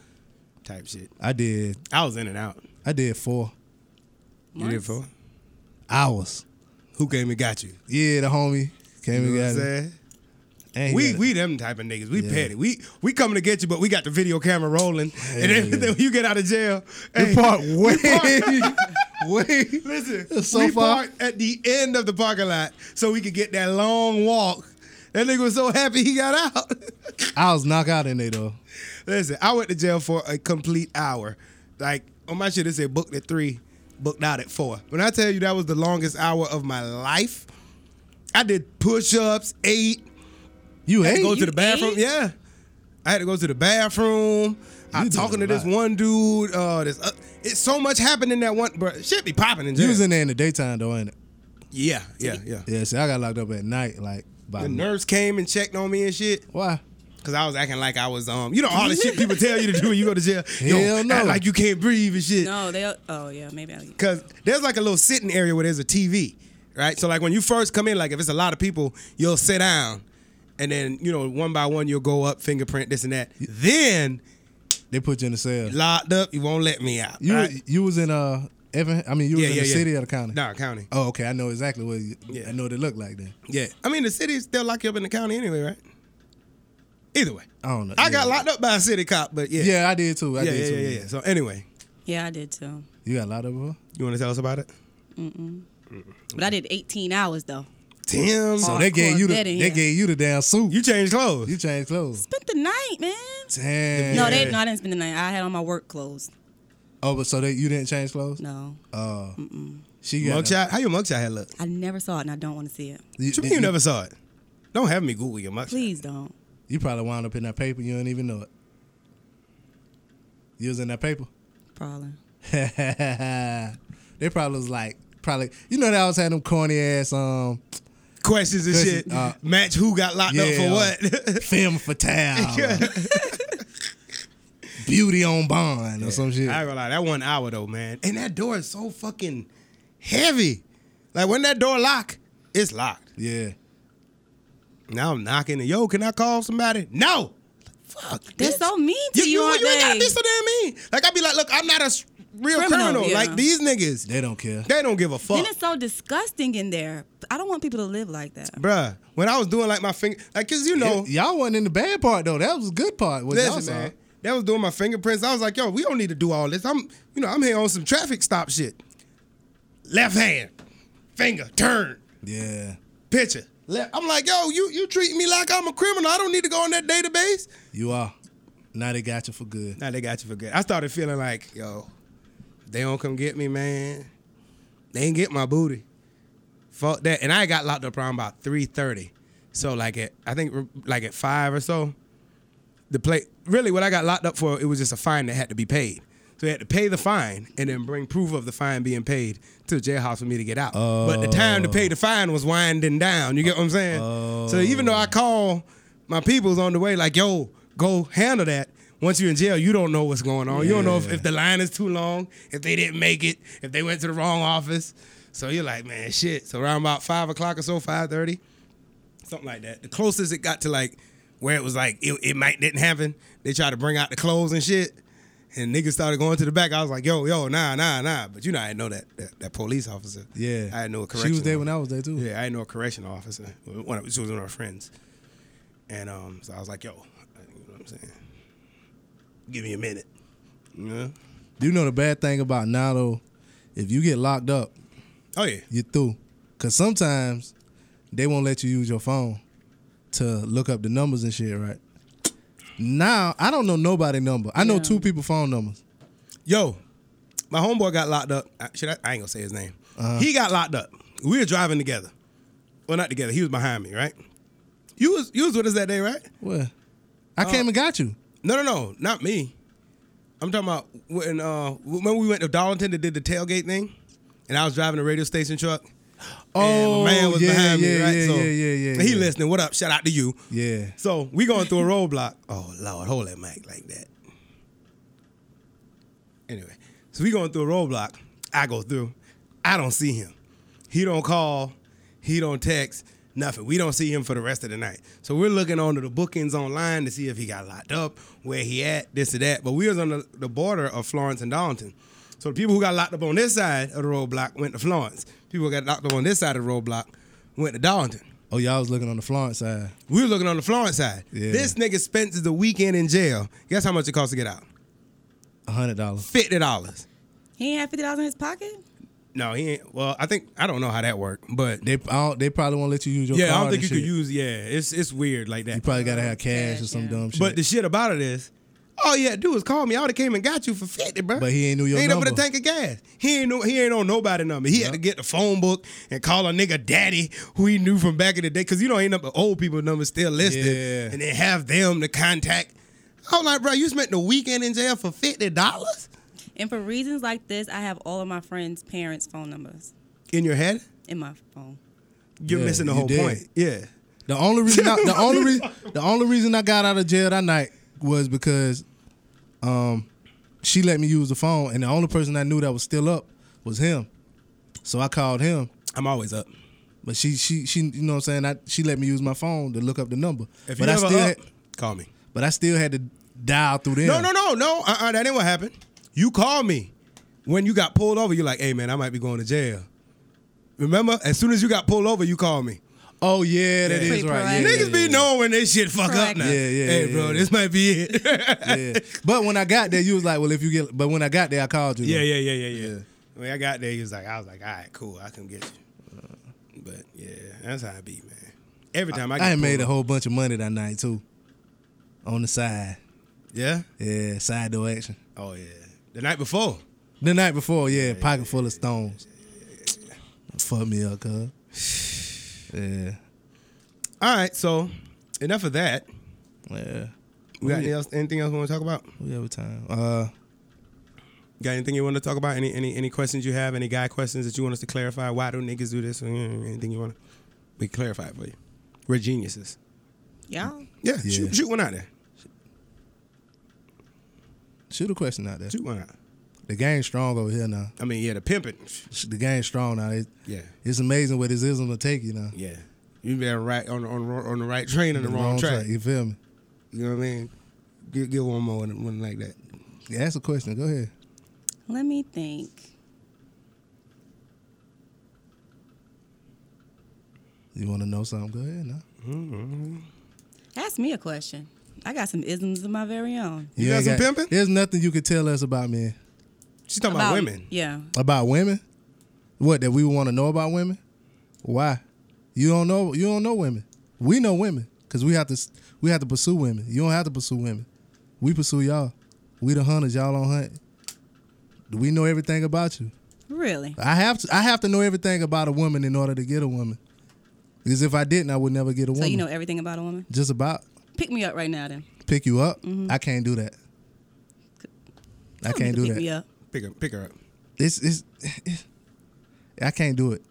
Speaker 1: Type shit.
Speaker 2: I did
Speaker 1: I was in and out.
Speaker 2: I did four
Speaker 1: You did
Speaker 3: Once?
Speaker 1: for?
Speaker 2: hours.
Speaker 1: Who came and got you?
Speaker 2: Yeah, the homie came
Speaker 1: You know what I'm
Speaker 2: and got it.
Speaker 1: saying?
Speaker 2: And he
Speaker 1: We
Speaker 2: got it.
Speaker 1: we them type of niggas. We
Speaker 2: Yeah.
Speaker 1: petty. We we coming to get you, but we got the video camera rolling. and then,
Speaker 2: yeah.
Speaker 1: then you get out of jail.
Speaker 2: we
Speaker 1: hey,
Speaker 2: part way, way.
Speaker 1: Listen,
Speaker 2: So
Speaker 1: we
Speaker 2: far.
Speaker 1: parked at the end of the parking lot so we could get that long walk. That nigga was so happy he got out.
Speaker 2: I was knocked out in there though.
Speaker 1: Listen, I went to jail for a complete hour. Like on my shit, it said booked at three, booked out at four. When I tell you that was the longest hour of my life, I did push-ups, ate,
Speaker 2: You
Speaker 1: had to
Speaker 2: ate?
Speaker 1: go
Speaker 3: you
Speaker 1: to the bathroom.
Speaker 3: ate?
Speaker 1: Yeah, I had to go to the bathroom. I'm
Speaker 2: did
Speaker 1: talking to
Speaker 2: a
Speaker 1: this
Speaker 2: lot.
Speaker 1: one dude. Uh, this uh, it's so much happened in that one. Bro, shit be popping in jail.
Speaker 2: you was in there in the daytime though, ain't it?
Speaker 1: yeah, yeah, yeah.
Speaker 2: Yeah. See, I got locked up at night, like by
Speaker 1: The nurse came and checked on me and shit.
Speaker 2: Why?
Speaker 1: Cause I was acting like I was um, you know all the shit people tell you to do when you go to jail. Yo,
Speaker 2: Hell no.
Speaker 1: act like you can't breathe and shit.
Speaker 3: No, they. Oh yeah, maybe I.
Speaker 1: Cause there's like a little sitting area where there's a TV, right? So like when you first come in, like if it's a lot of people, you'll sit down, and then you know one by one you'll go up, fingerprint this and that. Then
Speaker 2: They put you in the cell.
Speaker 1: locked up, you won't let me out.
Speaker 2: You
Speaker 1: right?
Speaker 2: you was in uh Evan. I mean, you was in the city or the county.
Speaker 1: Nah, county.
Speaker 2: Oh, okay. I know exactly what. You,
Speaker 1: Yeah.
Speaker 2: I know what it looked like then.
Speaker 1: Yeah, I mean the city still lock you up in the county anyway, right? Either way,
Speaker 2: I don't know.
Speaker 1: I
Speaker 2: Oh, Yeah.
Speaker 1: got locked up by a city cop, but yeah,
Speaker 2: Yeah, I did too. I
Speaker 1: yeah, yeah,
Speaker 2: did
Speaker 1: yeah,
Speaker 2: too.
Speaker 1: yeah, yeah. So anyway,
Speaker 3: Yeah, I did too.
Speaker 2: You got locked up before?
Speaker 1: you want to tell us about it?
Speaker 3: But I did 18 hours though.
Speaker 1: Tim,
Speaker 2: So they gave
Speaker 3: Hardcore
Speaker 2: you the
Speaker 3: vetting,
Speaker 2: they
Speaker 3: yeah.
Speaker 2: gave you the damn suit. You,
Speaker 1: you changed clothes.
Speaker 2: changed clothes.
Speaker 3: Spent the night, man.
Speaker 2: Damn.
Speaker 3: No,
Speaker 1: Yeah.
Speaker 3: they. No, I didn't spend the night. I had on my work clothes.
Speaker 2: Oh, but so they you didn't change clothes?
Speaker 3: No.
Speaker 2: Oh. She got a-
Speaker 1: Mugshot? How your mugshot had look?
Speaker 3: I never saw it, and I don't want to see it.
Speaker 2: You,
Speaker 1: You, you never saw it. Don't have me Google your mugshot.
Speaker 3: Please don't.
Speaker 2: You probably wound up in that paper. You don't even know it. You was in that paper.
Speaker 3: Probably.
Speaker 2: they probably was like, probably. You know, they always had them corny ass um
Speaker 1: Questions and
Speaker 2: Questions,
Speaker 1: shit.
Speaker 2: uh,
Speaker 1: Match who got locked up
Speaker 2: yeah, uh,
Speaker 1: for what?
Speaker 2: femme fatale, beauty on bond, or some shit.
Speaker 1: I ain't gonna lie, that one hour though, man. And that door is so fucking heavy. Like when that door lock, it's locked.
Speaker 2: yeah.
Speaker 1: Now I'm knocking. And, Yo, can I call somebody? No. Fuck.
Speaker 3: They're
Speaker 1: bitch.
Speaker 3: so mean to you, aren't
Speaker 1: you ain't
Speaker 3: they?
Speaker 1: gotta be so damn mean. Like I be like, look, I'm not a s- real criminal.
Speaker 3: Criminal, yeah.
Speaker 1: Like these niggas,
Speaker 2: They don't care.
Speaker 1: they don't give a fuck.
Speaker 3: Then it's so disgusting in there. I don't want people to live like that.
Speaker 1: Bruh, when I was doing like my finger, like, cause you know,
Speaker 2: Y- y'all wasn't in the bad part though. That was a good part. What y'all
Speaker 1: listen,
Speaker 2: saw.
Speaker 1: man, that was doing my fingerprints. I was like, yo, we don't need to do all this. I'm, you know, I'm here on some traffic stop shit. Left hand, finger, turn,
Speaker 2: Yeah.
Speaker 1: picture. Left. I'm like, yo, you you treat me like I'm a criminal. I don't need to go on that database.
Speaker 2: You are. Now they got you for good.
Speaker 1: Now they got you for good. I started feeling like, yo, they don't come get me, man. They ain't get my booty. Fuck that. And I got locked up around about three thirty. So like at I think like at five or so, the play really what I got locked up for it was just a fine that had to be paid. So they had to pay the fine and then bring proof of the fine being paid to the jailhouse for me to get out. But the time to pay the fine was winding down. You get what I'm saying? So even though I call my peoples on the way, like, yo, go handle that. Once you're in jail, you don't know what's going on. You don't know if, if the line is too long, if they didn't make it, if they went to the wrong office. So you're like, man, shit. So around about five o'clock or so, five thirty, something like that. The closest it got to like where it was like it, it might didn't happen. They tried to bring out the clothes and shit, and niggas started going to the back. I was like, yo, yo, nah, nah, nah. But you know, I didn't know that that, that police officer.
Speaker 2: Yeah.
Speaker 1: I didn't know a correction.
Speaker 2: She was there when I was there too.
Speaker 1: Yeah, I didn't know a correction officer. One of, she was one of our friends, and um, so I was like, yo, you know what I'm saying? Give me a minute. Yeah.
Speaker 2: You know the bad thing about now though, if you get locked up,
Speaker 1: Oh yeah.
Speaker 2: you're through. Cause sometimes they won't let you use your phone to look up the numbers and shit, right? Now I don't know nobody number. I know
Speaker 3: Yeah.
Speaker 2: two people phone numbers.
Speaker 1: Yo, my homeboy got locked up. I- Should I, I ain't gonna say his name.
Speaker 2: Uh-huh.
Speaker 1: He got locked up. We were driving together. Well, not together. He was behind me, right? You was you was with us that day, right?
Speaker 2: What? I
Speaker 1: Oh.
Speaker 2: came and got you.
Speaker 1: No, no, no, not me. I'm talking about when uh when we went to Darlington to did the tailgate thing, and I was driving a radio station truck. and my man was behind me, right?
Speaker 2: Oh, Yeah,
Speaker 1: so
Speaker 2: yeah, yeah, yeah.
Speaker 1: he
Speaker 2: yeah.
Speaker 1: listening. What up? Shout out to you.
Speaker 2: Yeah.
Speaker 1: So we going through a roadblock. Oh Lord, hold that mic like that. Anyway, so we going through a roadblock. I go through. I don't see him. He don't call. He don't text. Nothing. We don't see him for the rest of the night. So we're looking onto the bookings online to see if he got locked up, where he at, this or that. But we was on the, the border of Florence and Darlington. So the people who got locked up on this side of the roadblock went to Florence. People who got locked up on this side of the roadblock went to Darlington.
Speaker 2: Oh, y'all was looking on the Florence side.
Speaker 1: We were looking on the Florence side.
Speaker 2: Yeah.
Speaker 1: This nigga spends the weekend in jail. Guess how much it costs to get out?
Speaker 2: A hundred dollars.
Speaker 1: Fifty dollars.
Speaker 3: He ain't had fifty dollars in his pocket.
Speaker 1: No, he ain't. Well, I think I don't know how that worked, but
Speaker 2: They I don't, they probably won't let you use your
Speaker 1: yeah, I don't
Speaker 2: card
Speaker 1: think you
Speaker 2: and
Speaker 1: could
Speaker 2: shit.
Speaker 1: use. Yeah, it's it's weird like
Speaker 2: You
Speaker 1: that.
Speaker 2: probably gotta have cash or some
Speaker 3: Yeah.
Speaker 2: dumb shit.
Speaker 1: But the shit about it is, all you had to do was call me. I would have came and got you for fifty, bro.
Speaker 2: But he ain't knew your
Speaker 1: ain't up with
Speaker 2: number.
Speaker 1: a tank of gas. He ain't know, he ain't on nobody number. He had to get the phone book and call a nigga daddy who he knew from back in the day. Cause you know ain't up old people number still listed,
Speaker 2: Yeah.
Speaker 1: and then have them to contact. I'm like, bro, you spent the weekend in jail for fifty dollars
Speaker 3: And for reasons like this, I have all of my friends' parents' phone numbers
Speaker 1: in your head.
Speaker 3: in my phone.
Speaker 1: You're
Speaker 2: Yeah,
Speaker 1: missing the
Speaker 2: you
Speaker 1: whole
Speaker 2: did.
Speaker 1: point. Yeah.
Speaker 2: The only reason I, the only reason the only reason I got out of jail that night was because um she let me use the phone and the only person I knew that was still up was him. So I called him.
Speaker 1: I'm always up.
Speaker 2: But she she she you know what I'm saying? I, she let me use my phone to look up the number.
Speaker 1: If
Speaker 2: but
Speaker 1: you
Speaker 2: I
Speaker 1: ever
Speaker 2: still
Speaker 1: up,
Speaker 2: had,
Speaker 1: call me.
Speaker 2: but I still had to dial through them.
Speaker 1: No, no, no, no. Uh, uh that ain't what happened. You called me when you got pulled over. You're like, hey man, I might be going to jail. Remember, as soon as you got pulled over, you called me.
Speaker 2: Oh yeah, that
Speaker 1: Yeah.
Speaker 2: is
Speaker 3: Pretty
Speaker 2: right. Yeah,
Speaker 3: proactive.
Speaker 1: Niggas
Speaker 2: yeah,
Speaker 1: be knowing when this shit fuck up
Speaker 3: Correct.
Speaker 1: now.
Speaker 2: Yeah, yeah,
Speaker 1: Hey,
Speaker 2: yeah,
Speaker 1: bro,
Speaker 2: yeah.
Speaker 1: this might be it. yeah,
Speaker 2: yeah. But when I got there, you was like, "Well, if you get," but when I got there, I called you.
Speaker 1: yeah, yeah, yeah, yeah, When I got there, he was like, I was like, all right, cool, I can get you. But yeah, that's how I be, man. Every time I, get
Speaker 2: I had made a
Speaker 1: pulled
Speaker 2: whole bunch of money that night too, on the side.
Speaker 1: over- Yeah.
Speaker 2: Yeah, side door action.
Speaker 1: Oh yeah. The night before.
Speaker 2: The night before, yeah, pocket full of stones. fuck me up, cuz. Yeah.
Speaker 1: All right, so enough of that.
Speaker 2: Yeah.
Speaker 1: We
Speaker 2: Oh,
Speaker 1: got anything
Speaker 2: yeah.
Speaker 1: else, anything else we want to talk about?
Speaker 2: We have a time. Uh
Speaker 1: Got anything you want to talk about? Any any any questions you have? Any guy questions that you want us to clarify? Why do niggas do this? Or, mm, Anything you want to we can clarify it for you? We're geniuses.
Speaker 3: Y'all.
Speaker 1: Yeah,
Speaker 2: Yeah.
Speaker 1: Shoot, shoot one out there.
Speaker 2: shoot a question out there.
Speaker 1: Shoot one out.
Speaker 2: The game's strong over here now.
Speaker 1: I mean, yeah, the pimping.
Speaker 2: The game's strong now. It,
Speaker 1: Yeah,
Speaker 2: it's amazing where this ism will take you now.
Speaker 1: yeah. You been right on the- on the ro- on the right train on the,
Speaker 2: The
Speaker 1: wrong,
Speaker 2: wrong
Speaker 1: track.
Speaker 2: You feel me?
Speaker 1: You know what I mean? Get, get one more and one like that.
Speaker 2: Yeah, ask a question. Go ahead.
Speaker 3: Let me think.
Speaker 2: You want to know something? Go ahead now.
Speaker 3: Ask me a question. I got some isms of my very own.
Speaker 1: You got
Speaker 2: ain't
Speaker 1: some pimping?
Speaker 2: There's nothing you could tell us about men.
Speaker 1: She's talking about, women.
Speaker 3: Yeah.
Speaker 2: About women? What that we want to know about women? Why? You don't know. You don't know women. We know women because we have to. s- We have to pursue women. You don't have to pursue women. We pursue y'all. We the hunters. Y'all don't hunt. We know everything about you.
Speaker 3: Really?
Speaker 2: I have to. I have to know everything about a woman in order to get a woman. Because if I didn't, I would never get a
Speaker 3: So
Speaker 2: woman.
Speaker 3: you know everything about a woman?
Speaker 2: Just about
Speaker 3: Pick me up right now then.
Speaker 2: pick you up.
Speaker 3: Mm-hmm.
Speaker 2: I can't do that. I
Speaker 3: Tell me
Speaker 2: can't
Speaker 3: to
Speaker 2: do
Speaker 3: pick me
Speaker 2: that.
Speaker 3: up.
Speaker 1: Pick her, pick her up.
Speaker 2: It's, it's, I can't do it.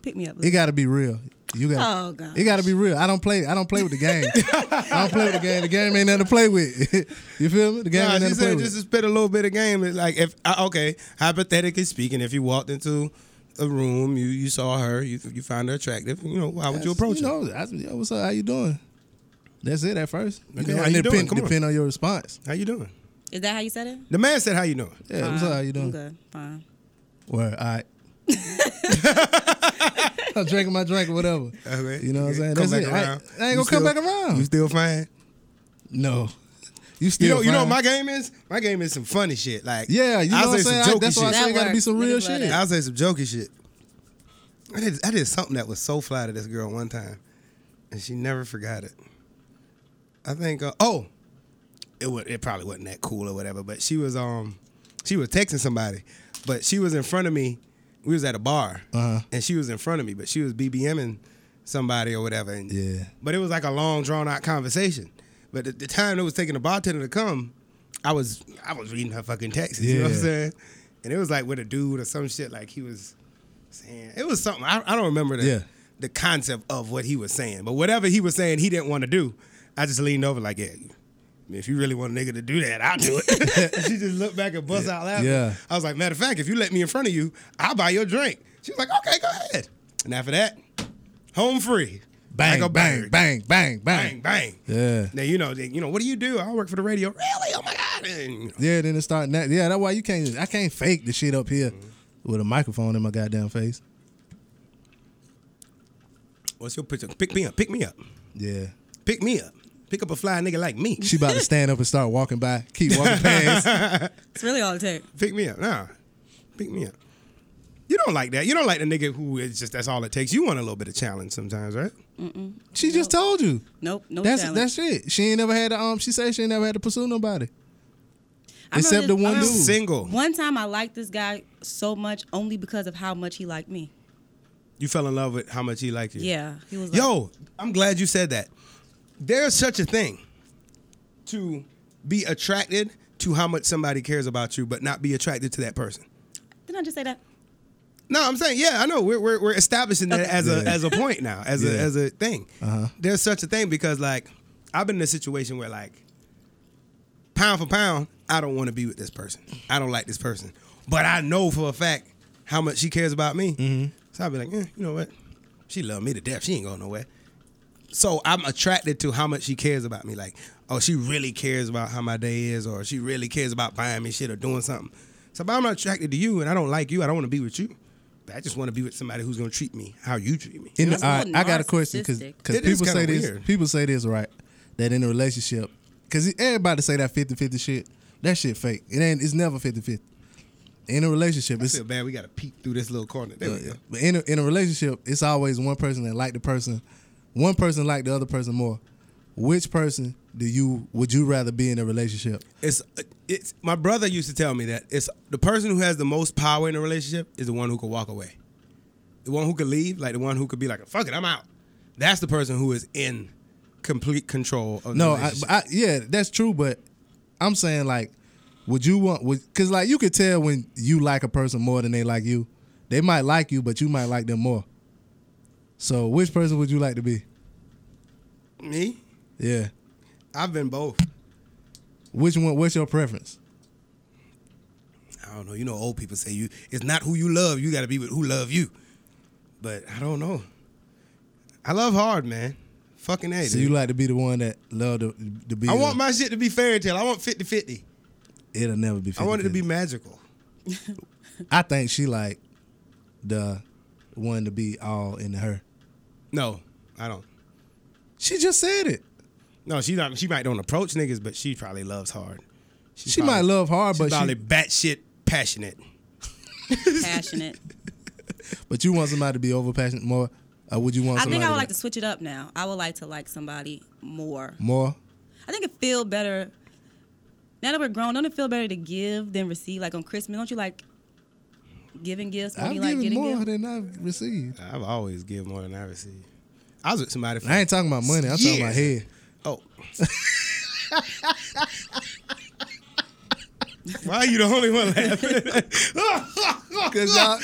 Speaker 3: Pick me up.
Speaker 2: It got to be real. You got.
Speaker 3: oh god.
Speaker 2: It got to be real. I don't play. I don't play with the game. I don't play with the game. The game ain't nothing to play with. you feel me? The game
Speaker 1: Nah,
Speaker 2: ain't
Speaker 1: she
Speaker 2: nothing to play
Speaker 1: said
Speaker 2: with.
Speaker 1: just to spit a little bit of game. It's like if uh, okay, hypothetically speaking, if you walked into a room, you you saw her, you you found her attractive. You know, how would you approach
Speaker 2: You
Speaker 1: her?
Speaker 2: know, I, yo, what's up? How you doing? That's it at first.
Speaker 1: Okay,
Speaker 2: know,
Speaker 1: how
Speaker 2: and
Speaker 1: you doing?
Speaker 2: depend,
Speaker 1: Come on.
Speaker 2: depend on your response.
Speaker 1: How you doing?
Speaker 3: Is that how you said it?
Speaker 1: The man said, "How you doing?"
Speaker 2: Yeah, what's up? How you
Speaker 3: I'm
Speaker 2: doing?
Speaker 3: good. Fine.
Speaker 2: Well, all right. I'm drinking my drink or whatever.
Speaker 1: Okay.
Speaker 2: You know what I'm saying?
Speaker 1: Okay, Come
Speaker 2: That's
Speaker 1: back
Speaker 2: it. I-
Speaker 1: around.
Speaker 2: I ain't
Speaker 1: You
Speaker 2: gonna come
Speaker 1: still-
Speaker 2: back around.
Speaker 1: You still fine?
Speaker 2: No. You still
Speaker 1: You know, you know
Speaker 2: fine.
Speaker 1: what my game is? My game is some funny shit. Like
Speaker 2: Yeah, you know
Speaker 1: I'll
Speaker 2: what I'm
Speaker 1: say
Speaker 2: saying?
Speaker 1: some
Speaker 2: I-
Speaker 1: jokey
Speaker 2: that's why I
Speaker 1: shit.
Speaker 2: said it got to be some
Speaker 3: That
Speaker 2: real
Speaker 3: works.
Speaker 2: shit.
Speaker 3: Niggas love
Speaker 1: I'll say some jokey shit. I did I did something that was so fly to this girl one time, and she never forgot it. I think uh, oh, it was it probably wasn't that cool or whatever, but she was um she was texting somebody, but she was in front of me. We was at a bar,
Speaker 2: Uh-huh.
Speaker 1: and she was in front of me, but she was BBMing somebody or whatever. And,
Speaker 2: Yeah.
Speaker 1: but it was like a long drawn out conversation. But at the time it was taking the bartender to come, I was I was reading her fucking texts. You know what I'm
Speaker 2: Yeah.
Speaker 1: saying? And it was like with a dude or some shit. Like he was saying it was something. I, I don't remember the
Speaker 2: Yeah.
Speaker 1: the concept of what he was saying. But whatever he was saying, he didn't want to do. I just leaned over like, yeah. I mean, If you really want a nigga to do that, I'll do it. she just looked back and bust out laughing.
Speaker 2: Yeah.
Speaker 1: I was like, matter of fact, if you let me in front of you, I'll buy your drink. She was like, okay, go ahead. And after that, home free.
Speaker 2: Bang,
Speaker 1: Like a
Speaker 2: bang,
Speaker 1: bird.
Speaker 2: bang, bang, bang,
Speaker 1: bang, bang.
Speaker 2: Yeah.
Speaker 1: Now you know, then, you know, what do you do? I work for the radio. Really? Oh my god! And, you know,
Speaker 2: Yeah, then it start. That, yeah, that's why you can't. I can't fake the shit up here with a microphone in my goddamn face.
Speaker 1: what's your picture? Pick me up. Pick me up.
Speaker 2: Yeah.
Speaker 1: Pick me up. Pick up a fly nigga like me.
Speaker 2: She about to stand up and start walking by. Keep walking past.
Speaker 3: It's really all it takes.
Speaker 1: Pick me up. Nah. Pick me up. You don't like that. You don't like the nigga who is just that's all it takes. You want a little bit of challenge sometimes, right?
Speaker 2: She just told you.
Speaker 3: Nope. No
Speaker 2: That's
Speaker 3: challenge.
Speaker 2: that's it. She ain't never had to. Um, she said she ain't never had to pursue nobody.
Speaker 3: I remember
Speaker 2: except the
Speaker 3: this- I
Speaker 2: one
Speaker 3: remember
Speaker 2: dude.
Speaker 1: Single.
Speaker 3: One time I liked this guy so much only because of how much he liked me.
Speaker 1: You fell in love with how much he liked you.
Speaker 3: Yeah. He was like,
Speaker 1: Yo, I'm glad you said that. There's such a thing to be attracted to how much somebody cares about you, but not be attracted to that person.
Speaker 3: Didn't I just say that?
Speaker 1: No, I'm saying, yeah, I know. We're we're, we're establishing that
Speaker 3: Okay. Uh-huh.
Speaker 1: as a
Speaker 2: Yeah.
Speaker 1: as a point now, as a
Speaker 2: Yeah.
Speaker 1: as a thing. There's such a thing because like I've been in a situation where like pound for pound, I don't want to be with this person. I don't like this person, but I know for a fact how much she cares about me. So I'll be like, eh, you know what? She love me to death. She ain't going nowhere. So I'm attracted to how much she cares about me. Like, oh, she really cares about how my day is, or she really cares about buying me shit or doing something. So, but I'm not attracted to you, and I don't like you. I don't want to be with you. But I just want to be with somebody who's gonna treat me how you treat me.
Speaker 2: In the,
Speaker 3: That's a
Speaker 2: all right,
Speaker 3: little
Speaker 2: I got a question because
Speaker 3: narcissistic.
Speaker 1: It is
Speaker 2: people say
Speaker 1: kinda
Speaker 2: this.
Speaker 1: weird.
Speaker 2: People say this right that in a relationship because everybody say that 50-50 shit. That shit fake. It ain't. It's never 50-50. In a relationship,
Speaker 1: I
Speaker 2: it's
Speaker 1: feel bad. We gotta peek through this little corner. There we go.
Speaker 2: But in a, in a relationship, it's always one person that like the person, one person like the other person more. Which person do you would you rather be in a relationship?
Speaker 1: It's it's my brother used to tell me that it's the person who has the most power in a relationship is the one who can walk away. the one who could leave, like the one who could be like, "Fuck it, I'm out." That's the person who is in complete control of.
Speaker 2: No,
Speaker 1: the
Speaker 2: I,
Speaker 1: relationship.
Speaker 2: I, yeah, that's true. But I'm saying like, would you want? Would because like you could tell when you like a person more than they like you. They might like you, but you might like them more. So which person would you like to be?
Speaker 1: me,
Speaker 2: Yeah.
Speaker 1: I've been both.
Speaker 2: Which one? What's your preference?
Speaker 1: I don't know. You know, old people say you it's not who you love. You got to be with who love you. But I don't know. I love hard, man. Fucking A.
Speaker 2: So
Speaker 1: dude.
Speaker 2: you like to be the one that love to, to be.
Speaker 1: I
Speaker 2: the-
Speaker 1: want my shit to be fairy tale. I want 50-50.
Speaker 2: It'll never be. 50
Speaker 1: I want it to be magical.
Speaker 2: I think she like the one to be all into her.
Speaker 1: No, I don't.
Speaker 2: She just said it.
Speaker 1: No, she not. She might don't approach niggas, but she probably loves hard.
Speaker 2: She might love hard,
Speaker 1: she's
Speaker 2: but
Speaker 1: probably
Speaker 2: she,
Speaker 1: batshit passionate.
Speaker 3: Passionate.
Speaker 2: but you want somebody to be over passionate more. Or would you want?
Speaker 3: I
Speaker 2: Somebody
Speaker 3: think I would
Speaker 2: that-
Speaker 3: like to switch it up now. I would like to like somebody more.
Speaker 2: more.
Speaker 3: I think it feel better. Now that we're grown, don't it feel better to give than receive? Like on Christmas, don't you like giving gifts? Don't
Speaker 2: I've
Speaker 3: you
Speaker 2: given
Speaker 3: like getting
Speaker 2: more
Speaker 3: gifts?
Speaker 2: than I've received.
Speaker 1: I've always give more than I receive. I was with somebody. For
Speaker 2: I ain't talking about money. I'm talking about
Speaker 1: years.
Speaker 2: head.
Speaker 1: Oh. Why are you the only one laughing?
Speaker 2: Cause y'all,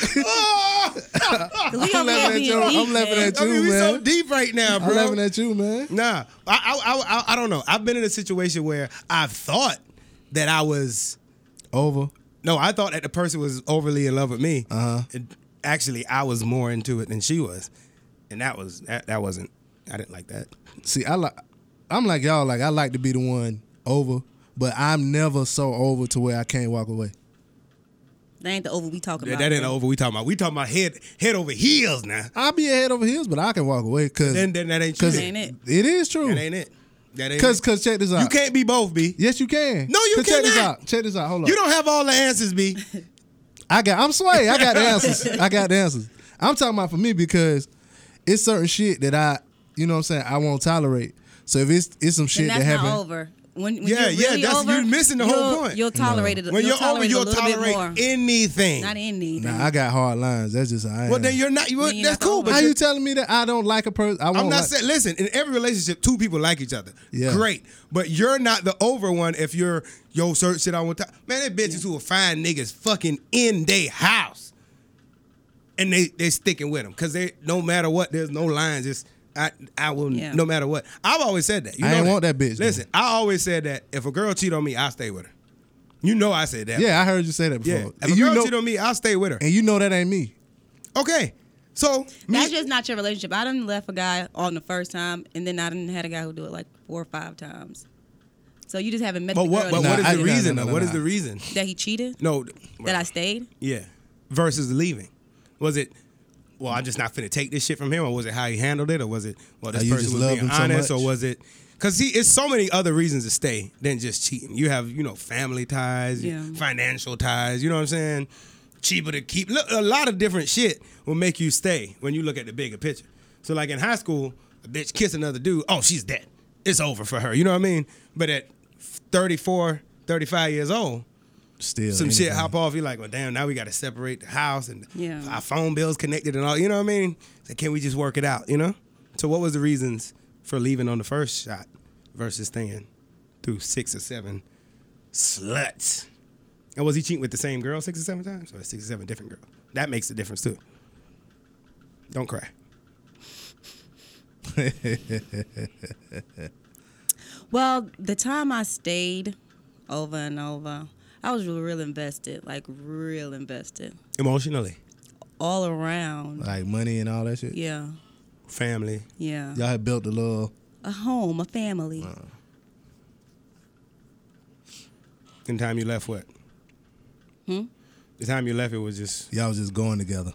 Speaker 3: 'Cause we
Speaker 2: I'm laughing
Speaker 3: over here
Speaker 2: at
Speaker 3: being
Speaker 2: your- I'm
Speaker 3: deep,
Speaker 2: laughing
Speaker 3: man.
Speaker 2: at
Speaker 1: I mean, we
Speaker 2: Dude,
Speaker 1: so
Speaker 2: man.
Speaker 1: deep right now, bro.
Speaker 2: I'm laughing at you, man.
Speaker 1: Nah, I, I, I, I, I don't know. I've been in a situation where I thought that I was.
Speaker 2: Over.
Speaker 1: No, I thought that the person was overly in love with me.
Speaker 2: Uh-huh.
Speaker 1: And Actually, I was more into it than she was, and that was that, that wasn't. I didn't like that.
Speaker 2: See, I like. I'm like y'all. Like I like to be the one over, but I'm never so over to where I can't walk away.
Speaker 3: That ain't the over we talking
Speaker 1: That,
Speaker 3: about.
Speaker 1: that ain't
Speaker 3: bro.
Speaker 1: over. We talking about. We talking about head head over heels now.
Speaker 2: I'll be head over heels, but I can walk away because
Speaker 1: Then then that ain't you.
Speaker 2: Cause
Speaker 1: That
Speaker 3: Ain't it?
Speaker 2: it is true.
Speaker 1: ain't it. That ain't.
Speaker 2: Cause
Speaker 1: Because
Speaker 2: cause check this out.
Speaker 1: you can't be both, b.
Speaker 2: Yes, you can.
Speaker 1: No, you
Speaker 2: 'Cause Check this
Speaker 1: cannot.
Speaker 2: out. Check this out. Hold on.
Speaker 1: You don't have all the answers, b.
Speaker 2: I got. I'm sway. I got the answers. I got the answers. I'm talking about for me because it's certain shit that I, you know, what I'm saying I won't tolerate. So if it's it's some
Speaker 3: Then
Speaker 2: shit that
Speaker 3: that's not
Speaker 2: happened,
Speaker 3: over. When, when
Speaker 1: Yeah,
Speaker 3: you're
Speaker 1: yeah,
Speaker 3: really
Speaker 1: that's-
Speaker 3: over,
Speaker 1: you're missing the whole
Speaker 3: you'll-
Speaker 1: point.
Speaker 3: You'll tolerate it.
Speaker 1: When you're
Speaker 3: you'll
Speaker 1: over,
Speaker 3: tolerate it a
Speaker 1: you'll
Speaker 3: little bit
Speaker 1: tolerate
Speaker 3: more.
Speaker 1: anything.
Speaker 3: Not anything.
Speaker 2: nah, I got hard lines. That's just how I
Speaker 1: well,
Speaker 2: am.
Speaker 1: then you're not. You,
Speaker 3: Then you're
Speaker 1: that's
Speaker 3: not the
Speaker 1: cool.
Speaker 3: only
Speaker 1: But
Speaker 2: How
Speaker 3: one.
Speaker 1: you
Speaker 2: you telling me that I don't like a person? I won't
Speaker 1: I'm not
Speaker 2: like-
Speaker 1: saying. Listen, in every relationship, two people like each other.
Speaker 2: Oh, Yeah.
Speaker 1: Great, but you're not the over one if you're yo search shit I want to. Man, that bitches who will find niggas fucking in they house, and they they sticking with them because they no matter what, there's no lines. It's I I will
Speaker 3: Yeah.
Speaker 1: no matter what. I've always said that. You
Speaker 2: I
Speaker 1: know
Speaker 2: ain't want that bitch,
Speaker 1: Listen, I always said that if a girl cheat on me, I stay with her. You know I said that.
Speaker 2: Yeah, I heard you say that before.
Speaker 1: yeah. If
Speaker 2: And
Speaker 1: a
Speaker 2: you
Speaker 1: girl
Speaker 2: know,
Speaker 1: cheat on me, I stay with her.
Speaker 2: and you know that ain't me.
Speaker 1: Okay, so me-
Speaker 3: That's just not your relationship. I done left a guy on the first time, and then I done had a guy who do it like four or five times. So you just haven't met
Speaker 1: But
Speaker 3: the
Speaker 1: what?
Speaker 3: girl
Speaker 1: But
Speaker 3: that
Speaker 1: what
Speaker 3: you
Speaker 1: is
Speaker 2: Nah, I-
Speaker 1: the
Speaker 2: no,
Speaker 3: dated.
Speaker 2: no,
Speaker 1: reason?
Speaker 2: no,
Speaker 1: though?
Speaker 2: no,
Speaker 1: What is
Speaker 2: no.
Speaker 1: the reason?
Speaker 3: that he cheated?
Speaker 1: No.
Speaker 3: That I stayed?
Speaker 1: Yeah. Versus leaving. Was it, well, I'm just not finna take this shit from him, or was it how he handled it, or was it, well,
Speaker 2: Oh,
Speaker 1: this
Speaker 2: you just
Speaker 1: person was
Speaker 2: love him
Speaker 1: being
Speaker 2: so
Speaker 1: honest,
Speaker 2: much?
Speaker 1: or was it, because see, it's so many other reasons to stay than just cheating. You have, you know, family ties,
Speaker 3: Yeah.
Speaker 1: financial ties, you know what I'm saying? Cheaper to keep. Look, a lot of different shit will make you stay when you look at the bigger picture. So, like in high school, a bitch kiss another dude, oh, she's dead. It's over for her, you know what I mean? But at 34, 35 years old,
Speaker 2: Still,
Speaker 1: some
Speaker 2: anything.
Speaker 1: shit hop off. You're like, well, damn, now we got to separate the house and
Speaker 3: Yeah.
Speaker 1: our phone bills connected and all. You know what I mean? So can we just work it out? You know? So what was the reasons for leaving on the first shot versus staying through six or seven sluts? And was he cheating with the same girl six or seven times, or six or seven different girls? That makes a difference too. Don't cry.
Speaker 3: Well, the time I stayed over and over, I was real, real invested, like real invested,
Speaker 1: Emotionally,
Speaker 3: all around.
Speaker 2: like money and all that shit.
Speaker 3: Yeah,
Speaker 1: family.
Speaker 3: yeah.
Speaker 2: Y'all had built a little.
Speaker 3: A home, a family.
Speaker 1: In time you left, what?
Speaker 3: Hmm?
Speaker 1: The time you left, it was just
Speaker 2: Y'all was just going together.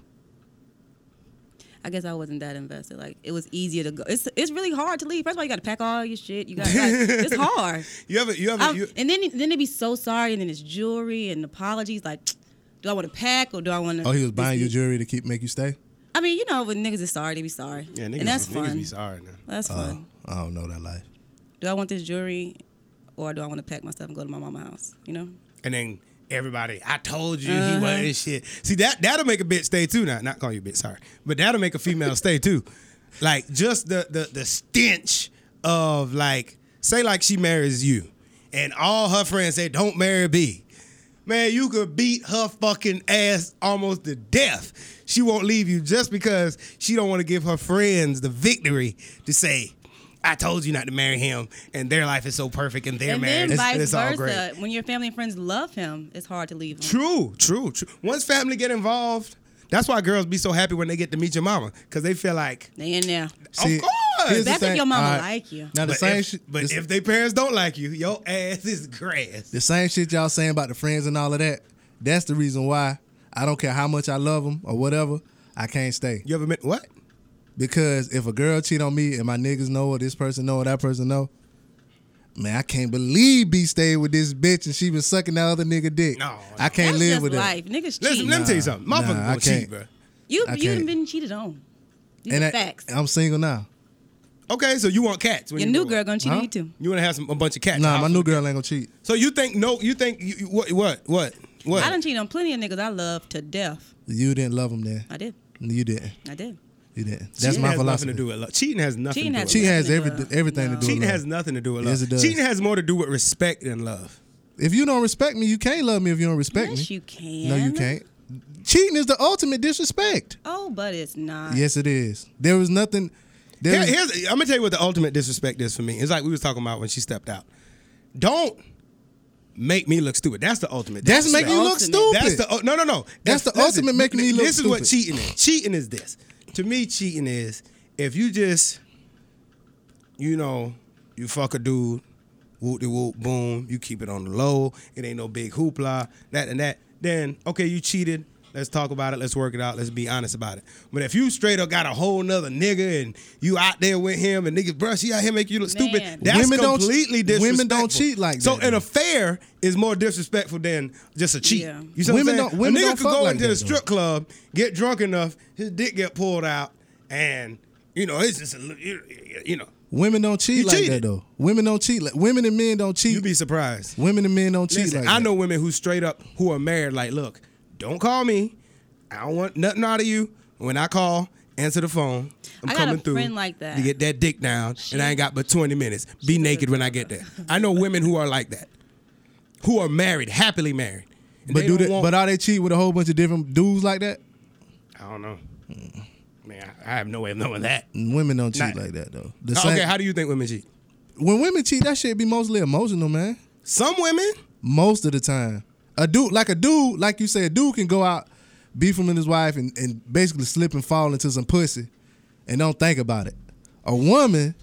Speaker 3: I guess I wasn't that invested. Like it was easier to go. It's it's really hard to leave. First of all, you got to pack all your shit. You got like, it's hard.
Speaker 1: you ever you ever
Speaker 3: I'm-
Speaker 1: you,
Speaker 3: and then then they'd be so sorry, and then it's jewelry and apologies. Like, do I want to pack or do I want to?
Speaker 2: Oh, he was buying you jewelry to keep make you stay.
Speaker 3: I mean, you know, when niggas is sorry, they be sorry.
Speaker 1: yeah niggas,
Speaker 3: and that's
Speaker 1: niggas
Speaker 3: fun.
Speaker 1: be sorry now.
Speaker 3: That's
Speaker 2: Uh,
Speaker 3: fun.
Speaker 2: I don't know that life.
Speaker 3: Do I want this jewelry, or do I want to pack my stuff and go to my mama's house? You know,
Speaker 1: and then Everybody, I told you
Speaker 3: Uh-huh.
Speaker 1: he wasn't shit. See that that'll make a bitch stay too. Now, not call you a bitch, sorry, but that'll make a female stay too. Like just the the the stench of like say like she marries you, and all her friends say don't marry B. Man, you could beat her fucking ass almost to death. She won't leave you just because she don't want to give her friends the victory to say, "I told you not to marry him," and their life is so perfect and their
Speaker 3: and
Speaker 1: marriage
Speaker 3: then
Speaker 1: is
Speaker 3: vice
Speaker 1: it's all great.
Speaker 3: versa. When your family and friends love him, it's hard to leave him.
Speaker 1: True, true, true. Once family get involved, that's why girls be so happy when they get to meet your mama because they feel like,
Speaker 3: They in there.
Speaker 2: See,
Speaker 1: of course.
Speaker 2: here's the
Speaker 3: Back if
Speaker 2: thing-
Speaker 3: your mama
Speaker 2: all
Speaker 3: like you.
Speaker 2: Now the
Speaker 1: But
Speaker 2: same,
Speaker 1: if,
Speaker 2: shit,
Speaker 1: but
Speaker 2: this-
Speaker 1: if they parents don't like you, your ass is grass.
Speaker 2: the same shit y'all saying about the friends and all of that. That's the reason why I don't care how much I love them or whatever. I can't stay
Speaker 1: You ever met what?
Speaker 2: because if a girl cheat on me and my niggas know or this person know or that person know, man, I can't believe B stayed with this bitch and she was sucking that other nigga dick.
Speaker 1: No,
Speaker 2: I can't
Speaker 3: That's
Speaker 2: live
Speaker 3: just
Speaker 2: with that.
Speaker 3: life. Niggas
Speaker 1: Listen,
Speaker 3: cheat.
Speaker 1: let me tell you something.
Speaker 2: Nah,
Speaker 1: Motherfuckers
Speaker 2: I
Speaker 1: gonna
Speaker 2: can't.
Speaker 1: cheat, bro.
Speaker 3: you
Speaker 2: I
Speaker 3: you
Speaker 2: can't.
Speaker 3: been cheated on. These
Speaker 2: And
Speaker 3: are
Speaker 2: I-
Speaker 3: facts.
Speaker 2: I'm single now.
Speaker 1: Okay, so you want cats? When
Speaker 3: your
Speaker 1: you
Speaker 3: new
Speaker 1: grow
Speaker 3: girl
Speaker 1: up.
Speaker 3: gonna cheat
Speaker 2: Huh?
Speaker 3: on you too.
Speaker 1: You want to have some a bunch of cats?
Speaker 2: Nah,
Speaker 1: How-
Speaker 2: my new girl ain't gonna cheat.
Speaker 1: So you think no? You think you, you- what? What? What? What?
Speaker 3: I done cheated on plenty of niggas I love to death.
Speaker 2: You didn't love him then.
Speaker 3: I did.
Speaker 2: You didn't.
Speaker 3: I did.
Speaker 2: You didn't. That's
Speaker 1: Cheating
Speaker 2: my
Speaker 1: has
Speaker 2: philosophy.
Speaker 1: Nothing to do with love. Cheating has nothing.
Speaker 3: Cheating
Speaker 1: to do
Speaker 3: has
Speaker 2: She
Speaker 1: with love.
Speaker 2: has
Speaker 3: Nothing to
Speaker 2: every,
Speaker 3: do with-
Speaker 2: everything
Speaker 3: no.
Speaker 2: to do.
Speaker 1: Cheating
Speaker 2: with
Speaker 1: has
Speaker 2: love.
Speaker 1: nothing to do with love.
Speaker 2: Yes, it does.
Speaker 1: Cheating has more to do with respect than love.
Speaker 2: If you don't respect me, you can't love me. If you don't respect
Speaker 3: Yes,
Speaker 2: me,
Speaker 3: you can.
Speaker 2: no, you can't. Cheating is the ultimate disrespect.
Speaker 3: Oh, but it's not.
Speaker 2: Yes, it is. There was nothing. There
Speaker 1: Uh. Here-
Speaker 2: was,
Speaker 1: here's, I'm gonna tell you what the ultimate disrespect is for me. It's like we was talking about when she stepped out. Don't make me look stupid. That's the ultimate.
Speaker 2: that's
Speaker 1: disrespect.
Speaker 2: making you look
Speaker 3: ultimate.
Speaker 2: stupid.
Speaker 1: That's the oh, no no no.
Speaker 2: That's the ultimate making me look
Speaker 1: This is what
Speaker 2: stupid.
Speaker 1: cheating is. Cheating is this. To me, cheating is if you just, you know, you fuck a dude, whoop de whoop, boom. You keep it on the low. It ain't no big hoopla. That and that. Then okay, you cheated. Let's talk about it. Let's work it out. Let's be honest about it. But if you straight up got a whole nother nigga and you out there with him and niggas, bruh, she out here make you look
Speaker 3: Man.
Speaker 1: stupid. That's
Speaker 2: Women don't-
Speaker 1: completely disrespectful.
Speaker 2: women don't cheat like
Speaker 1: So
Speaker 2: that.
Speaker 1: in a affair is more disrespectful than just a cheat.
Speaker 3: Yeah.
Speaker 1: You see what
Speaker 2: Women
Speaker 1: I'm saying?
Speaker 2: don't- women
Speaker 1: a nigga
Speaker 2: don't
Speaker 1: could
Speaker 2: fuck
Speaker 1: go
Speaker 2: like
Speaker 1: into
Speaker 2: that,
Speaker 1: the strip club, get drunk enough, his dick get pulled out, and you know it's just a, li- you, you know
Speaker 2: Women don't cheat
Speaker 1: You
Speaker 2: like that
Speaker 1: cheated.
Speaker 2: though. Women don't cheat. Like, women and men don't cheat.
Speaker 1: you'd be surprised.
Speaker 2: women and men don't cheat
Speaker 1: Listen,
Speaker 2: like
Speaker 1: I
Speaker 2: that.
Speaker 1: know women who straight up who are married. Like, look, don't call me. I don't want nothing out of you. When I call, answer the phone. I'm
Speaker 3: I got a
Speaker 1: coming through
Speaker 3: friend like that.
Speaker 1: to get that dick down, and I ain't got but 20 minutes. Be naked when I get there. I know women who are like that, who are married, happily married. And
Speaker 2: But do
Speaker 1: don't
Speaker 2: they,
Speaker 1: want-
Speaker 2: but are they cheat with a whole bunch of different dudes like that?
Speaker 1: I don't know.
Speaker 2: Hmm.
Speaker 1: Man, I I have no way of knowing that.
Speaker 2: Women don't cheat
Speaker 1: Not- Oh,
Speaker 2: like that though. The
Speaker 1: okay,
Speaker 2: same-
Speaker 1: how do you think women cheat?
Speaker 2: when women cheat, that shit be mostly emotional, man.
Speaker 1: Some women,
Speaker 2: Most of the time. A dude, like a dude, like you said, a dude can go out, be from his wife, and, and basically slip and fall into some pussy and don't think about it. A woman,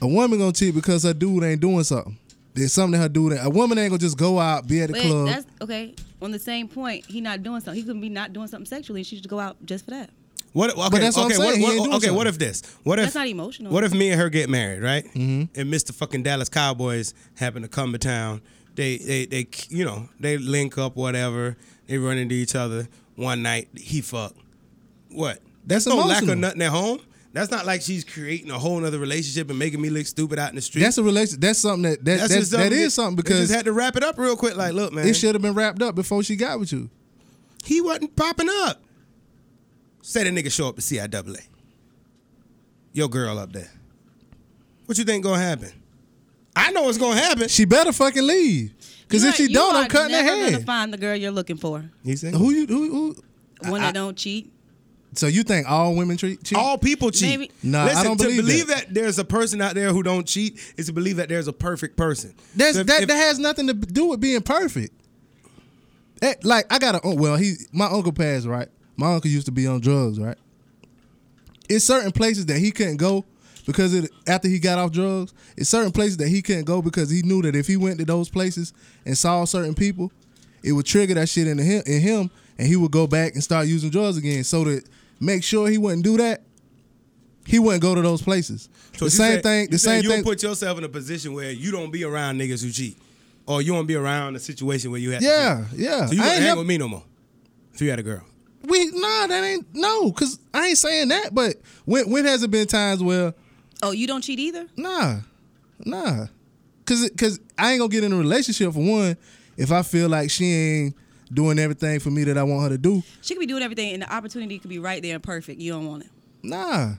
Speaker 2: a woman gonna cheat because her dude ain't doing something. There's something that her dude ain't. A woman ain't gonna just go out, be at the
Speaker 3: But
Speaker 2: club.
Speaker 3: that's okay. On the same point, he not doing something. He could be not doing something sexually, and she should go out just for that.
Speaker 1: what? Okay,
Speaker 2: that's what I'm
Speaker 1: okay,
Speaker 2: saying, he
Speaker 1: what,
Speaker 2: ain't doing
Speaker 1: what- okay.
Speaker 2: something.
Speaker 1: What if this? What if
Speaker 3: That's not emotional.
Speaker 1: What if me and her get married, right? Mm-hmm. And Mr. Fucking Dallas Cowboys happen to come to town. They, they, they, you know, they link up, whatever. They run into each other one night. He fuck. What?
Speaker 2: That's
Speaker 1: no lack
Speaker 2: emotional.
Speaker 1: of nothing at home. That's not like she's creating a whole other relationship and making me look stupid out in the street.
Speaker 2: that's a relation. That's something that that, that's
Speaker 1: just
Speaker 2: that is something
Speaker 1: we
Speaker 2: because
Speaker 1: just had to wrap it up real quick. Like, look, man,
Speaker 2: it should have been wrapped up before she got with you.
Speaker 1: He wasn't popping up. Say the nigga show up to CIAA. Your girl up there. What you think gonna happen? I know what's gonna happen.
Speaker 2: She better fucking leave. Cause
Speaker 3: You
Speaker 2: if
Speaker 3: are-
Speaker 2: she
Speaker 3: you
Speaker 2: don't,
Speaker 3: are
Speaker 2: I'm cutting her
Speaker 3: never Gonna
Speaker 2: head.
Speaker 3: find the girl you're looking for.
Speaker 1: He's saying
Speaker 2: Who you who, who?
Speaker 3: One that don't cheat.
Speaker 2: So you think all women treat cheat?
Speaker 1: all people cheat.
Speaker 3: Maybe-
Speaker 2: Nah, I
Speaker 1: Listen,
Speaker 2: don't
Speaker 1: to
Speaker 2: believe
Speaker 1: believe that. there's a person out there who don't cheat is to believe that there's a perfect person.
Speaker 2: That's
Speaker 1: So if-
Speaker 2: that,
Speaker 1: if-
Speaker 2: that has nothing to do with being perfect. That- like I got a un- well, he my uncle passed right. My uncle used to be on drugs right. It's certain places that he couldn't go because it, after he got off drugs, it's certain places that he couldn't go because he knew that if he went to those places and saw certain people, it would trigger that shit in him, in him, and he would go back and start using drugs again. So to make sure he wouldn't do that, he wouldn't go to those places. the
Speaker 1: so you
Speaker 2: same
Speaker 1: saying-
Speaker 2: thing. The
Speaker 1: you
Speaker 2: same
Speaker 1: saying you'll
Speaker 2: thing.
Speaker 1: put yourself in a position where you don't be around niggas who cheat, or you won't be around a situation where you have.
Speaker 2: yeah,
Speaker 1: to cheat.
Speaker 2: yeah.
Speaker 1: So you
Speaker 2: I
Speaker 1: wouldn't
Speaker 2: ain't
Speaker 1: hang
Speaker 2: never-
Speaker 1: with me no more if you had a girl.
Speaker 2: We nah, that ain't no, cause I ain't saying that. But when when has it been times where
Speaker 3: Oh, you don't cheat either.
Speaker 2: nah, nah, cause it- cause I ain't gonna get in a relationship for one if I feel like she ain't doing everything for me that I want her to do,
Speaker 3: She could be doing everything, and the opportunity could be right there and perfect. You don't want it.
Speaker 2: nah.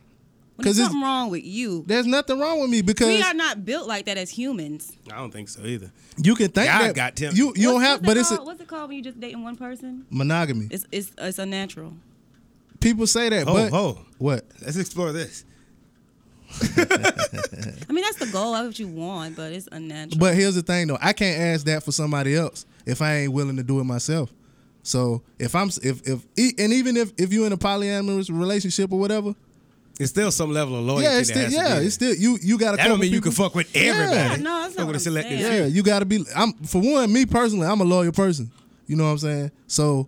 Speaker 3: When there's
Speaker 2: 'Cause it's-
Speaker 3: something wrong with you,
Speaker 2: There's nothing wrong with me because
Speaker 3: we are not built like that as humans.
Speaker 1: I don't think so either.
Speaker 2: you can think
Speaker 1: God
Speaker 2: that
Speaker 1: got tempted.
Speaker 2: you you don't
Speaker 3: What's-
Speaker 2: have,
Speaker 3: what's
Speaker 2: but
Speaker 3: it
Speaker 2: it's
Speaker 3: called?
Speaker 2: a,
Speaker 3: what's it called when you just dating one person?
Speaker 2: monogamy.
Speaker 3: It's it's it's unnatural.
Speaker 2: People say that,
Speaker 1: Oh,
Speaker 2: but
Speaker 1: oh.
Speaker 2: what?
Speaker 1: Let's explore this.
Speaker 3: I mean, that's the goal. That's what you want, but it's unnatural.
Speaker 2: But here's the thing though, I can't ask that for somebody else if I ain't willing to do it myself. So if I'm if if e- and even if if you're in a polyamorous relationship or whatever,
Speaker 1: It's still some level of loyalty.
Speaker 2: yeah, it's
Speaker 1: Oh, that
Speaker 2: still
Speaker 1: has to
Speaker 2: yeah,
Speaker 1: be
Speaker 2: it's
Speaker 1: there.
Speaker 2: still you you got to.
Speaker 1: That don't mean you can fuck with everybody.
Speaker 2: Yeah.
Speaker 3: No, that's not
Speaker 1: Fuck
Speaker 3: what
Speaker 1: with a
Speaker 3: I'm
Speaker 1: selective
Speaker 3: saying.
Speaker 1: few.
Speaker 2: Yeah, you gotta be. I'm for one, me personally, I'm a loyal person. You know what I'm saying? So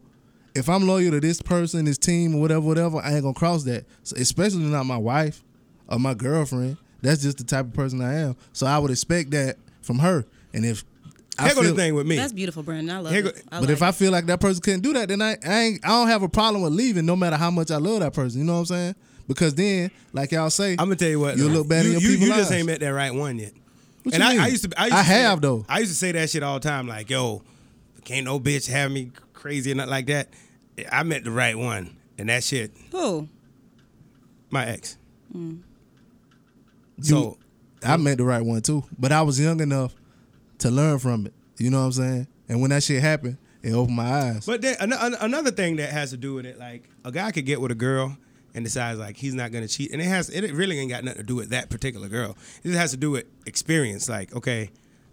Speaker 2: if I'm loyal to this person, this team, whatever, whatever, I ain't gonna cross that. So, especially not my wife or my girlfriend. That's just the type of person I am. So I would expect that from her. And if I
Speaker 1: Here go the
Speaker 2: feel,
Speaker 1: thing with me.
Speaker 3: that's beautiful, Brandon. I love
Speaker 1: Here go-
Speaker 3: it. I
Speaker 2: but
Speaker 3: like
Speaker 2: if I feel like that person couldn't do that, then I, I ain't I don't have a problem with leaving, no matter how much I love that person. You know what I'm saying? Because then, like y'all say,
Speaker 1: I'm gonna tell you what.
Speaker 2: you
Speaker 1: though.
Speaker 2: look bad in
Speaker 1: You,
Speaker 2: your
Speaker 1: you,
Speaker 2: people's
Speaker 1: you just
Speaker 2: eyes.
Speaker 1: ain't met that right one yet.
Speaker 2: What
Speaker 1: and
Speaker 2: you
Speaker 1: I,
Speaker 2: mean?
Speaker 1: I used to. I, used
Speaker 2: I
Speaker 1: to say
Speaker 2: have,
Speaker 1: that-
Speaker 2: though.
Speaker 1: I used to say that shit all the time. Like, yo, can't no bitch have me crazy and nothing like that. I met the right one, and that shit,
Speaker 3: it. who?
Speaker 1: my ex.
Speaker 3: Mm.
Speaker 1: So
Speaker 2: I met the right one too, but I was young enough to learn from it. You know what I'm saying? And when that shit happened, it opened my eyes.
Speaker 1: But then an- an- another thing that has to do with it, like a guy could get with a girl and decides like he's not gonna cheat, and it has it really ain't got nothing to do with that particular girl. It just has to do with experience. Like okay,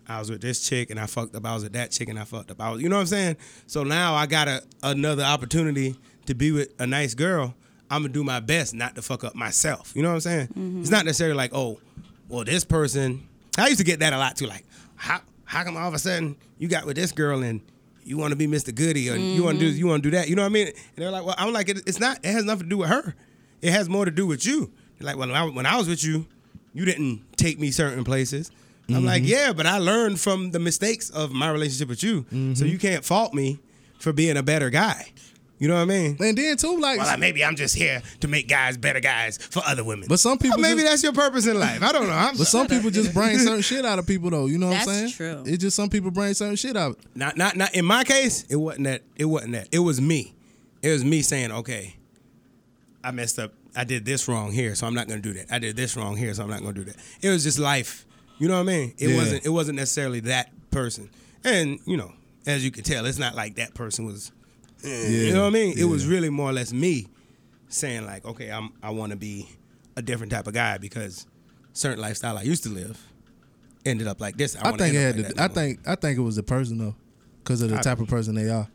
Speaker 1: I was with this chick and I fucked up. I was with that chick and I fucked up. I was, you know what I'm saying? So now I got a, another opportunity to be with a nice girl. I'm gonna do my best not to fuck up myself. You know what I'm saying? It's not necessarily like oh, well this person. I used to get that a lot too. Like how how come all of a sudden you got with this girl and you want to be Mr. Goody or you want to do you want to do that. You know what I mean? And they're like, well, I'm like, it, it's not. It has nothing to do with her. It has more to do with you. They're like, well, when I, when I was with you, you didn't take me certain places. I'm like, yeah, but I learned from the mistakes of my relationship with you. So you can't fault me for being a better guy. You know what I mean?
Speaker 2: And then too, like,
Speaker 1: Well, like, maybe I'm just here to make guys better guys for other women.
Speaker 2: But some people
Speaker 1: Well, maybe
Speaker 2: just-
Speaker 1: that's your purpose in life. I don't know. I'm
Speaker 2: but some people just bring certain shit out of people though. You know what I'm saying?
Speaker 3: That's true.
Speaker 2: It's just some people bring certain shit out.
Speaker 1: Not not not in my case, it wasn't that it wasn't that. It was me. It was me saying, Okay, I messed up. I did this wrong here, so I'm not gonna do that. I did this wrong here, so I'm not gonna do that. It was just life. You know what I mean? It
Speaker 2: Yeah.
Speaker 1: wasn't it wasn't necessarily that person. And, you know, as you can tell, it's not like that person was eh, you know what I mean? It was really more or less me saying like, okay, I'm I want to be a different type of guy because certain lifestyle I used to live ended up like this.
Speaker 2: I,
Speaker 1: wanna
Speaker 2: think it
Speaker 1: end
Speaker 2: had
Speaker 1: up
Speaker 2: to.
Speaker 1: like that no
Speaker 2: I
Speaker 1: more.
Speaker 2: think I think it was the person though, because of the type of person they are.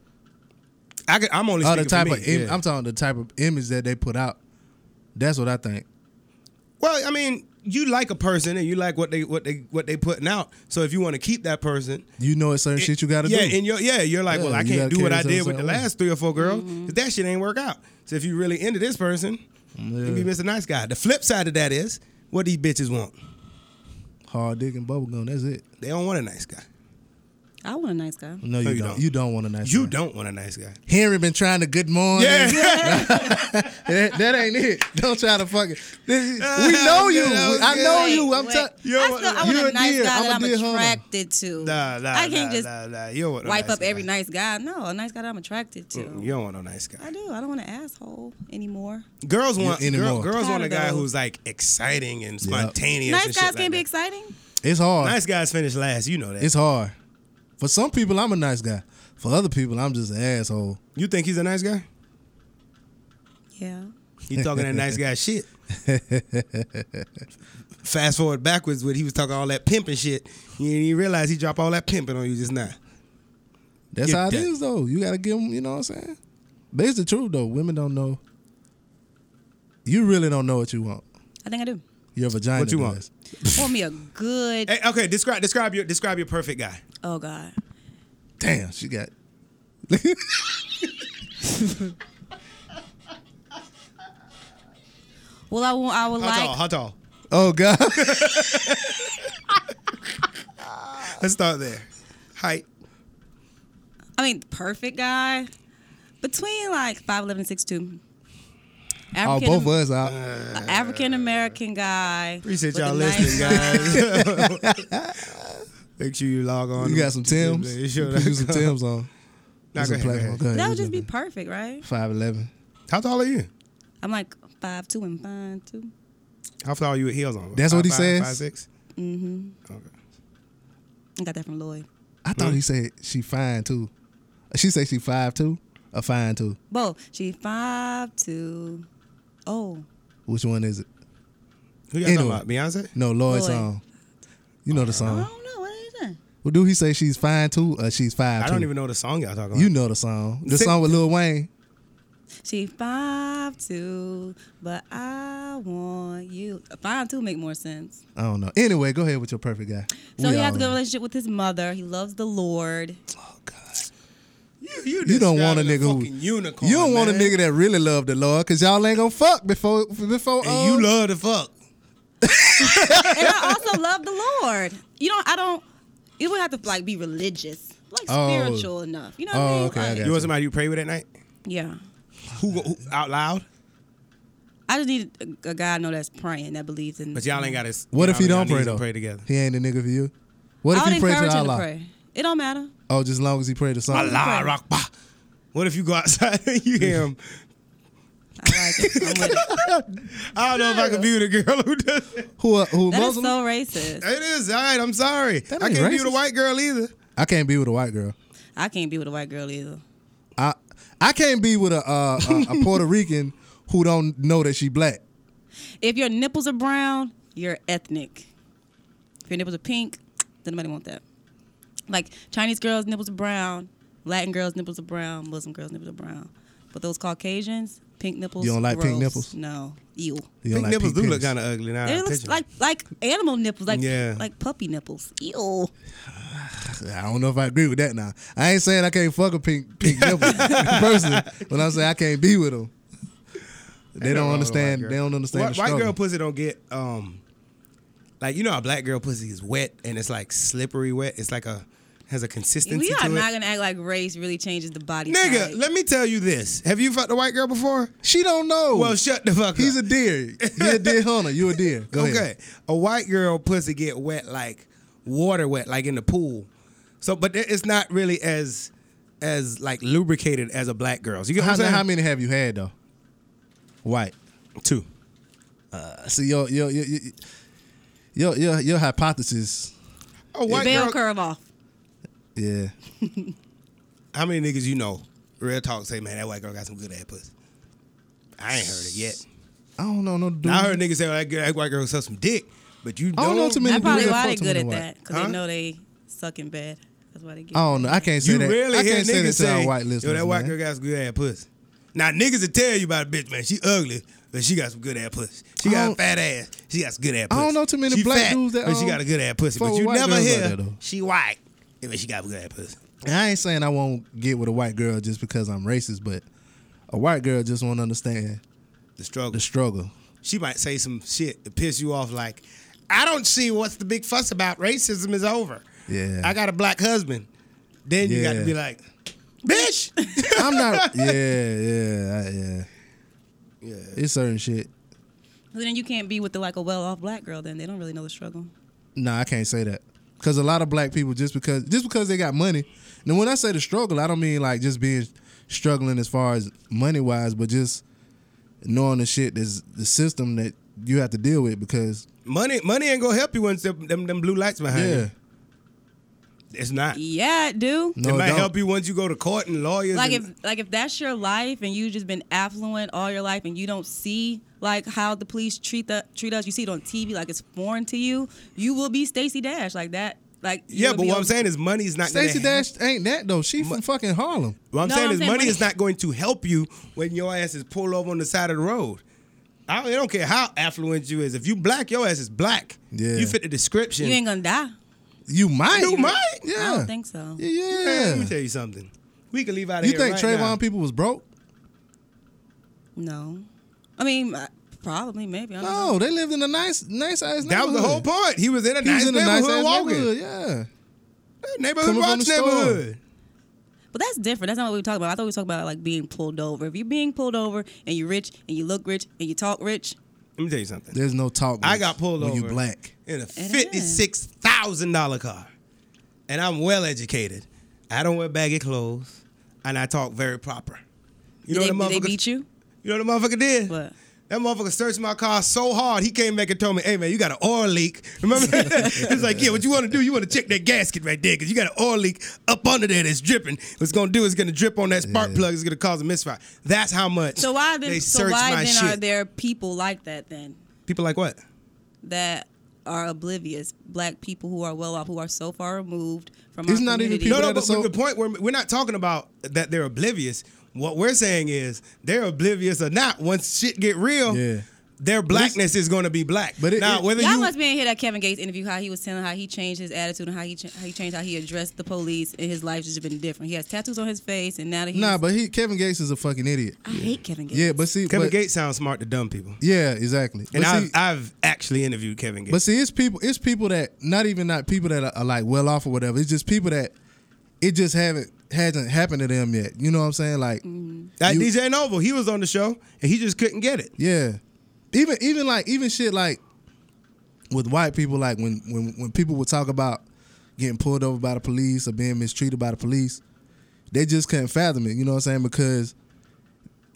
Speaker 1: I could, I'm only
Speaker 2: Or
Speaker 1: speaking
Speaker 2: the type
Speaker 1: for me.
Speaker 2: of Im-
Speaker 1: yeah.
Speaker 2: I'm talking the type of image that they put out. That's what I think.
Speaker 1: Well, I mean, you like a person and you like what they what they what they putting out. So if you want to keep that person,
Speaker 2: You know, it's certain shit you got to
Speaker 1: yeah,
Speaker 2: do.
Speaker 1: and you're yeah, you're like,
Speaker 2: Yeah,
Speaker 1: well, I
Speaker 2: you
Speaker 1: can't
Speaker 2: gotta
Speaker 1: do what
Speaker 2: carry
Speaker 1: I did
Speaker 2: yourself
Speaker 1: with the
Speaker 2: that way.
Speaker 1: last three or four girls.
Speaker 3: Mm-hmm.
Speaker 1: 'cause That shit ain't work out. So if you really into this person, you be Mr. Nice Guy. The flip side of that is what these bitches want.
Speaker 2: Hard dick and bubblegum. That's it.
Speaker 1: They don't want a nice guy.
Speaker 3: I want a nice guy.
Speaker 2: No, you,
Speaker 1: you
Speaker 2: don't.
Speaker 1: don't.
Speaker 2: You don't want a nice.
Speaker 1: You
Speaker 2: man.
Speaker 1: don't want a nice guy.
Speaker 2: Henry been trying to good morning.
Speaker 1: Yeah,
Speaker 2: that, that ain't it. Don't try to fucking. We know you.
Speaker 1: Ah, That was
Speaker 2: I
Speaker 1: good.
Speaker 2: know
Speaker 3: Wait,
Speaker 2: you. I'm
Speaker 3: wait.
Speaker 2: telling.
Speaker 1: Yo,
Speaker 3: I, still, I want
Speaker 2: you're a
Speaker 3: a nice
Speaker 2: deer.
Speaker 3: guy
Speaker 2: I'm a
Speaker 3: that
Speaker 2: dear,
Speaker 3: I'm
Speaker 2: hold on.
Speaker 3: attracted to.
Speaker 1: nah, nah,
Speaker 3: I can't
Speaker 1: nah,
Speaker 3: just
Speaker 1: nah, nah. You don't Mm, want no
Speaker 3: wipe
Speaker 1: nice
Speaker 3: up every
Speaker 1: guy.
Speaker 3: nice guy. No, a nice guy that I'm attracted to.
Speaker 1: You don't want no nice guy.
Speaker 3: I do. I don't want an asshole anymore.
Speaker 1: Girls want
Speaker 2: Yeah,
Speaker 1: girl,
Speaker 2: anymore.
Speaker 1: girls want
Speaker 3: Tired
Speaker 1: a
Speaker 3: of
Speaker 1: guy
Speaker 3: those.
Speaker 1: who's like exciting and spontaneous.
Speaker 3: nice
Speaker 1: and
Speaker 3: guys
Speaker 1: shit
Speaker 3: can
Speaker 1: like
Speaker 3: be
Speaker 1: that.
Speaker 3: exciting.
Speaker 2: It's hard.
Speaker 1: Nice guys finish last. You know that.
Speaker 2: It's hard. For some people, I'm a nice guy. For other people, I'm just an asshole.
Speaker 1: You think he's a nice guy?
Speaker 3: Yeah.
Speaker 1: He talking that nice guy shit. Fast forward backwards when he was talking all that pimping shit. You didn't even realize he dropped all that pimping on you just now.
Speaker 2: That's
Speaker 1: Get
Speaker 2: how it is,
Speaker 1: that.
Speaker 2: though. You gotta give them. You know what I'm saying? But it's the truth, though. Women don't know. You really don't know what you want.
Speaker 3: I think I do.
Speaker 2: Your vagina.
Speaker 1: What you want?
Speaker 2: does.
Speaker 3: Want me a good.
Speaker 1: Hey, okay, describe describe your describe your perfect guy.
Speaker 3: Oh, God.
Speaker 2: Damn, she got.
Speaker 3: Well, I, want, I would
Speaker 1: How
Speaker 3: like.
Speaker 1: tall? How tall?
Speaker 2: Oh God.
Speaker 1: Let's start there. Height.
Speaker 3: I mean, perfect guy. Between like 5'11 and
Speaker 2: oh,
Speaker 3: 6'2. African,
Speaker 2: both of us out.
Speaker 3: African American guy.
Speaker 1: Appreciate
Speaker 3: with a
Speaker 1: y'all
Speaker 3: nice-
Speaker 1: listening, guys. Make sure you log on.
Speaker 2: You
Speaker 1: to-
Speaker 2: got some Tim's.
Speaker 1: Yeah,
Speaker 2: You
Speaker 1: sure.
Speaker 2: put some Tim's on.
Speaker 1: Nah,
Speaker 2: It's
Speaker 1: go
Speaker 2: a platform.
Speaker 1: ahead, go ahead.
Speaker 2: Go ahead,
Speaker 3: That would
Speaker 2: you
Speaker 3: just
Speaker 2: go
Speaker 3: be perfect, right?
Speaker 2: ahead. 5'11.
Speaker 1: How tall are you?
Speaker 3: I'm like five two and fine too.
Speaker 1: How tall are you with heels on?
Speaker 2: That's what he says?
Speaker 1: Five six. Mm-hmm. Okay.
Speaker 3: I got that from Lloyd.
Speaker 2: I thought he said she fine too. She say she five two or fine too.
Speaker 3: Bo, she five two. Oh,
Speaker 2: Which one is it?
Speaker 1: Who y'all talking
Speaker 2: Anyway.
Speaker 1: about? Beyonce.
Speaker 2: No, Lloyd's
Speaker 3: Lloyd.
Speaker 2: song. You know the
Speaker 3: I
Speaker 2: song.
Speaker 3: don't know. What is that?
Speaker 2: Well, do he say she's fine too or she's five
Speaker 1: I
Speaker 2: two?
Speaker 1: don't even know the song y'all talking about.
Speaker 2: You know the song. The
Speaker 1: Say-
Speaker 2: song with Lil Wayne.
Speaker 3: She five two, but I want you. Five two make more sense.
Speaker 2: I don't know. Anyway, go ahead with your perfect guy.
Speaker 3: So
Speaker 2: We
Speaker 3: he has
Speaker 2: all
Speaker 3: a good
Speaker 2: in.
Speaker 3: relationship with his mother. He loves the Lord.
Speaker 2: Oh God.
Speaker 1: you, you,
Speaker 2: You don't want a
Speaker 1: describing
Speaker 2: nigga who
Speaker 1: fucking unicorn.
Speaker 2: You don't want a
Speaker 1: man.
Speaker 2: nigga that really love the Lord, cause y'all ain't gonna fuck before before.
Speaker 1: And you
Speaker 2: uh,
Speaker 1: love to fuck.
Speaker 3: and I also love the Lord. You know, I don't. You would have to like be religious, like
Speaker 2: Oh.
Speaker 3: spiritual enough. You know what
Speaker 2: Oh,
Speaker 3: I mean?
Speaker 2: okay, I
Speaker 3: Like,
Speaker 2: got
Speaker 1: You want somebody you pray with at night?
Speaker 3: Yeah.
Speaker 1: Who, who out loud?
Speaker 3: I just need a, a guy I know that's praying, that believes in.
Speaker 1: But y'all ain't got to.
Speaker 2: What if he don't pray
Speaker 1: needs to
Speaker 2: though?
Speaker 1: Pray together.
Speaker 2: He ain't the nigga for you. What
Speaker 3: I
Speaker 2: if
Speaker 3: would
Speaker 2: he pray to
Speaker 3: encourage him
Speaker 2: Allah?
Speaker 3: to pray. It don't matter.
Speaker 2: Oh, just as long as he prayed the song.
Speaker 1: Allah Akbar. What if you go outside and you hear him?
Speaker 3: I like it. I'm with it.
Speaker 1: I don't know if I can be with a girl who does. It
Speaker 2: Who are- who
Speaker 3: That is
Speaker 2: Muslim?
Speaker 3: so racist.
Speaker 1: It is all right. I'm sorry.
Speaker 2: That
Speaker 1: I
Speaker 2: ain't
Speaker 1: can't be with a
Speaker 2: racist.
Speaker 1: white girl either.
Speaker 2: I can't be with a white girl.
Speaker 3: I can't be with a white girl either.
Speaker 2: I I can't be with a uh, a, a Puerto Rican who don't know that she black.
Speaker 3: If your nipples are brown, you're ethnic. If your nipples are pink, then nobody want that. Like Chinese girls' nipples are brown, Latin girls' nipples are brown, Muslim girls' nipples are brown. But those Caucasians, pink nipples.
Speaker 2: You don't like pink
Speaker 3: gross.
Speaker 2: nipples?
Speaker 3: No,
Speaker 2: You
Speaker 3: ew.
Speaker 2: don't
Speaker 1: Pink
Speaker 2: like
Speaker 1: nipples
Speaker 2: pink
Speaker 1: do look
Speaker 2: penis.
Speaker 1: kind of ugly now. that I
Speaker 3: It looks
Speaker 1: picture
Speaker 3: like like animal nipples, like
Speaker 1: Yeah.
Speaker 3: like puppy nipples. Ew.
Speaker 2: I don't know if I agree with that now. I ain't saying I can't fuck a pink pink nipple person, but I'm saying I can't be with them. They
Speaker 1: Ain't nothing wrong
Speaker 2: don't
Speaker 1: with
Speaker 2: understand.
Speaker 1: white girl.
Speaker 2: They don't understand.
Speaker 1: Whi-
Speaker 2: the
Speaker 1: White,
Speaker 2: struggle.
Speaker 1: girl pussy don't get um, like you know, how black girl pussy is wet and it's like slippery wet. It's like a has a consistency
Speaker 3: We are
Speaker 1: to
Speaker 3: not
Speaker 1: it.
Speaker 3: gonna act like race really changes the body.
Speaker 1: Nigga,
Speaker 3: type.
Speaker 1: let me tell you this: Have you fucked a white girl before?
Speaker 2: She don't know.
Speaker 1: Well, shut the fuck
Speaker 2: He's a
Speaker 1: up.
Speaker 2: deer. He a deer hunter. You a deer. Go
Speaker 1: okay.
Speaker 2: ahead.
Speaker 1: A white girl pussy get wet like water wet, like in the pool. So, but it- it's not really as as like lubricated as a black girl's. You get what
Speaker 2: How,
Speaker 1: I'm saying?
Speaker 2: how many have you had though? White.
Speaker 1: Two.
Speaker 2: See your your your your- your your, your hypothesis.
Speaker 1: A white
Speaker 3: bell
Speaker 1: girl.
Speaker 3: curve off.
Speaker 2: Yeah.
Speaker 1: How many niggas you know? Real talk, say man, that white girl got some good ass pussy. I ain't heard it yet.
Speaker 2: I don't know no dude.
Speaker 1: Now, I heard niggas say "Oh, that, girl- that white girl suck some dick, but you
Speaker 2: I
Speaker 1: don't.
Speaker 2: don't know too many
Speaker 3: That's probably
Speaker 2: dudes
Speaker 3: why they
Speaker 2: fuck
Speaker 3: good at
Speaker 2: somebody
Speaker 3: that, because
Speaker 1: Huh? Oh,
Speaker 3: they know they suck in bed. That's why they get.
Speaker 2: I don't know. I can't say
Speaker 1: You
Speaker 2: that.
Speaker 1: really
Speaker 2: I
Speaker 1: hear
Speaker 2: can't say
Speaker 1: niggas
Speaker 2: that to our
Speaker 1: say,
Speaker 2: white listeners.
Speaker 1: "Yo, that white
Speaker 2: man.
Speaker 1: girl got some good ass pussy." Now niggas will tell you about a bitch, man. She ugly, but she got some good ass pussy. She
Speaker 2: I
Speaker 1: got a
Speaker 2: don't-
Speaker 1: fat ass. She got some good ass
Speaker 2: Oh. I
Speaker 1: pussy.
Speaker 2: don't know too many
Speaker 1: She
Speaker 2: black
Speaker 1: fat,
Speaker 2: dudes that,
Speaker 1: But she
Speaker 2: um,
Speaker 1: got a good ass pussy.
Speaker 2: fuck
Speaker 1: But
Speaker 2: with
Speaker 1: you
Speaker 2: white
Speaker 1: never
Speaker 2: girls like
Speaker 1: hear
Speaker 2: that, though.
Speaker 1: she white, Yeah, but she got a good ass pussy.
Speaker 2: And I ain't saying I won't get with a white girl just because I'm racist, but a white girl just won't understand
Speaker 1: The struggle.
Speaker 2: the struggle.
Speaker 1: she might say some shit to piss you off, like, "I don't see what's the big fuss about. Racism is over.
Speaker 2: Yeah.
Speaker 1: I got a black husband." Then you got to
Speaker 2: Yeah.
Speaker 1: be like, "Bitch."
Speaker 2: I'm not. Yeah, yeah, I- yeah. Yeah. It's certain shit.
Speaker 3: But then you can't be with the, like a well-off black girl. Then they don't really know the struggle.
Speaker 2: No, I can't say that. Cause a lot of black people just because just because they got money. Now when I say the struggle, I don't mean like just being struggling as far as money wise, but just knowing the shit is the system that you have to deal with because
Speaker 1: Money, money ain't gonna help you once them, them, them blue lights behind
Speaker 2: yeah.
Speaker 1: you. It's not.
Speaker 3: Yeah, it do.
Speaker 2: No,
Speaker 1: it might
Speaker 2: don't.
Speaker 1: help you once you go to court and lawyers.
Speaker 3: Like if
Speaker 1: and-
Speaker 3: like if that's your life and you've just been affluent all your life and you don't see like how the police treat the treat us, you see it on TV like it's foreign to you. You will be Stacey Dash like that. Like you
Speaker 1: yeah,
Speaker 3: will
Speaker 1: but
Speaker 3: be
Speaker 1: what
Speaker 3: on-
Speaker 1: I'm saying is money's not. gonna
Speaker 2: Stacey
Speaker 1: help-
Speaker 2: Dash ain't that though. She from fucking Harlem.
Speaker 1: What I'm
Speaker 3: No,
Speaker 1: saying
Speaker 3: I'm
Speaker 1: is
Speaker 3: saying
Speaker 1: money,
Speaker 3: money-
Speaker 1: is not going to help you when your ass is pulled over on the side of the road. I don't, I don't care how affluent you is. If you black, your ass is black.
Speaker 2: Yeah.
Speaker 1: You fit the description.
Speaker 3: you ain't gonna die.
Speaker 2: You might.
Speaker 1: You might?
Speaker 2: Yeah.
Speaker 3: I don't think so.
Speaker 2: Yeah.
Speaker 1: Man, let me tell you something. We can leave out of
Speaker 2: You
Speaker 1: here
Speaker 2: think
Speaker 1: right
Speaker 2: Trayvon
Speaker 1: now.
Speaker 2: people was broke?
Speaker 3: No, I mean uh, probably maybe. I don't
Speaker 2: No,
Speaker 3: know.
Speaker 2: Oh, they lived in a nice, nice ass.
Speaker 1: That was the whole point. He was in a
Speaker 2: He
Speaker 1: nice
Speaker 2: was in a nice
Speaker 1: neighborhood
Speaker 2: ass
Speaker 1: walking.
Speaker 2: neighborhood. Yeah.
Speaker 1: Neighborhood
Speaker 2: Coming from
Speaker 1: watch
Speaker 2: the store.
Speaker 1: neighborhood.
Speaker 3: but that's different. That's not what we were talking about. I thought we were talking about like being pulled over. If you're being pulled over and you're rich and you look rich and you talk rich,
Speaker 1: Let me tell you something.
Speaker 2: There's no talk.
Speaker 1: I got pulled
Speaker 2: when
Speaker 1: over.
Speaker 2: you black.
Speaker 1: In a fifty-six thousand dollar car. and I'm well educated. I don't wear baggy clothes, and I talk very proper. You
Speaker 3: did
Speaker 1: know what
Speaker 3: they,
Speaker 1: the
Speaker 3: did
Speaker 1: motherfucker?
Speaker 3: they beat you?
Speaker 1: You know what the motherfucker did?
Speaker 3: What?
Speaker 1: That motherfucker searched my car so hard, he came back and told me, hey man, you got an oil leak. Remember that? it's like, yeah, what you want to do, you want to check that gasket right there, because you got an oil leak up under there that's dripping. What's going to do is going to drip on that spark plug, it's going to cause a misfire. That's how much
Speaker 3: So why then?
Speaker 1: they
Speaker 3: So
Speaker 1: searched my
Speaker 3: why then
Speaker 1: shit.
Speaker 3: are there people like that then
Speaker 1: People like what?
Speaker 3: that are oblivious? Black people who are well off, who are so far removed from
Speaker 2: It's
Speaker 3: our
Speaker 2: not even
Speaker 3: community.
Speaker 2: people
Speaker 1: No, no,
Speaker 2: that
Speaker 1: but
Speaker 2: are so-
Speaker 1: the point, we're, we're not talking about that they're oblivious. What we're saying is they're oblivious or not, once shit get real,
Speaker 2: Yeah.
Speaker 1: their blackness is going to be black.
Speaker 2: but it-
Speaker 1: now,
Speaker 2: it-
Speaker 1: whether
Speaker 3: Y'all
Speaker 1: you...
Speaker 3: must be in here that Kevin Gates interview how he was telling how he changed his attitude and how he ch- how he changed how he addressed the police and his life has just been different. He has tattoos on his face and now that he's
Speaker 2: Nah, but he Kevin Gates is a fucking idiot.
Speaker 3: I hate Kevin Gates.
Speaker 2: Yeah, but see,
Speaker 1: Kevin
Speaker 2: but,
Speaker 1: Gates sounds smart to dumb people.
Speaker 2: Yeah, exactly.
Speaker 1: And
Speaker 2: but
Speaker 1: I've,
Speaker 2: see,
Speaker 1: I've actually interviewed Kevin Gates.
Speaker 2: But see, it's people. It's people that not even not people that are, are like well off or whatever. It's just people that it just haven't hasn't happened to them yet. You know what I'm saying? Like,
Speaker 1: Like
Speaker 2: You-
Speaker 1: DJ Noble, he was on the show and he just couldn't get it.
Speaker 2: yeah. Even even like even shit like with white people. Like when when when people would talk about getting pulled over by the police or being mistreated by the police, they just couldn't fathom it. You know what I'm saying? Because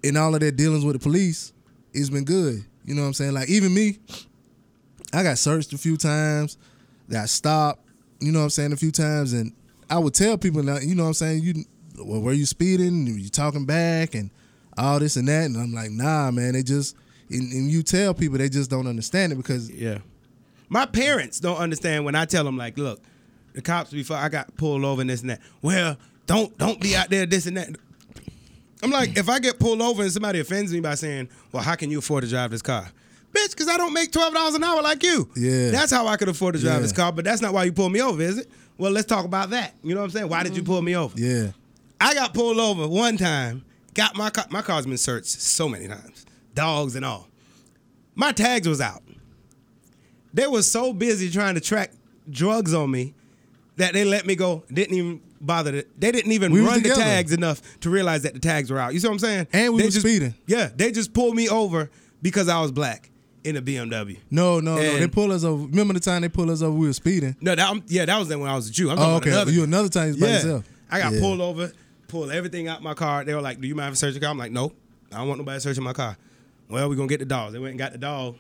Speaker 2: in all of their dealings with the police, it's been good. You know what I'm saying? Like even me, I got searched a few times, got stopped, you know what I'm saying, a few times, and I would tell people now, you know what I'm saying, you well, were you speeding? Were you talking back and all this and that? And I'm like, nah, man, they just and, and you tell people they just don't understand it because
Speaker 1: Yeah. My parents don't understand when I tell them like, look, the cops before I got pulled over and this and that. Well, don't don't be out there this and that. I'm like, if I get pulled over and somebody offends me by saying, well, how can you afford to drive this car? Bitch, because I don't make twelve dollars an hour like you.
Speaker 2: Yeah.
Speaker 1: That's how I could afford to drive
Speaker 2: Yeah.
Speaker 1: this car, but that's not why you pulled me over, is it? Well, let's talk about that. You know what I'm saying? Why did you pull me over?
Speaker 2: yeah.
Speaker 1: I got pulled over one time. Got my car. My car's been searched so many times, dogs and all. My tags was out. They were so busy trying to track drugs on me that they let me go. Didn't even bother. To, they didn't even
Speaker 2: We was
Speaker 1: run the
Speaker 2: together.
Speaker 1: tags enough to realize that the tags were out. You see what I'm saying?
Speaker 2: And we
Speaker 1: they
Speaker 2: was
Speaker 1: just,
Speaker 2: speeding.
Speaker 1: Yeah, they just pulled me over because I was black in a BMW.
Speaker 2: No, no, no.
Speaker 1: And-
Speaker 2: They pull us over. Remember the time they pull us over? We were speeding.
Speaker 1: No, that I'm, yeah, that was then when I was a Jew. I'm talking
Speaker 2: Oh,
Speaker 1: about
Speaker 2: okay.
Speaker 1: another.
Speaker 2: You another time you was by yourself.
Speaker 1: I got
Speaker 2: Yeah.
Speaker 1: pulled over, pulled everything out my car. They were like, "Do you mind if I search your car?" I'm like, "Nope, I don't want nobody searching my car." Well, we're gonna get the dogs. They went and got the dog.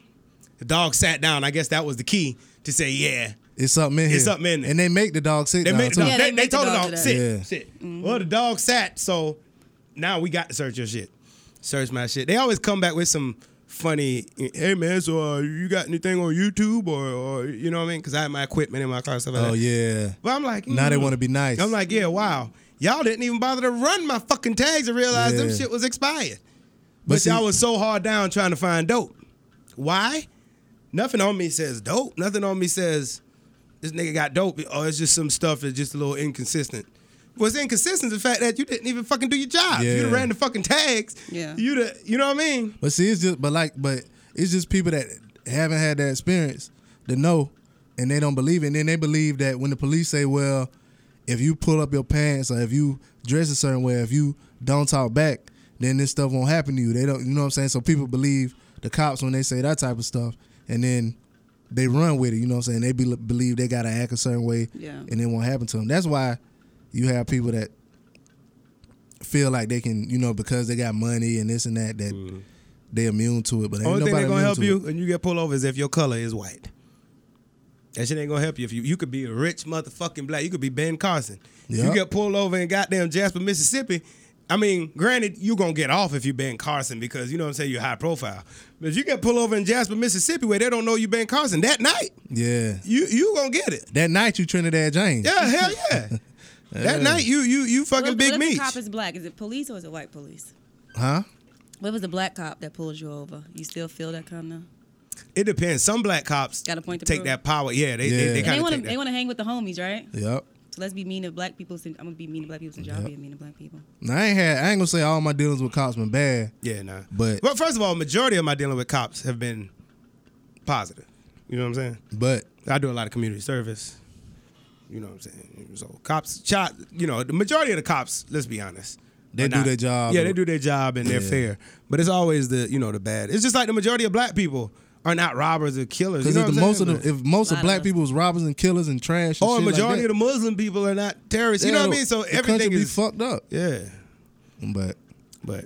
Speaker 1: The dog sat down. I guess that was the key to say, "Yeah."
Speaker 2: It's something in here.
Speaker 1: It's something in there.
Speaker 2: And they make the dog sit.
Speaker 1: They
Speaker 2: down,
Speaker 1: made the
Speaker 2: too.
Speaker 1: dog.
Speaker 3: Yeah,
Speaker 1: they,
Speaker 3: they
Speaker 1: they
Speaker 3: made the
Speaker 1: told the dog,
Speaker 3: dog do that. Mm-hmm.
Speaker 1: "Sit,
Speaker 2: Yeah.
Speaker 1: sit." Well, the dog sat, so now we got to search your shit. Search my shit. They always come back with some funny. Hey man, so uh, you got anything on YouTube or, or you know what I mean? Because I had my equipment in my car. and Stuff like
Speaker 2: Oh
Speaker 1: that.
Speaker 2: yeah.
Speaker 1: But I'm like,
Speaker 2: Now they
Speaker 1: mm.
Speaker 2: want to be nice.
Speaker 1: I'm like, yeah, wow. Y'all didn't even bother to run my fucking tags and realize them
Speaker 2: Yeah.
Speaker 1: shit was expired.
Speaker 2: But
Speaker 1: But,
Speaker 2: see-
Speaker 1: y'all was so hard down trying to find dope. Why? Nothing on me says dope. Nothing on me says this nigga got dope. Oh, it's just some stuff that's just a little inconsistent. What's inconsistent is the fact that you didn't even fucking do your job.
Speaker 2: Yeah.
Speaker 1: You'd have ran the fucking tags.
Speaker 3: Yeah.
Speaker 1: You'd have, you know what I mean?
Speaker 2: But see, it's just but like but it's just people that haven't had that experience to know, and they don't believe it. And then they believe that when the police say, "Well, if you pull up your pants or if you dress a certain way, if you don't talk back, then this stuff won't happen to you." They don't, you know what I'm saying? So people believe the cops when they say that type of stuff, and then they run with it. You know what I'm saying? They be, believe they gotta act a certain way,
Speaker 3: Yeah.
Speaker 2: and it won't happen to them. That's why you have people that feel like they can, you know, because they got money and this and that, that they immune to it. But ain't nobody
Speaker 1: Only thing that gonna
Speaker 2: immune
Speaker 1: help
Speaker 2: to
Speaker 1: you
Speaker 2: it.
Speaker 1: and you get pulled over is if your color is white. That shit ain't gonna help you. If you you could be a rich motherfucking black, you could be Ben Carson. If
Speaker 2: Yep.
Speaker 1: You get pulled over in goddamn Jasper, Mississippi. I mean, granted, you gonna get off if you Ben Carson because you know what I'm saying you're high profile. But if you get pulled over in Jasper, Mississippi, where they don't know you Ben Carson that night,
Speaker 2: Yeah.
Speaker 1: you you gonna get it.
Speaker 2: That night you Trinidad James.
Speaker 1: Yeah, hell yeah. that night you you you
Speaker 3: what
Speaker 1: fucking
Speaker 3: if,
Speaker 1: big
Speaker 3: what if
Speaker 1: meat.
Speaker 3: the cop is black? Is it police or is it white police?
Speaker 2: Huh?
Speaker 3: What was the black cop that pulled you over? You still feel that kind of?
Speaker 1: It depends. Some black cops
Speaker 3: Got a point to
Speaker 1: take
Speaker 3: prove.
Speaker 1: that power. Yeah, they
Speaker 2: Yeah.
Speaker 1: they, they
Speaker 2: And
Speaker 3: And they
Speaker 1: kind of
Speaker 3: want
Speaker 1: take
Speaker 3: to
Speaker 1: that.
Speaker 3: they want to hang with the homies, right?
Speaker 2: Yep.
Speaker 3: So let's be mean to black people. Since I'm gonna be mean to black people since y'all
Speaker 2: Yep.
Speaker 3: being mean to black people.
Speaker 2: Now, I ain't had I ain't gonna say all my dealings with cops been bad.
Speaker 1: Yeah, nah.
Speaker 2: But-
Speaker 1: well, first of all, majority of my dealing with cops have been positive. You know what I'm saying?
Speaker 2: But
Speaker 1: I do a lot of community service. You know what I'm saying? So cops, shot. You know, the majority of the cops. Let's be honest.
Speaker 2: They
Speaker 1: are
Speaker 2: do their job.
Speaker 1: Yeah, they do their job and they're
Speaker 2: Yeah.
Speaker 1: fair. But it's always the you know the bad. It's just like the majority of black people are not robbers or killers.
Speaker 2: Because
Speaker 1: you know
Speaker 2: if
Speaker 1: what
Speaker 2: the
Speaker 1: I'm
Speaker 2: most of
Speaker 1: saying?
Speaker 2: them, if most of
Speaker 3: Lot of
Speaker 2: black
Speaker 3: us.
Speaker 2: people was robbers and killers and trash, and
Speaker 1: or a
Speaker 2: shit like
Speaker 1: majority
Speaker 2: that,
Speaker 1: of the Muslim people are not terrorists. you know
Speaker 2: yeah,
Speaker 1: what I mean? So
Speaker 2: the country
Speaker 1: everything
Speaker 2: be
Speaker 1: is
Speaker 2: fucked up.
Speaker 1: yeah,
Speaker 2: But
Speaker 1: but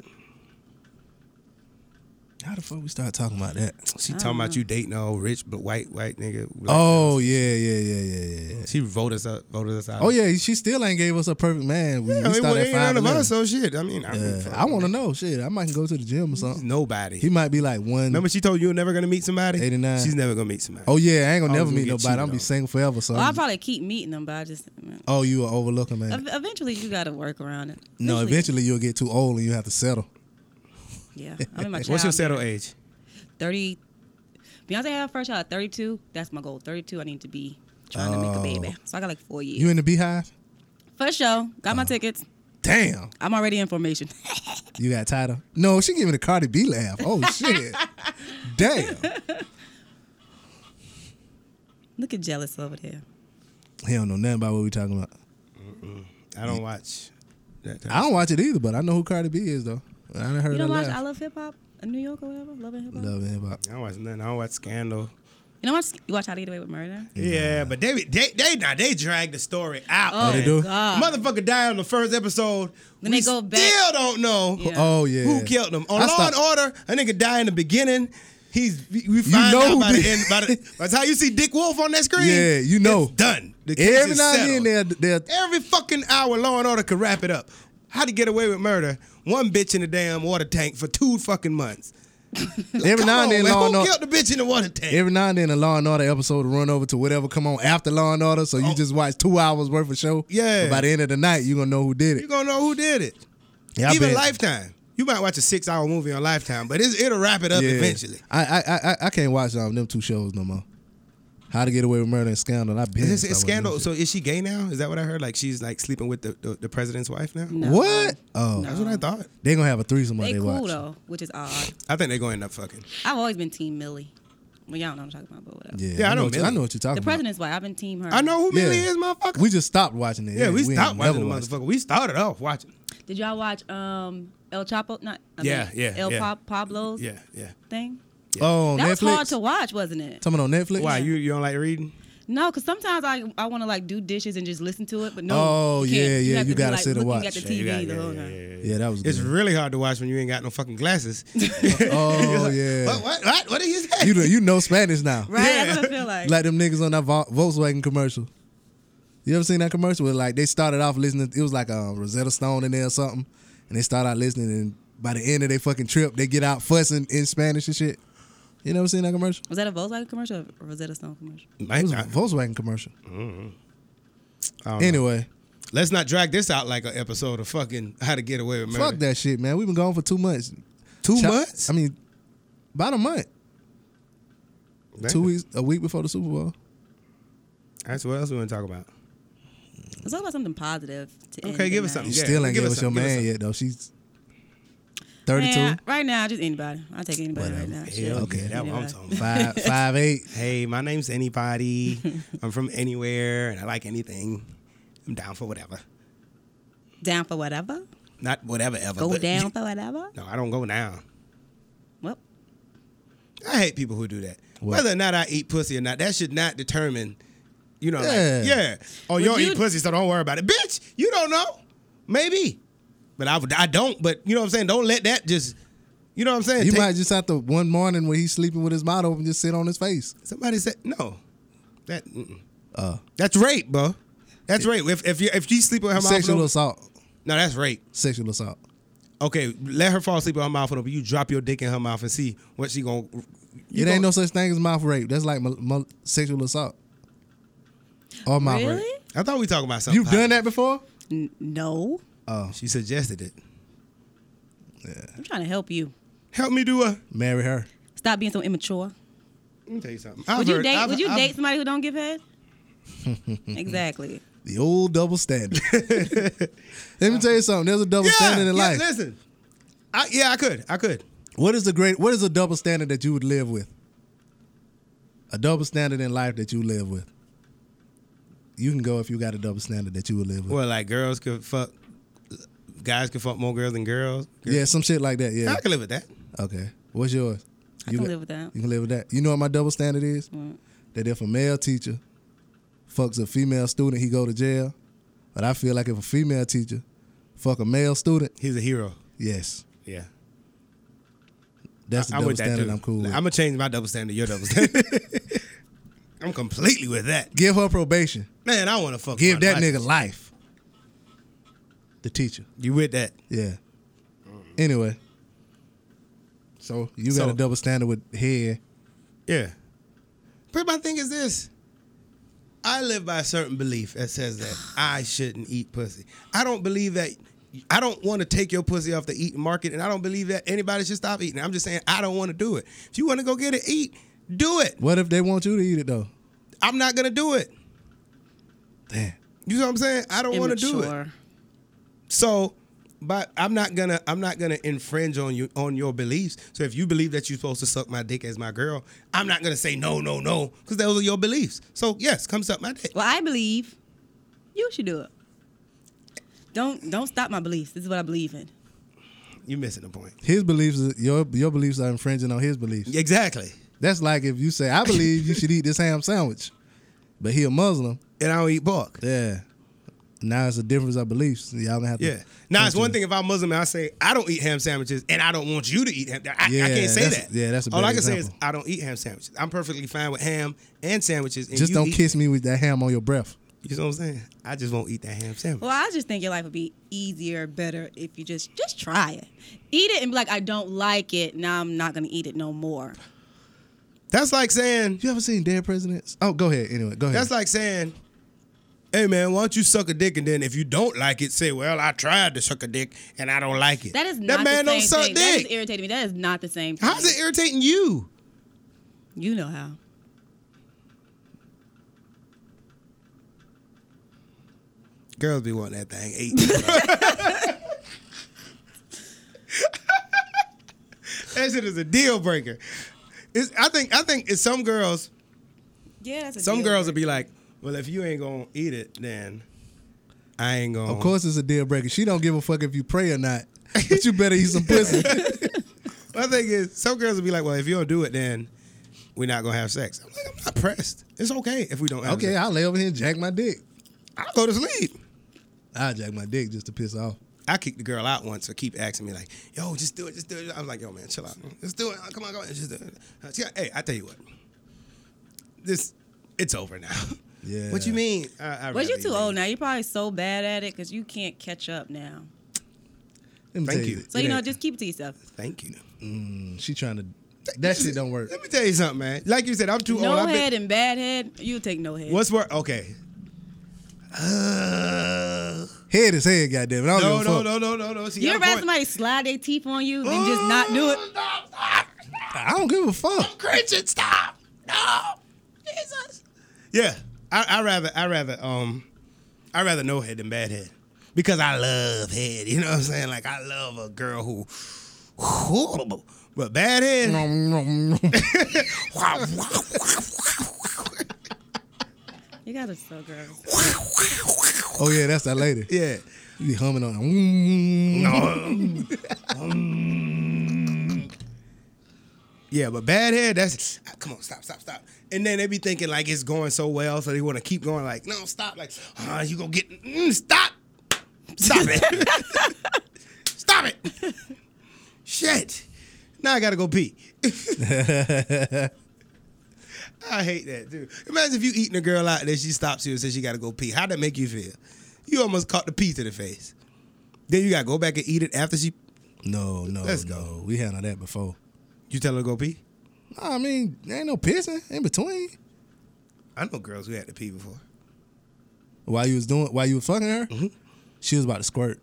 Speaker 2: how the fuck we start talking about that?
Speaker 1: she talking about you dating all rich but white white nigga. Like,
Speaker 2: Oh yeah, yeah, yeah, yeah, yeah, yeah.
Speaker 1: she voted us up, voted us out.
Speaker 2: Oh yeah, she still ain't gave us a perfect man. We,
Speaker 1: Yeah,
Speaker 2: we
Speaker 1: I mean, well,
Speaker 2: started
Speaker 1: ain't
Speaker 2: at five
Speaker 1: none of
Speaker 2: eleven.
Speaker 1: us, so shit. I mean, I, mean,
Speaker 2: Yeah,
Speaker 1: fuck,
Speaker 2: I want to know. Shit, I might go to the gym or something.
Speaker 1: nobody.
Speaker 2: He might be like one.
Speaker 1: Remember, she told you you're never gonna meet somebody.
Speaker 2: 89.
Speaker 1: She's never gonna meet somebody.
Speaker 2: Oh yeah, I ain't gonna
Speaker 1: I was
Speaker 2: never
Speaker 1: gonna
Speaker 2: meet
Speaker 1: get
Speaker 2: nobody. I'm
Speaker 1: cheated
Speaker 2: gonna be
Speaker 1: on.
Speaker 2: single forever. So
Speaker 3: Well, I
Speaker 2: I'm-
Speaker 3: probably keep meeting them, but I just man.
Speaker 2: oh, you are overlooking man.
Speaker 3: Ev- eventually you gotta work around it.
Speaker 2: no, eventually you'll get too old and you have to settle.
Speaker 3: Yeah, I'm in my.
Speaker 1: What's your
Speaker 3: child-
Speaker 1: settle age?
Speaker 3: Thirty. Beyonce had her first child at 32. That's my goal. 32, I need to be trying to make a baby. So I got like four years.
Speaker 2: Oh. You Oh. in the beehive?
Speaker 3: For sure. Got my tickets.
Speaker 2: Damn,
Speaker 3: I'm already in formation.
Speaker 2: you got tired of? No, she giving a Cardi B laugh. Oh shit, damn.
Speaker 3: Look at jealous over there.
Speaker 2: He don't know nothing about what we talking about.
Speaker 1: I don't watch. That kind
Speaker 2: I don't watch it either, but I know who Cardi B is though. I done heard
Speaker 3: You
Speaker 2: her
Speaker 3: don't watch
Speaker 2: laugh.
Speaker 3: I Love Hip Hop in New York or whatever? Love and Hip Hop?
Speaker 2: Love and hip hop.
Speaker 1: I don't watch nothing. I don't watch Scandal.
Speaker 3: You know watch you watch How to Get Away with Murder?
Speaker 1: Yeah, but they they they now they drag the story out.
Speaker 3: Oh,
Speaker 1: man.
Speaker 2: they do?
Speaker 3: God.
Speaker 1: Motherfucker die on the first episode.
Speaker 3: Then
Speaker 1: we
Speaker 3: they go back.
Speaker 1: Still don't know
Speaker 3: Yeah.
Speaker 2: Oh yeah.
Speaker 1: who killed them. On
Speaker 2: I
Speaker 1: Law
Speaker 2: stopped-
Speaker 1: and Order, a nigga die in the beginning. He's we we find
Speaker 2: know who
Speaker 1: out by
Speaker 2: did-
Speaker 1: the end. By the, by the time you see Dick Wolf on that screen,
Speaker 2: Yeah, you know.
Speaker 1: it's done. The case
Speaker 2: Every
Speaker 1: is
Speaker 2: now and
Speaker 1: settled.
Speaker 2: then they'll, they'll
Speaker 1: Every fucking hour, Law and Order could wrap it up. How to get away with murder? One bitch in a damn water tank for two fucking months.
Speaker 2: every
Speaker 1: Come
Speaker 2: now and
Speaker 1: on,
Speaker 2: then
Speaker 1: man.
Speaker 2: Law and
Speaker 1: who
Speaker 2: Order
Speaker 1: killed the bitch in the water tank?
Speaker 2: every now and then a Law and Order episode will run over to whatever come on after Law and Order, so you
Speaker 1: Oh.
Speaker 2: just watch two hours worth of show.
Speaker 1: Yeah.
Speaker 2: But by the end of the night, you are gonna know who did
Speaker 1: you
Speaker 2: it.
Speaker 1: gonna know who did it.
Speaker 2: Yeah, I
Speaker 1: Even
Speaker 2: bet.
Speaker 1: Lifetime. You might watch a six hour movie on Lifetime, but it's, it'll wrap it up
Speaker 2: Yeah.
Speaker 1: eventually.
Speaker 2: I I, I I- I can't watch um, them two shows no more. How to Get Away with Murder and Scandal. I been
Speaker 1: Is this
Speaker 2: stopped
Speaker 1: it's
Speaker 2: watching them
Speaker 1: scandal?
Speaker 2: shit.
Speaker 1: So is she gay now? Is that what I heard? Like she's like sleeping with the, the, the president's wife now?
Speaker 3: No.
Speaker 2: What? Oh,
Speaker 1: That's what I thought.
Speaker 2: they gonna have a threesome while
Speaker 3: They
Speaker 2: they
Speaker 3: cool
Speaker 2: watch.
Speaker 3: though, which is odd.
Speaker 1: I think they're going to end up fucking.
Speaker 3: I've always been team Millie. Well, y'all know what I'm talking about, but whatever.
Speaker 2: Yeah,
Speaker 1: Yeah, I
Speaker 2: I know.
Speaker 1: know
Speaker 2: what you- I
Speaker 1: Millie.
Speaker 2: know what you're
Speaker 3: The
Speaker 2: talking about.
Speaker 3: president's wife, I've been team her.
Speaker 1: I know who
Speaker 2: Yeah.
Speaker 1: Millie is, motherfucker.
Speaker 2: We just stopped watching it.
Speaker 1: yeah, we
Speaker 2: ain't
Speaker 1: stopped watching the
Speaker 2: never watched it.
Speaker 1: motherfucker. We started off watching.
Speaker 3: Did y'all watch um El Chapo? Not I
Speaker 1: Yeah,
Speaker 3: mean,
Speaker 1: yeah,
Speaker 3: El
Speaker 1: yeah.
Speaker 3: Pa- Pablo's
Speaker 1: Yeah, yeah.
Speaker 3: thing.
Speaker 2: Oh,
Speaker 3: That
Speaker 2: Netflix.
Speaker 3: was hard to watch, wasn't it?
Speaker 2: Talking on Netflix.
Speaker 1: Why you you don't like reading?
Speaker 3: No, because sometimes I I want to like do dishes and just listen to it, but no.
Speaker 2: Oh,
Speaker 3: you can't.
Speaker 2: yeah, yeah,
Speaker 3: have
Speaker 2: you
Speaker 3: to be,
Speaker 2: gotta
Speaker 3: like,
Speaker 2: sit and
Speaker 3: looking
Speaker 2: watch.
Speaker 3: At the
Speaker 1: Yeah,
Speaker 3: TV
Speaker 1: you got-
Speaker 3: the
Speaker 1: yeah,
Speaker 3: whole
Speaker 1: yeah,
Speaker 3: time.
Speaker 1: yeah, yeah.
Speaker 2: Yeah, that was.
Speaker 1: It's
Speaker 2: good.
Speaker 1: really hard to watch when you ain't got no fucking glasses.
Speaker 2: Oh yeah.
Speaker 1: what, what what what did he say?
Speaker 2: You do- you know Spanish now,
Speaker 3: Right,
Speaker 1: Yeah.
Speaker 3: that's what I feel like.
Speaker 2: like them niggas on that Vol- Volkswagen commercial. You ever seen that commercial where like they started off listening? It was like a Rosetta Stone in there or something, and they start out listening, and by the end of their fucking trip, they get out fussing in Spanish and shit. You never seen that commercial?
Speaker 3: was that a Volkswagen commercial or a Rosetta Stone commercial?
Speaker 1: Might
Speaker 2: It was a
Speaker 1: not.
Speaker 2: Volkswagen commercial.
Speaker 1: Mm-hmm. I don't know.
Speaker 2: Anyway,
Speaker 1: let's not drag this out like an episode of fucking How to Get Away with Murder.
Speaker 2: fuck that shit, man. We've been gone for two months.
Speaker 1: Two
Speaker 2: Chi-
Speaker 1: months?
Speaker 2: I mean, about a month.
Speaker 1: Damn.
Speaker 2: Two weeks, a week before the Super Bowl.
Speaker 1: That's what else we want to talk about.
Speaker 3: Let's talk about something positive. To
Speaker 1: Okay,
Speaker 3: end
Speaker 1: give us
Speaker 3: the night.
Speaker 1: something.
Speaker 2: You
Speaker 1: Yeah,
Speaker 2: still ain't
Speaker 1: give
Speaker 2: gave
Speaker 1: us
Speaker 2: us your
Speaker 1: some, give us
Speaker 2: man
Speaker 1: some.
Speaker 2: yet, though. She's 32.
Speaker 3: Man, right now, just anybody. I'll take anybody right now. Shit.
Speaker 1: Hell
Speaker 2: Okay.
Speaker 1: yeah, that's what I'm
Speaker 3: Anybody.
Speaker 1: talking about.
Speaker 2: Five, five, eight.
Speaker 1: Hey, my name's anybody. I'm from anywhere, and I like anything. I'm down for whatever.
Speaker 3: Down for whatever.
Speaker 1: Not whatever ever.
Speaker 3: Go
Speaker 1: but-
Speaker 3: down for whatever.
Speaker 1: No, I don't go down.
Speaker 3: Well,
Speaker 1: I hate people who do that.
Speaker 2: What?
Speaker 1: Whether or not I eat pussy or not, that should not determine. You know,
Speaker 2: Yeah.
Speaker 1: like, yeah. Oh,
Speaker 3: Would
Speaker 1: you don't
Speaker 3: you-
Speaker 1: eat pussy, so don't worry about it, bitch. You don't know. Maybe, but I, would- I don't. But you know what I'm saying. Don't let that just. You know what I'm saying.
Speaker 2: You
Speaker 1: Take-
Speaker 2: might just have to one morning when he's sleeping with his mouth open, just sit on his face.
Speaker 1: Somebody said no. That mm-mm.
Speaker 2: Uh.
Speaker 1: that's rape, bro. That's rape. If if you if she sleep with her mouth
Speaker 2: Sexual
Speaker 1: open,
Speaker 2: assault.
Speaker 1: no, that's rape.
Speaker 2: Sexual assault.
Speaker 1: Okay, let her fall asleep with her mouth open. You drop your dick in her mouth and see what she gonna.
Speaker 2: it ain't no such thing as mouth rape. That's like mo- mo- sexual assault. Or mouth
Speaker 3: really?
Speaker 2: rape.
Speaker 1: I thought we talking about something.
Speaker 2: You've done that before?
Speaker 3: N- no.
Speaker 2: Oh,
Speaker 1: She suggested it.
Speaker 3: I'm trying to help you.
Speaker 1: Help me do a.
Speaker 2: marry her.
Speaker 3: Stop being so immature.
Speaker 1: Let me tell you something.
Speaker 3: Would
Speaker 1: I've
Speaker 3: you
Speaker 1: heard-
Speaker 3: date?
Speaker 1: I've-
Speaker 3: would you
Speaker 1: I've-
Speaker 3: date somebody who don't give head? exactly.
Speaker 2: The old double standard. Let me tell you something. There's a double
Speaker 1: Yeah,
Speaker 2: standard in
Speaker 1: yeah,
Speaker 2: life.
Speaker 1: Listen, I, yeah, I could, I could.
Speaker 2: What is the great? What is a double standard that you would live with? A double standard in life that you live with. You can go if you got a double standard that you would live with.
Speaker 1: Well, like girls could fuck, guys could fuck more girls than girls.
Speaker 2: yeah, some shit like that. Yeah.
Speaker 1: I could live with that.
Speaker 2: Okay. What's yours?
Speaker 3: I
Speaker 2: You
Speaker 3: can
Speaker 2: got-
Speaker 3: live with that.
Speaker 2: You can live with that. You know what my double standard is?
Speaker 3: What?
Speaker 2: That if a male teacher fucks a female student, he go to jail. But I feel like if a female teacher fuck a male student,
Speaker 1: He's a hero.
Speaker 2: yes,
Speaker 1: Yeah.
Speaker 2: that's the
Speaker 1: I'm
Speaker 2: double
Speaker 1: with that
Speaker 2: standard
Speaker 1: too.
Speaker 2: I'm cool
Speaker 1: Like,
Speaker 2: with.
Speaker 1: I'm gonna change my double standard. to Your double standard. I'm completely with that.
Speaker 2: Give her probation.
Speaker 1: Man, I want to fuck.
Speaker 2: Give
Speaker 1: my
Speaker 2: that
Speaker 1: life.
Speaker 2: nigga life. The teacher.
Speaker 1: You with that?
Speaker 2: Yeah. Anyway. So you got
Speaker 1: Mm. So-
Speaker 2: a double standard with head.
Speaker 1: Yeah. But my thing is this. I live by a certain belief that says that I shouldn't eat pussy. I don't believe that I don't want to take your pussy off the eating market, and I don't believe that anybody should stop eating. it. I'm just saying I don't want to do it. If you want to go get it, eat, do it.
Speaker 2: What if they want you to eat it though?
Speaker 1: I'm not gonna do it.
Speaker 2: Damn.
Speaker 1: You know what I'm saying? I don't want to do it.
Speaker 3: Immature.
Speaker 1: So, but I'm not gonna I'm not gonna infringe on you on your beliefs. So if you believe that you're supposed to suck my dick as my girl, I'm not gonna say no, no, no, because those are your beliefs. So yes, come suck my dick.
Speaker 3: Well, I believe you should do it. Don't don't stop my beliefs. This is what I believe in.
Speaker 1: You're missing the point.
Speaker 2: His beliefs is- your your beliefs are infringing on his beliefs.
Speaker 1: Exactly.
Speaker 2: That's like if you say, I believe you should eat this ham sandwich, but he a Muslim.
Speaker 1: And I don't eat pork.
Speaker 2: Yeah. Now it's a difference of beliefs. Y'all gonna have to.
Speaker 1: Yeah. Now it's
Speaker 2: come
Speaker 1: one
Speaker 2: to-
Speaker 1: thing if I'm Muslim and I say I don't eat ham sandwiches and I don't want you to eat ham. I,
Speaker 2: Yeah,
Speaker 1: I can't say
Speaker 2: that's-
Speaker 1: that.
Speaker 2: yeah, that's a
Speaker 1: all
Speaker 2: better
Speaker 1: I can say is
Speaker 2: example.
Speaker 1: I don't eat ham sandwiches. I'm perfectly fine with ham and sandwiches. And
Speaker 2: Just
Speaker 1: you
Speaker 2: don't
Speaker 1: eat-
Speaker 2: kiss me with that ham on your breath.
Speaker 1: You know what I'm saying? I just won't eat that ham sandwich.
Speaker 3: Well, I just think your life would be easier, better if you just just try it, eat it, and be like, I don't like it. Now I'm not gonna eat it no more.
Speaker 1: That's like saying
Speaker 2: You ever seen Dead Presidents? Oh, go ahead. Anyway, go ahead.
Speaker 1: That's like saying, hey man, why don't you suck a dick and then if you don't like it, say, well, I tried to suck a dick and I don't like it.
Speaker 3: That is
Speaker 1: that
Speaker 3: not the
Speaker 1: man
Speaker 3: same
Speaker 1: don't suck
Speaker 3: thing. That is
Speaker 1: dick.
Speaker 3: irritating me. That is not the same. Thing.
Speaker 1: How's it irritating you?
Speaker 3: You know how.
Speaker 1: Girls be wanting that thing eight. that shit is a deal breaker. It's, I think I think it's some girls
Speaker 3: Yeah, that's a
Speaker 1: some girls will be like, well, if you ain't gonna eat it, then I ain't gonna.
Speaker 2: of course, it's a deal breaker. She don't give a fuck if you pray or not, but you better eat some pussy.
Speaker 1: My thing is, some girls will be like, well, if you don't do it, then we're not gonna have sex. I'm like, I'm not pressed. It's okay if we don't. Have
Speaker 2: okay,
Speaker 1: sex.
Speaker 2: I'll lay over here and jack my dick.
Speaker 1: I'll go to sleep.
Speaker 2: I'll jack my dick just to piss her off.
Speaker 1: I kicked the girl out once for keep asking me like, "Yo, just do it, just do it." I was like, "Yo, man, chill out, just do it. Come on, go on, just do it." She got- hey, I tell you what, this it's over now.
Speaker 2: Yeah.
Speaker 1: What you mean? I, I
Speaker 3: But you
Speaker 1: rather
Speaker 3: too
Speaker 1: eat
Speaker 3: old
Speaker 1: it.
Speaker 3: now. You're probably so bad at it because you can't catch up now.
Speaker 2: Let me
Speaker 1: Thank
Speaker 2: tell you.
Speaker 1: you.
Speaker 2: this.
Speaker 3: So you
Speaker 1: It
Speaker 3: know,
Speaker 1: ain't-
Speaker 3: just keep it to yourself.
Speaker 1: Thank you.
Speaker 2: She trying to. That shit don't work.
Speaker 1: Let me tell you something, man. Like you said, I'm too
Speaker 3: No
Speaker 1: old. I've been-
Speaker 3: head and bad head. You take no head.
Speaker 1: What's work? Okay. Uh,
Speaker 2: Head is head, goddamn it. I don't
Speaker 1: no,
Speaker 2: give a
Speaker 1: no,
Speaker 2: fuck.
Speaker 1: no, no, no, no. See,
Speaker 3: You
Speaker 1: I'm
Speaker 3: ever had
Speaker 1: going-
Speaker 3: somebody slide their teeth on you and just not do it?
Speaker 1: Stop, stop, stop.
Speaker 2: I don't give a fuck.
Speaker 1: Christian, stop. No. Jesus. Yeah. I, I rather I rather um I rather no head than bad head. Because I love head. You know what I'm saying? Like I love a girl who horrible. But bad head.
Speaker 3: You gotta so girls.
Speaker 2: oh yeah, that's that lady.
Speaker 1: yeah.
Speaker 2: You be humming on.
Speaker 1: Yeah, but bad head, that's ah, come on, stop, stop, stop. And then they be thinking like it's going so well, so they want to keep going, like, no, stop, like, uh, you gonna get mm, stop. Stop it. stop it. Shit. Now I gotta go pee. I hate that dude. Imagine if you eating a girl out and then she stops you and says she gotta go pee. How'd that make you feel? You almost caught the pee to the face. Then you gotta go back and eat it after she
Speaker 2: No, no,
Speaker 1: Let's
Speaker 2: no.
Speaker 1: go.
Speaker 2: We handled that before.
Speaker 1: you tell her to go pee.
Speaker 2: I mean, there ain't no pissing in between.
Speaker 1: I know girls who had to pee before.
Speaker 2: While you was doing, while you was fucking her,
Speaker 1: Mhm.
Speaker 2: she was about to squirt.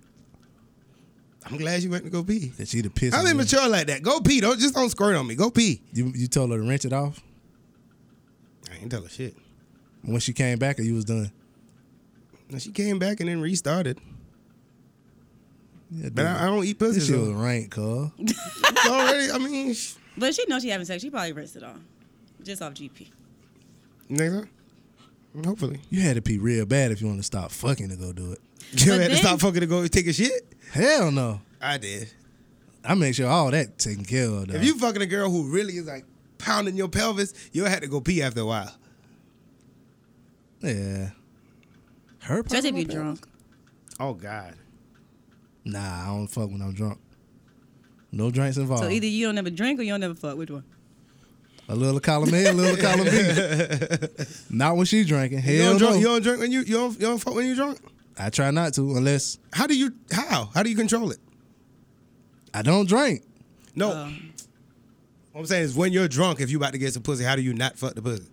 Speaker 1: I'm glad you went to go pee.
Speaker 2: That she the piss.
Speaker 1: I'm
Speaker 2: on you.
Speaker 1: immature like that. Go pee. Don't just don't squirt on me. Go pee.
Speaker 2: You you told her to wrench it off
Speaker 1: I ain't tell her shit.
Speaker 2: when she came back, or you was done.
Speaker 1: And she came back and then restarted.
Speaker 2: Yeah,
Speaker 1: But I, I don't eat pussy.
Speaker 2: This shit was
Speaker 1: So
Speaker 2: rank, cuz.
Speaker 1: it's already, I mean, sh-
Speaker 3: But she knows she having sex. She probably rinsed it on, just off GP.
Speaker 1: nigga. Hopefully,
Speaker 2: You had to pee real bad if you want to stop fucking to go do it.
Speaker 1: you
Speaker 3: But
Speaker 1: had to
Speaker 3: then-
Speaker 1: stop fucking to go take a shit.
Speaker 2: Hell no.
Speaker 1: I did.
Speaker 2: I make sure all that taken care of. Though.
Speaker 1: If you fucking a girl who really is like pounding your pelvis, you'll have to go pee after a while.
Speaker 2: yeah, her
Speaker 3: Especially if
Speaker 2: pounding
Speaker 3: you're
Speaker 2: my
Speaker 3: drunk.
Speaker 1: Oh God.
Speaker 2: pelvis? Nah, I don't fuck when I'm drunk. No drinks involved.
Speaker 3: So either you don't never drink or you don't never fuck. Which one?
Speaker 2: a little column A, a little column B. Not when she drinking. Hell
Speaker 1: You don't,
Speaker 2: no.
Speaker 1: drink, you don't drink when you you don't, you don't fuck when you drunk.
Speaker 2: I try not to unless
Speaker 1: How do you how how do you control it?
Speaker 2: I don't drink.
Speaker 1: No,
Speaker 3: Uh,
Speaker 1: what I'm saying is when you're drunk, if you about to get some pussy, how do you not fuck the pussy?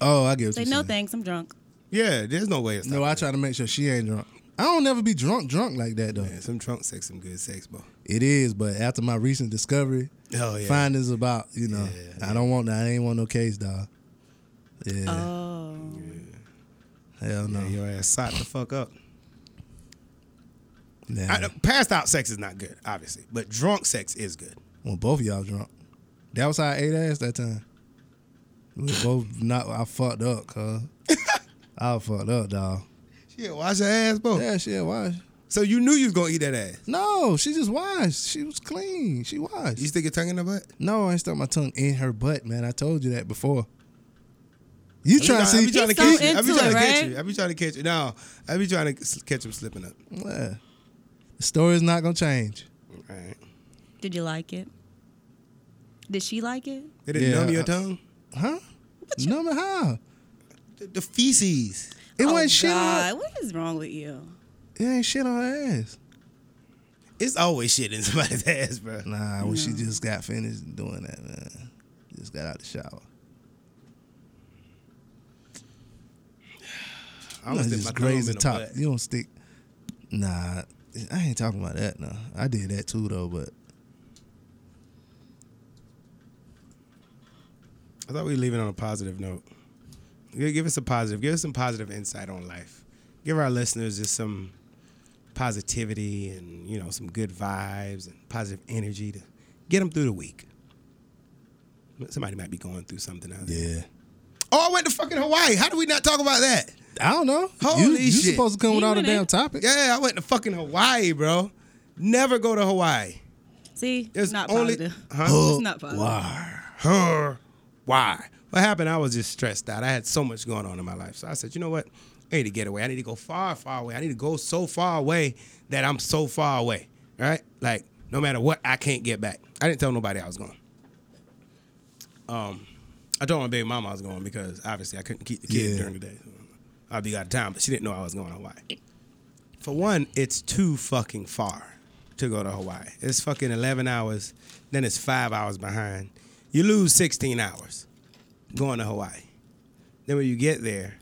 Speaker 2: Oh, I get what
Speaker 3: say
Speaker 2: you
Speaker 3: no thanks. I'm drunk.
Speaker 1: Yeah, there's no way. It's
Speaker 2: No, I try to make sure she ain't drunk. I don't never be drunk, drunk like that though.
Speaker 1: Man, some drunk sex, some good sex, bro.
Speaker 2: It is, but after my recent discovery,
Speaker 1: Oh yeah.
Speaker 2: findings about you know,
Speaker 1: Yeah,
Speaker 2: I don't want that. I ain't want no case, dog. Yeah,
Speaker 3: Oh.
Speaker 2: hell no.
Speaker 1: Yeah, your ass socked the fuck up.
Speaker 2: Nah.
Speaker 1: I, passed out sex is not good, obviously, but drunk sex is good.
Speaker 2: when both of y'all drunk, that was how I ate ass that time. We were both not. I fucked up, cuz. I fucked up, dog.
Speaker 1: Yeah, wash your ass, bro.
Speaker 2: Yeah, she had wash.
Speaker 1: So you knew you was gonna eat that ass.
Speaker 2: No, she just washed. She was clean. She
Speaker 1: You
Speaker 2: washed.
Speaker 1: stick your tongue in the butt.
Speaker 2: No, I ain't stuck my tongue in her butt, man. I told you that before. You
Speaker 1: I be
Speaker 2: trying to
Speaker 1: I
Speaker 2: see?
Speaker 1: be trying to
Speaker 3: He's so
Speaker 1: catch you. I be
Speaker 3: into
Speaker 1: trying
Speaker 3: it,
Speaker 1: to catch
Speaker 3: right?
Speaker 1: you. I be trying to catch you. No, I be trying to s- catch him slipping up.
Speaker 2: Yeah. The story's not gonna change.
Speaker 1: All right.
Speaker 3: Did you like it? Did she like it?
Speaker 1: They didn't
Speaker 2: Yeah,
Speaker 1: numb your
Speaker 2: I-
Speaker 1: tongue.
Speaker 2: Huh? No, but how?
Speaker 1: The, the feces.
Speaker 2: It
Speaker 3: oh
Speaker 2: wasn't shit on her.
Speaker 3: God, what is wrong with you?
Speaker 2: It ain't shit on her ass.
Speaker 1: It's always shit in somebody's ass, bro.
Speaker 2: Nah, when she just got finished doing that, man. Just got out the shower.
Speaker 1: I
Speaker 2: I'm
Speaker 1: almost did my
Speaker 2: just
Speaker 1: tongue in
Speaker 2: graze the
Speaker 1: the
Speaker 2: top.
Speaker 1: butt.
Speaker 2: You don't stick. Nah, I ain't talking about that. No, I did that too though. But
Speaker 1: I thought we were leaving on a positive note. Gi- Give us a positive. Give us some positive insight on life. Give our listeners just some positivity and you know some good vibes and positive energy to get them through the week. Somebody might be going through something else.
Speaker 2: yeah,
Speaker 1: Oh, I went to fucking Hawaii. How do we not talk about that?
Speaker 2: I don't know.
Speaker 1: Holy
Speaker 2: you you
Speaker 1: shit.
Speaker 2: supposed to come
Speaker 3: He
Speaker 2: with all the
Speaker 3: went in.
Speaker 2: damn topics.
Speaker 1: Yeah, I went to fucking Hawaii, bro. Never go to Hawaii.
Speaker 3: See,
Speaker 1: It's
Speaker 3: not
Speaker 1: only
Speaker 3: positive.
Speaker 1: Huh?
Speaker 3: It's not positive.
Speaker 1: her why what happened i was just stressed out i had so much going on in my life so i said you know what i need to get away i need to go far far away i need to go so far away that i'm so far away right like no matter what i can't get back i didn't tell nobody i was going um i told my baby mama i was going because obviously i couldn't keep the kid
Speaker 2: Yeah.
Speaker 1: during the day i'd be out of town but she didn't know i was going to hawaii for one it's too fucking far to go to hawaii it's fucking 11 hours then it's five hours behind you lose 16 hours going to hawaii then when you get there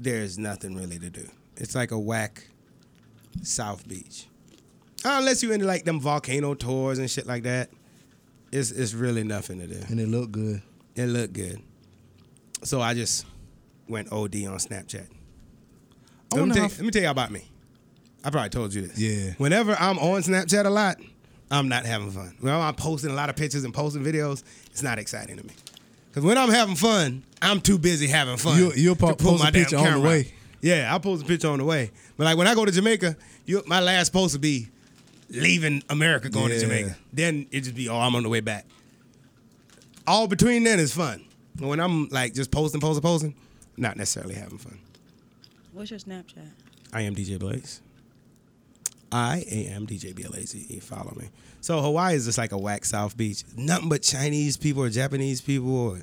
Speaker 1: there's nothing really to do it's like a whack south beach Uh, unless you into like them volcano tours and shit like that it's, it's really nothing to do
Speaker 2: and it looked good.
Speaker 1: it looked good. So I just went OD on Snapchat. Let me,
Speaker 2: wonder
Speaker 1: tell,
Speaker 2: how-
Speaker 1: let me tell you about me. I probably told you this.
Speaker 2: Yeah.
Speaker 1: Whenever I'm on Snapchat a lot, I'm not having fun. When I'm posting a lot of pictures and posting videos, it's not exciting to me. Because when I'm having fun, I'm too busy having fun.
Speaker 2: You'll- you'll po-
Speaker 1: to pull
Speaker 2: post a
Speaker 1: my damn
Speaker 2: picture on the
Speaker 1: camera out.
Speaker 2: way.
Speaker 1: Yeah, I post a picture on the way. But like when I go to Jamaica, you, my last post would be leaving America, going
Speaker 2: Yeah.
Speaker 1: to Jamaica. Then it just be, oh, I'm on the way back all between then is fun. But When I'm like just posting, posting, posting, not necessarily having fun.
Speaker 3: What's your Snapchat?
Speaker 1: I am DJ Blaze. I am DJ BLAZE. E. Follow me. So Hawaii is just like a whack South Beach. Nothing but Chinese people or Japanese people or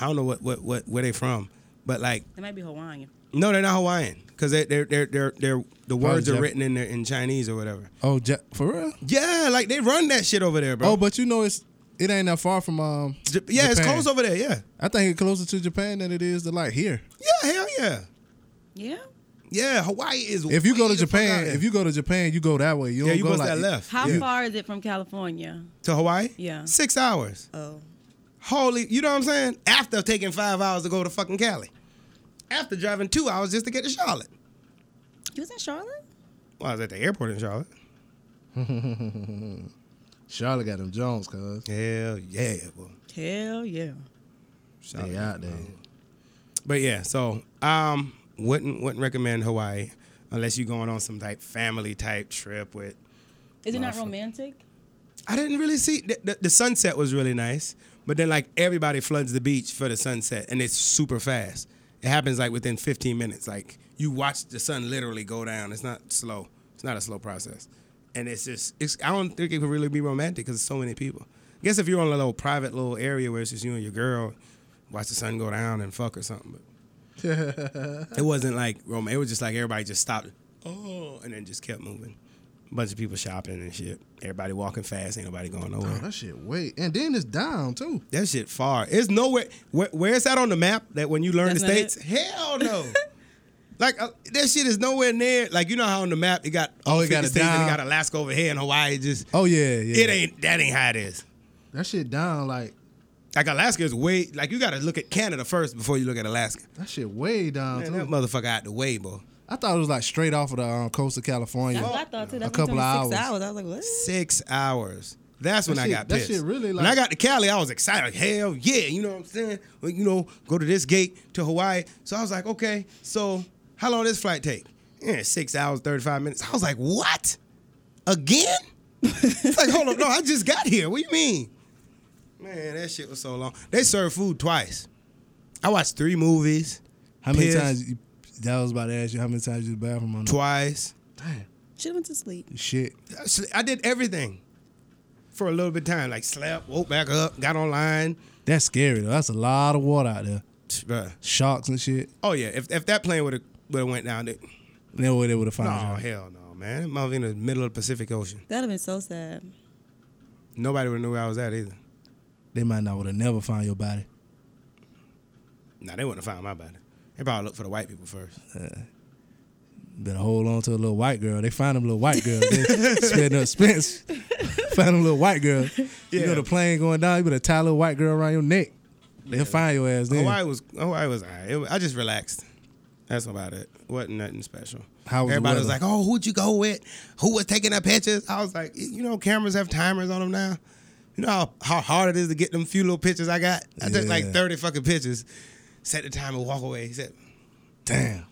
Speaker 1: I don't know what what what where they from, but like
Speaker 3: It might be Hawaiian.
Speaker 1: no, they're not Hawaiian because they they're they're they're they're the words are
Speaker 2: Jap-
Speaker 1: written in their, in Chinese or whatever.
Speaker 2: Oh, ja- for real?
Speaker 1: Yeah, like they run that shit over there, bro.
Speaker 2: Oh, but you know it's it ain't that far from um.
Speaker 1: J- yeah, it's
Speaker 2: Japan.
Speaker 1: close over there. Yeah,
Speaker 2: I think it's closer to Japan than it is to like here.
Speaker 1: yeah, hell yeah,
Speaker 3: Yeah.
Speaker 1: yeah. Hawaii is.
Speaker 2: If you go
Speaker 1: way
Speaker 2: to
Speaker 1: the fuck out
Speaker 2: Japan,
Speaker 1: there.
Speaker 2: if you go to Japan, you go that way. You
Speaker 1: yeah,
Speaker 2: don't
Speaker 1: you
Speaker 2: go
Speaker 1: bust
Speaker 2: like
Speaker 1: that left.
Speaker 3: How
Speaker 1: Yeah.
Speaker 3: far is it from California?
Speaker 1: to Hawaii?
Speaker 3: Yeah.
Speaker 1: Six hours.
Speaker 3: Oh.
Speaker 1: Holy, you know what I'm saying? After taking five hours to go to fucking Cali. After driving two hours just to get to Charlotte.
Speaker 3: You was in Charlotte?
Speaker 1: Well, I was at the airport in Charlotte.
Speaker 2: Charlotte got them Jones, cuz
Speaker 1: Hell yeah. Well,
Speaker 3: Hell yeah.
Speaker 1: Charlotte.
Speaker 2: they out there.
Speaker 1: But yeah, so um, wouldn't wouldn't recommend Hawaii. unless you're going on some type family type trip with.
Speaker 3: Is it not
Speaker 1: Awesome.
Speaker 3: romantic?
Speaker 1: I didn't really see the, the, the sunset was really nice, but then like everybody floods the beach for the sunset, and it's super fast. It happens like within 15 minutes. Like you watch the sun literally go down. It's not slow. It's not a slow process, and it's just it's. I don't think it could really be romantic because so many people. I guess if you're on a little private little area where it's just you and your girl, watch the sun go down and fuck or something. But it wasn't like romantic. It was just like everybody just stopped. Oh, and then just kept moving bunch of people shopping and shit. Everybody walking fast, ain't nobody going
Speaker 2: Oh,
Speaker 1: nowhere.
Speaker 2: that shit wait. And then it's down too.
Speaker 1: That shit far. It's nowhere. Where, where is that on the map? That when you learn
Speaker 3: That's
Speaker 1: the
Speaker 3: not
Speaker 1: states, hell no. like uh, that shit is nowhere near. Like you know how on the map it got
Speaker 2: Oh, it
Speaker 1: 50
Speaker 2: got a
Speaker 1: states and
Speaker 2: dial.
Speaker 1: it got Alaska over here and Hawaii. Just
Speaker 2: Oh yeah, yeah.
Speaker 1: it ain't that ain't how it is.
Speaker 2: that shit down like
Speaker 1: Like Alaska is way. Like you got to look at Canada first before you look at Alaska.
Speaker 2: that shit way down
Speaker 1: Man,
Speaker 2: too.
Speaker 1: that motherfucker out the way, boy.
Speaker 2: I thought it was like straight off of the um, coast of California.
Speaker 3: That's what I thought too. That's
Speaker 2: a couple
Speaker 3: what
Speaker 2: of
Speaker 3: told me six
Speaker 2: hours.
Speaker 3: hours. I was like, what?
Speaker 1: Six hours. That's when
Speaker 2: That
Speaker 1: I
Speaker 2: shit-
Speaker 1: got
Speaker 2: that
Speaker 1: pissed.
Speaker 2: shit really,
Speaker 1: when I
Speaker 2: like-
Speaker 1: got to Cali, I was excited. Like, Hell yeah, you know what I'm saying? Well, you know, go to this gate to Hawaii. So I was like, okay, so how long does this flight take? Yeah, six hours, 35 minutes. I was like, what? Again? it's like, hold up, no, I just got here. What do you mean? Man, that shit was so long. They served food twice. I watched three movies
Speaker 2: How many
Speaker 1: Pissed.
Speaker 2: times? You, that was about to ask you how many times you the bathroom on. the-
Speaker 1: twice.
Speaker 2: Damn,
Speaker 3: Should have went to sleep.
Speaker 2: shit.
Speaker 1: I did everything for a little bit of time. Like slept, woke back up, got online.
Speaker 2: That's scary though. That's a lot of water out there.
Speaker 1: Bruh.
Speaker 2: Sharks and shit.
Speaker 1: Oh yeah, if, if that plane would have would have went down, it,
Speaker 2: No way they would have
Speaker 1: oh
Speaker 2: found you.
Speaker 1: hell no, man, I'm in the middle of the Pacific Ocean.
Speaker 3: That'd have been so sad.
Speaker 1: Nobody would have knew where I was at either.
Speaker 2: They might not would have never found your body.
Speaker 1: Nah, they wouldn't have found my body. They probably looked for the white people first.
Speaker 2: Better hold on to a little white girl. They find them little white girl. They spend no expense. Find them little white girl. You
Speaker 1: Yeah.
Speaker 2: know the plane going down. You better tie a little white girl around your neck. They'll find your ass then.
Speaker 1: Hawaii was Hawaii was alright. It was- I just relaxed. That's about it. wasn't nothing special.
Speaker 2: How was the
Speaker 1: Everybody was
Speaker 2: weather?
Speaker 1: like, "Oh, who'd you go with? Who was taking the pictures?" I was like, "You know, cameras have timers on them now. You know how, how hard it is to get them few little pictures I got. I took like
Speaker 2: Yeah.
Speaker 1: thirty fucking pictures, set the time and walk away." He said,
Speaker 2: Damn.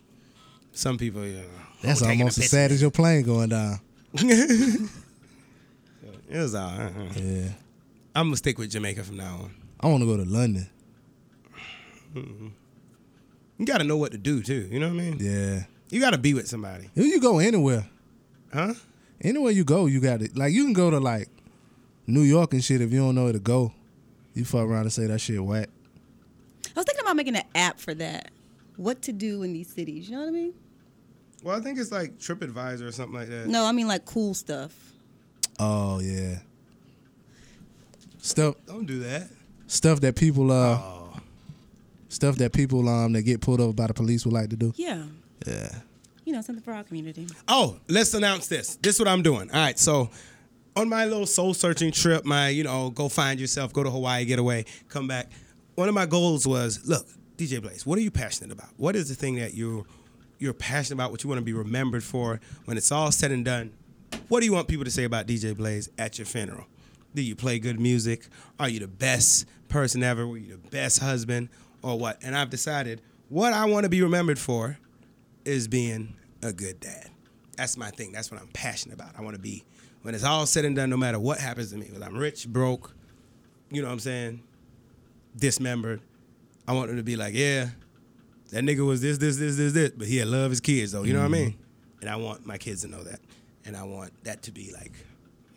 Speaker 1: "Some people, you know,
Speaker 2: That's
Speaker 1: who taking the
Speaker 2: almost as
Speaker 1: pictures?
Speaker 2: sad as your plane going down.
Speaker 1: It was all. Uh-huh.
Speaker 2: Yeah.
Speaker 1: I'm gonna stick with Jamaica from now on.
Speaker 2: I want to go to London.
Speaker 1: You gotta know what to do too. You know what I mean?
Speaker 2: Yeah.
Speaker 1: You gotta be with somebody,
Speaker 2: If you go anywhere,
Speaker 1: huh?
Speaker 2: anywhere you go, you got it. Like you can go to like New York and shit if you don't know where to go. You fuck around and say that shit whack.
Speaker 3: I was thinking about making an app for that. What to do in these cities? You know what I mean?
Speaker 1: Well, I think it's like TripAdvisor or something like that.
Speaker 3: No, I mean like cool stuff.
Speaker 2: Oh yeah. Stuff
Speaker 1: Don't do that.
Speaker 2: stuff that people uh
Speaker 1: Oh.
Speaker 2: stuff that people um that get pulled over by the police would like to do.
Speaker 3: Yeah.
Speaker 2: Yeah.
Speaker 3: You know, something for our community.
Speaker 1: Oh, let's announce this. This is what I'm doing. All right, so on my little soul searching trip, my you know, go find yourself, go to Hawaii, get away, come back. One of my goals was, look, DJ Blaze, what are you passionate about? What is the thing that you you're passionate about? What you want to be remembered for when it's all said and done? What do you want people to say about DJ Blaze at your funeral? Do you play good music? Are you the best person ever? Were you the best husband or what? And I've decided what I want to be remembered for is being a good dad. That's my thing. That's what I'm passionate about. I want to be when it's all said and done, no matter what happens to me, whether I'm rich, broke, you know what I'm saying, dismembered. I want them to be like, yeah, that nigga was this, this, this, this, this, but he had love his kids though. You know what I mean? And I want my kids to know that, and I want that to be like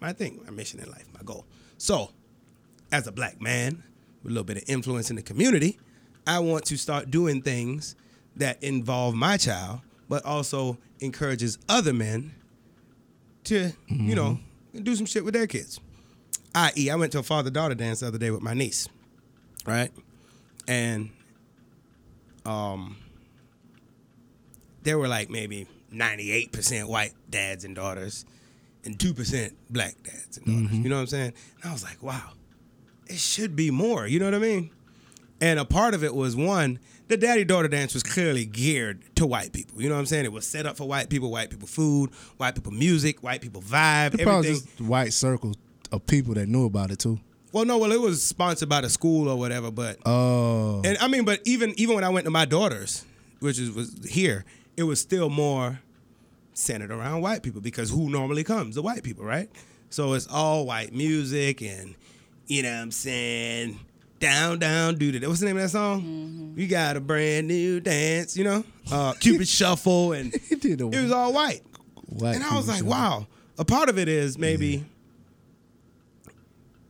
Speaker 1: my thing, my mission in life, my goal. So, as a black man with a little bit of influence in the community, I want to start doing things that involve my child, but also encourages other men to, you know, do some shit with their kids. I.e., I went to a father daughter dance the other day with my niece, right? And um, there were like maybe 98% white dads and daughters and 2% black dads and daughters. You know what I'm saying? And I was like, wow, it should be more. You know what I mean? And a part of it was one, the daddy daughter dance was clearly geared to white people. You know what I'm saying? It was set up for white people, white people food, white people music, white people vibe.
Speaker 2: It probably
Speaker 1: everything.
Speaker 2: just white circle of people that knew about it too.
Speaker 1: Well, no, well, it was sponsored by the school or whatever, but
Speaker 2: Oh.
Speaker 1: and I mean, but even even when I went to my daughter's, which is was here, it was still more centered around white people because who normally comes? The white people, right? So it's all white music and you know what I'm saying? Down, down, do that. What's the name of that song? We got a brand new dance, you know? Uh Cupid Shuffle and
Speaker 2: He did the
Speaker 1: it was all white.
Speaker 2: white
Speaker 1: and I was
Speaker 2: people
Speaker 1: like,
Speaker 2: show.
Speaker 1: wow. A part of it is maybe,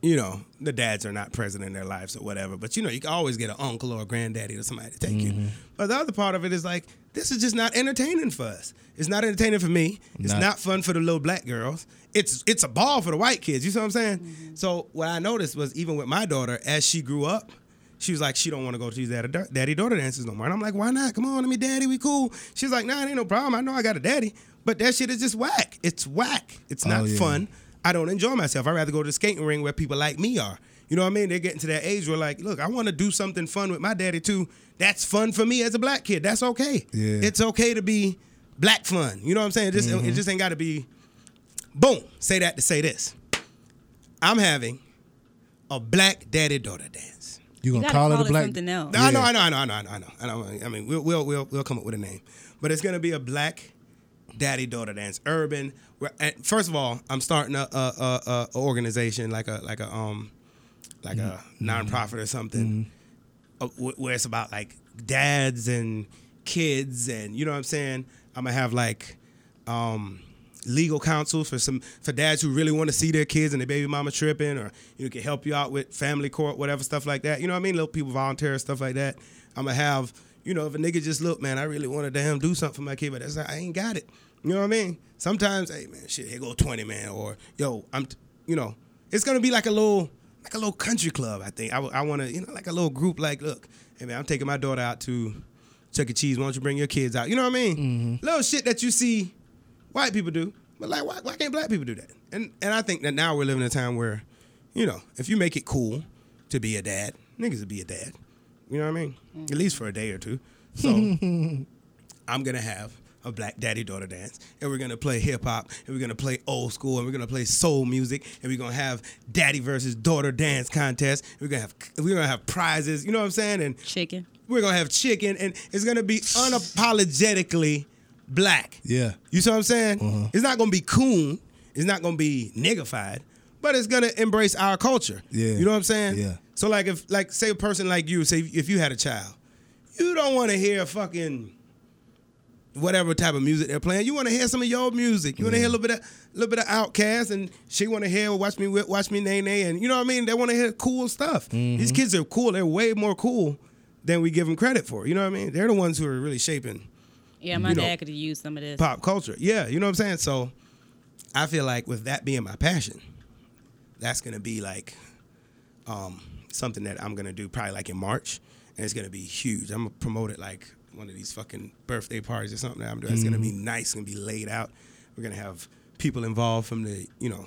Speaker 1: you know, the dads are not present in their lives or whatever. But you know, you can always get an uncle or a granddaddy or somebody to take
Speaker 2: Mm-hmm.
Speaker 1: you. But the other part of it is like, this is just not entertaining for us. It's not entertaining for me. It's
Speaker 2: Not-
Speaker 1: not, fun for the little black girls. It's it's a ball for the white kids. You see what I'm saying? So what I noticed was even with my daughter, as she grew up, she was like, she don't want to go to these daddy- daddy daughter dances no more. And I'm like, why not? Come on, I mean, daddy, we cool. She's like, nah, it ain't no problem. I know I got a daddy, but that shit is just whack. It's whack. It's not
Speaker 2: Oh, yeah.
Speaker 1: fun. I don't enjoy myself. I'd rather go to the skating ring where people like me are. You know what I mean? They're getting to that age where like, look, I want to do something fun with my daddy too. That's fun for me as a black kid. That's okay.
Speaker 2: Yeah.
Speaker 1: It's okay to be black fun. You know what I'm saying? It just, it just ain't got to be boom, say that to say this. I'm having a black daddy daughter dance.
Speaker 2: You gonna
Speaker 3: gotta
Speaker 2: call, it
Speaker 3: call
Speaker 2: a
Speaker 3: it
Speaker 2: black?
Speaker 3: something else.
Speaker 1: No,
Speaker 2: Yeah.
Speaker 1: I know, I know, I know, I know, I know, I know. I know. I mean, we'll, we'll we'll we'll come up with a name, but it's gonna be a black daddy daughter dance, urban. Where, and first of all, I'm starting a, a, a, a organization like a like a um like a nonprofit or something, uh, wh- where it's about like dads and kids and you know what I'm saying. I'm gonna have like um, legal counsel for some for dads who really want to see their kids and their baby mama tripping, or you know, can help you out with family court, whatever stuff like that. You know what I mean? Little people volunteer stuff like that. I'm gonna have you know if a nigga just look, man, I really want to damn do something for my kid, but that's I ain't got it. You know what I mean? Sometimes, hey man, shit, here go twenty man, or yo, I'm t- you know, it's gonna be like a little like a little country club. I think I, w- I want to you know like a little group. Like look, hey man, I'm taking my daughter out to. Chuck E. Cheese, why don't you bring your kids out? You know what I mean? Little shit that you see white people do, but like why, why can't black people do that? And and I think that now we're living in a time where, you know, if you make it cool to be a dad, niggas will be a dad. You know what I mean? At least for a day or two. So I'm gonna have a black daddy daughter dance, and we're gonna play hip hop, and we're gonna play old school, and we're gonna play soul music, and we're gonna have daddy versus daughter dance contest. We're gonna have we're gonna have prizes. You know what I'm saying? And
Speaker 3: Chicken.
Speaker 1: we're gonna have chicken, and it's gonna be unapologetically black.
Speaker 2: Yeah.
Speaker 1: You see what I'm saying? It's not gonna be coon. It's not gonna be niggified, but it's gonna embrace our culture.
Speaker 2: Yeah.
Speaker 1: You know what I'm saying?
Speaker 2: Yeah.
Speaker 1: So like if like say a person like you, say if you had a child, you don't wanna hear fucking whatever type of music they're playing. You wanna hear some of your music. You wanna hear a little bit of little bit of outcast and she wanna hear watch me Whip, watch me nay nay and you know what I mean? They wanna hear cool stuff.
Speaker 2: Mm-hmm.
Speaker 1: These kids are cool, they're way more cool than we give them credit for. You know what I mean? They're the ones who are really shaping
Speaker 3: Yeah, my
Speaker 1: You know,
Speaker 3: dad could have used some of this.
Speaker 1: pop culture. Yeah, you know what I'm saying? So I feel like with that being my passion, that's gonna be like um, something that I'm gonna do probably like in March, and it's gonna be huge. I'm gonna promote it like one of these fucking birthday parties or something that I'm doing. It's gonna be nice, it's gonna be laid out. We're gonna have people involved from the, you know,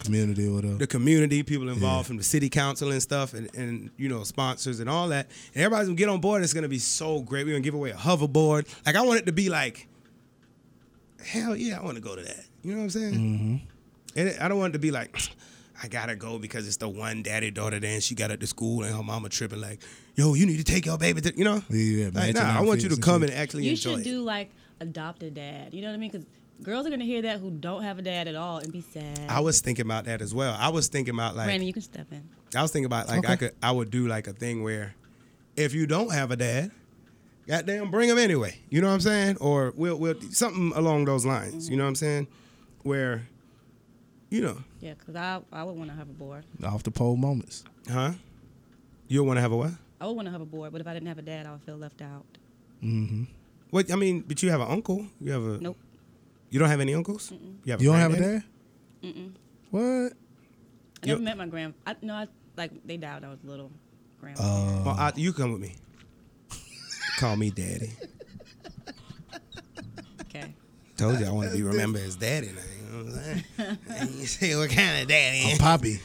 Speaker 2: Community or whatever.
Speaker 1: the community, people involved from the city council and stuff, and, and you know sponsors and all that. And everybody's gonna get on board. It's gonna be so great. We're gonna give away a hoverboard. Like I want it to be like, hell yeah, I want to go to that. You know what I'm saying?
Speaker 2: Mm-hmm.
Speaker 1: And it- I don't want it to be like, I gotta go because it's the one daddy daughter dance she got at the school and her mama tripping like, yo, you need to take your baby. To, you know?
Speaker 2: Yeah,
Speaker 1: like,
Speaker 2: matching
Speaker 1: nah, I want
Speaker 2: outfits
Speaker 1: you to
Speaker 2: and
Speaker 1: come
Speaker 2: shit.
Speaker 1: and actually
Speaker 3: You
Speaker 1: enjoy
Speaker 3: should
Speaker 1: it.
Speaker 3: do like adopt a dad. You know what I mean? Because girls are gonna hear that who don't have a dad at all and be sad.
Speaker 1: I was thinking about that as well. I was thinking about like.
Speaker 3: Brandon, you can step in.
Speaker 1: I was thinking about like I
Speaker 2: Okay.
Speaker 1: could I would do like a thing where if you don't have a dad, goddamn bring him anyway. You know what I'm saying? Or we'll we'll something along those lines. You know what I'm saying? Where you know,
Speaker 3: Yeah, because I I would want to have a board.
Speaker 2: off the pole moments.
Speaker 1: huh? You'll want to have a what?
Speaker 3: I would want to have a board, but if I didn't have a dad, I would feel left out.
Speaker 1: What I mean, but you have an uncle. You have a
Speaker 3: Nope.
Speaker 1: You don't have any uncles. You, have
Speaker 2: You don't have a
Speaker 1: granddaddy?
Speaker 2: dad? What?
Speaker 3: I never
Speaker 1: Yep.
Speaker 3: met my grand. I, no, I like they died when I was little. Grandma.
Speaker 1: Well, I, you come with me. Call me daddy.
Speaker 3: okay.
Speaker 1: Told you I want to be remembered as daddy. Now, you know what I'm saying? you say what kind of
Speaker 2: I'm
Speaker 1: daddy?
Speaker 2: Poppy.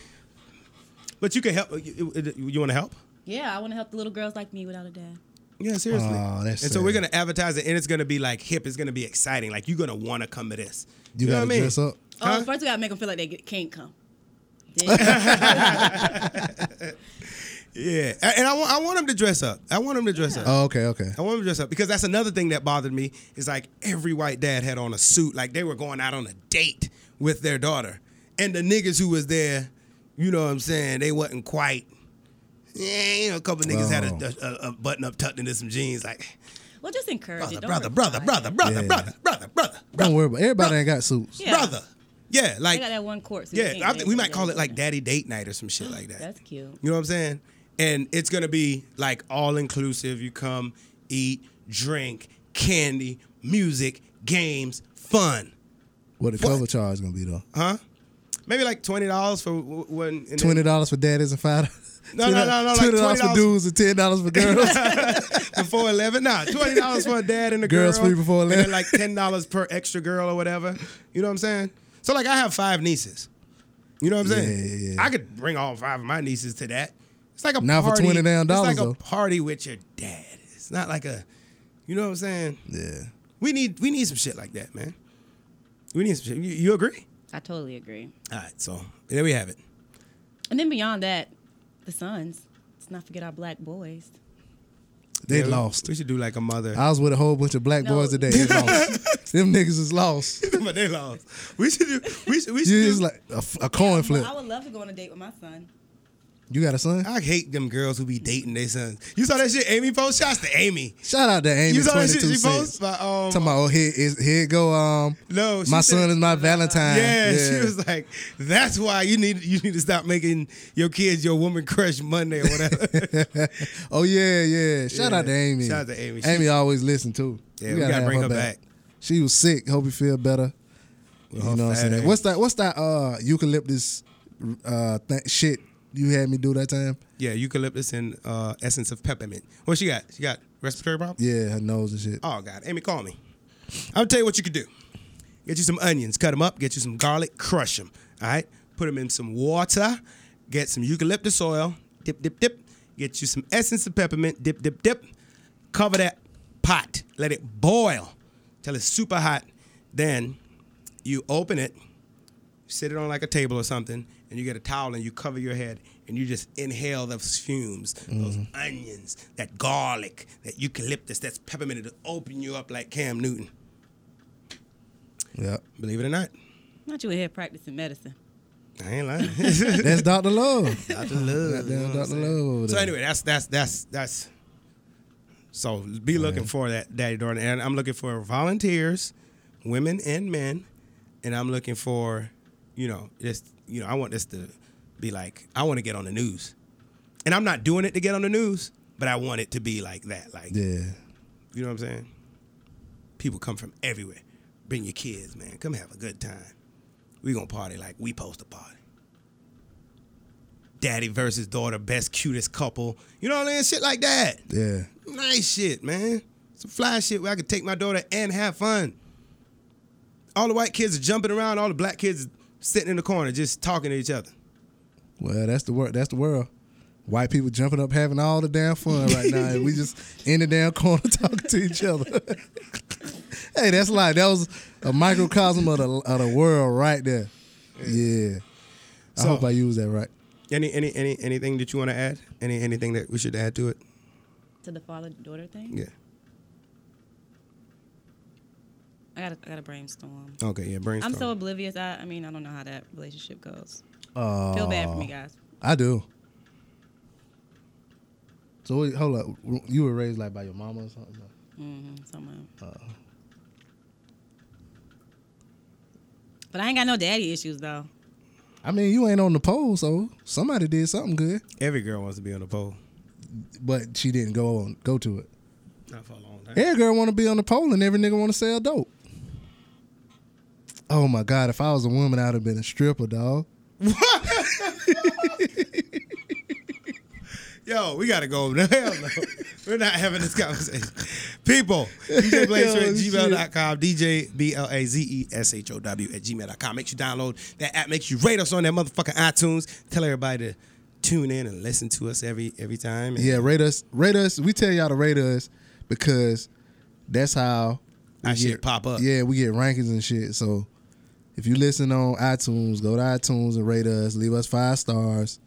Speaker 1: But you can help. You, you want to help?
Speaker 3: Yeah, I want to help the little girls like me without a dad.
Speaker 1: Yeah, seriously.
Speaker 2: Aw, that's
Speaker 1: and so we're
Speaker 2: sad.
Speaker 1: gonna advertise it, and it's gonna be like hip. It's gonna be exciting. Like you're gonna want to come to this.
Speaker 2: You,
Speaker 1: know
Speaker 2: gotta
Speaker 1: what I mean?
Speaker 2: dress up.
Speaker 1: Huh?
Speaker 3: Oh, first we gotta make them feel like they get, can't come. Then-
Speaker 1: Yeah, and and I want I want him to dress up. I want him to dress up.
Speaker 2: Oh, okay, okay.
Speaker 1: I want him to dress up because that's another thing that bothered me is like every white dad had on a suit, like they were going out on a date with their daughter, and the niggas who was there, you know what I'm saying? They wasn't quite. Yeah, you know, a couple niggas had a, a, a button up tucked into some jeans, like
Speaker 3: Well, just encourage
Speaker 1: brother,
Speaker 3: it. Don't
Speaker 1: brother,
Speaker 3: worry
Speaker 1: brother,
Speaker 3: about it.
Speaker 1: brother, brother,
Speaker 2: Yeah.
Speaker 1: brother, brother, brother,
Speaker 2: Don't
Speaker 1: brother,
Speaker 2: worry about everybody ain't got suits.
Speaker 3: Yeah.
Speaker 1: brother. Yeah,
Speaker 3: I
Speaker 1: like
Speaker 3: got that one court. so you
Speaker 1: yeah,
Speaker 3: can't
Speaker 1: I think we
Speaker 3: date
Speaker 1: might call
Speaker 3: that.
Speaker 1: it like daddy date night or some shit like that.
Speaker 3: That's cute.
Speaker 1: You know what I'm saying? And it's gonna be like all inclusive. You come, eat, drink, candy, music, games, fun.
Speaker 2: What the cover charge gonna be though?
Speaker 1: Huh? Maybe like twenty dollars for w- one. and then-
Speaker 2: Twenty dollars for daddies and five.
Speaker 1: No, no, no, no, like
Speaker 2: Twenty dollars for
Speaker 1: $20
Speaker 2: dudes and ten dollars for girls.
Speaker 1: before eleven. Nah, twenty dollars for a dad and a
Speaker 2: Girls
Speaker 1: girl.
Speaker 2: free before
Speaker 1: and then,
Speaker 2: 11.
Speaker 1: like ten dollars per extra girl or whatever. You know what I'm saying? So like I have five nieces. You know what I'm saying?
Speaker 2: Yeah, yeah, yeah.
Speaker 1: I could bring all five of my nieces to that. It's like a
Speaker 2: Not for
Speaker 1: party.
Speaker 2: $20 damn
Speaker 1: It's like
Speaker 2: dollars, though.
Speaker 1: a party with your dad. It's not like a. You know what I'm saying?
Speaker 2: yeah.
Speaker 1: We need we need some shit like that, man. We need some shit. You, you agree?
Speaker 3: I totally agree.
Speaker 1: All right, so there we have it.
Speaker 3: And then beyond that, the sons. Let's not forget our black boys.
Speaker 2: They
Speaker 1: Yeah, we-
Speaker 2: lost.
Speaker 1: We should do like a mother.
Speaker 2: I was with a whole bunch of black
Speaker 3: No.
Speaker 2: boys today. They lost. Them niggas is lost.
Speaker 1: but they lost. We should do. We should. We should
Speaker 2: You
Speaker 1: do,
Speaker 2: just like a, f- a coin flip.
Speaker 3: I would love to go on a date with my son.
Speaker 2: You got a son?
Speaker 1: I hate them girls who be dating their sons. You saw that shit Amy post? Shouts to Amy.
Speaker 2: Shout out to Amy.
Speaker 1: You saw that
Speaker 2: 22
Speaker 1: shit she
Speaker 2: cents.
Speaker 1: posted? By, um,
Speaker 2: Talking about oh here is here go um
Speaker 1: No, she
Speaker 2: my
Speaker 1: said-
Speaker 2: son is my Valentine.
Speaker 1: yeah, she was like, "That's why you need you need to stop making your kids your woman crush Monday or whatever."
Speaker 2: oh yeah, yeah. Shout
Speaker 1: Yeah.
Speaker 2: out to Amy.
Speaker 1: Shout out to Amy. She-
Speaker 2: Amy always listened too.
Speaker 1: Yeah, we gotta
Speaker 2: have
Speaker 1: bring her back.
Speaker 2: She was sick. Hope you feel better.
Speaker 1: With
Speaker 2: you
Speaker 1: her
Speaker 2: know what I'm
Speaker 1: fat
Speaker 2: saying?
Speaker 1: ass.
Speaker 2: What's that? What's that? Uh, eucalyptus, uh, th- shit you had me do that time.
Speaker 1: yeah, eucalyptus and uh, essence of peppermint. What she got? She got respiratory problem.
Speaker 2: Yeah, her nose and shit.
Speaker 1: Oh God, Amy, call me. I'll tell you what you could do. Get you some onions, cut them up. Get you some garlic, crush them. All right, put them in some water. Get some eucalyptus oil. Dip, dip, dip. Get you some essence of peppermint. Dip, dip, dip. Cover that pot. Let it boil till it's super hot. Then you open it, sit it on like a table or something, and you get a towel and you cover your head and you just inhale those fumes, those onions, that garlic, that eucalyptus, that's peppermint. It'll open you up like Cam Newton.
Speaker 2: Yeah,
Speaker 1: Believe it or not,
Speaker 3: Not you in here practicing medicine.
Speaker 1: I ain't lying.
Speaker 2: that's Doctor Love.
Speaker 1: Dr. Love. you know what I'm
Speaker 2: Dr.
Speaker 1: saying?
Speaker 2: Love over
Speaker 1: So
Speaker 2: there.
Speaker 1: anyway, that's that's that's that's. So be looking for that daddy daughter, and I'm looking for volunteers, women and men, and I'm looking for, you know, just you know, I want this to be like I want to get on the news, and I'm not doing it to get on the news, but I want it to be like that, like
Speaker 2: yeah,
Speaker 1: you know what I'm saying? People come from everywhere. Bring your kids, man. Come have a good time. We gonna party like we post to party. Daddy versus daughter, best cutest couple. You know what I'm saying? Shit like that.
Speaker 2: yeah.
Speaker 1: Nice shit, man. Some fly shit where I could take my daughter and have fun. All the white kids are jumping around. All the black kids are sitting in the corner just talking to each other.
Speaker 2: Well, that's the world. That's the world. White people jumping up, having all the damn fun right now, and we just in the damn corner talking to each other. hey, that's like that was a microcosm of the of the world right there. Yeah, I
Speaker 1: So-
Speaker 2: hope I used that right.
Speaker 1: Any any any anything that you want to add? Any anything that we should add to it?
Speaker 3: To the father daughter thing.
Speaker 1: Yeah.
Speaker 3: I gotta, I gotta brainstorm.
Speaker 1: Okay. Yeah. Brainstorm.
Speaker 3: I'm so oblivious. I, I mean, I don't know how that relationship goes.
Speaker 2: Uh,
Speaker 3: Feel bad for me, guys.
Speaker 2: I do. So wait, hold up, you were raised like by your mama or something?
Speaker 3: hmm someone.
Speaker 2: uh.
Speaker 3: But I ain't got no daddy issues though.
Speaker 2: I mean, you ain't on the pole, so somebody did something good,
Speaker 1: Every girl wants to be on the pole.
Speaker 2: but she didn't go on go to it.
Speaker 1: Not for a long time.
Speaker 2: Every girl want to be on the pole, and every nigga want to sell dope. Oh my god! If I was a woman, I'd have been a stripper, dog.
Speaker 1: Yo, we gotta go. No, hell no. We're not having this conversation. People,
Speaker 2: Oh,
Speaker 1: DJBlazeShow at gmail.com, E DJBLAZESHOW at gmail.com. Make sure you download that app. Make sure you rate us on that motherfucking iTunes. Tell everybody to tune in and listen to us every every time. And
Speaker 2: Yeah, rate us, rate us. We tell y'all to rate us because that's how
Speaker 1: Our
Speaker 2: we
Speaker 1: shit
Speaker 2: get-
Speaker 1: pop up.
Speaker 2: Yeah, we get rankings and shit. So if you listen on iTunes, go to iTunes and rate us. Leave us five stars.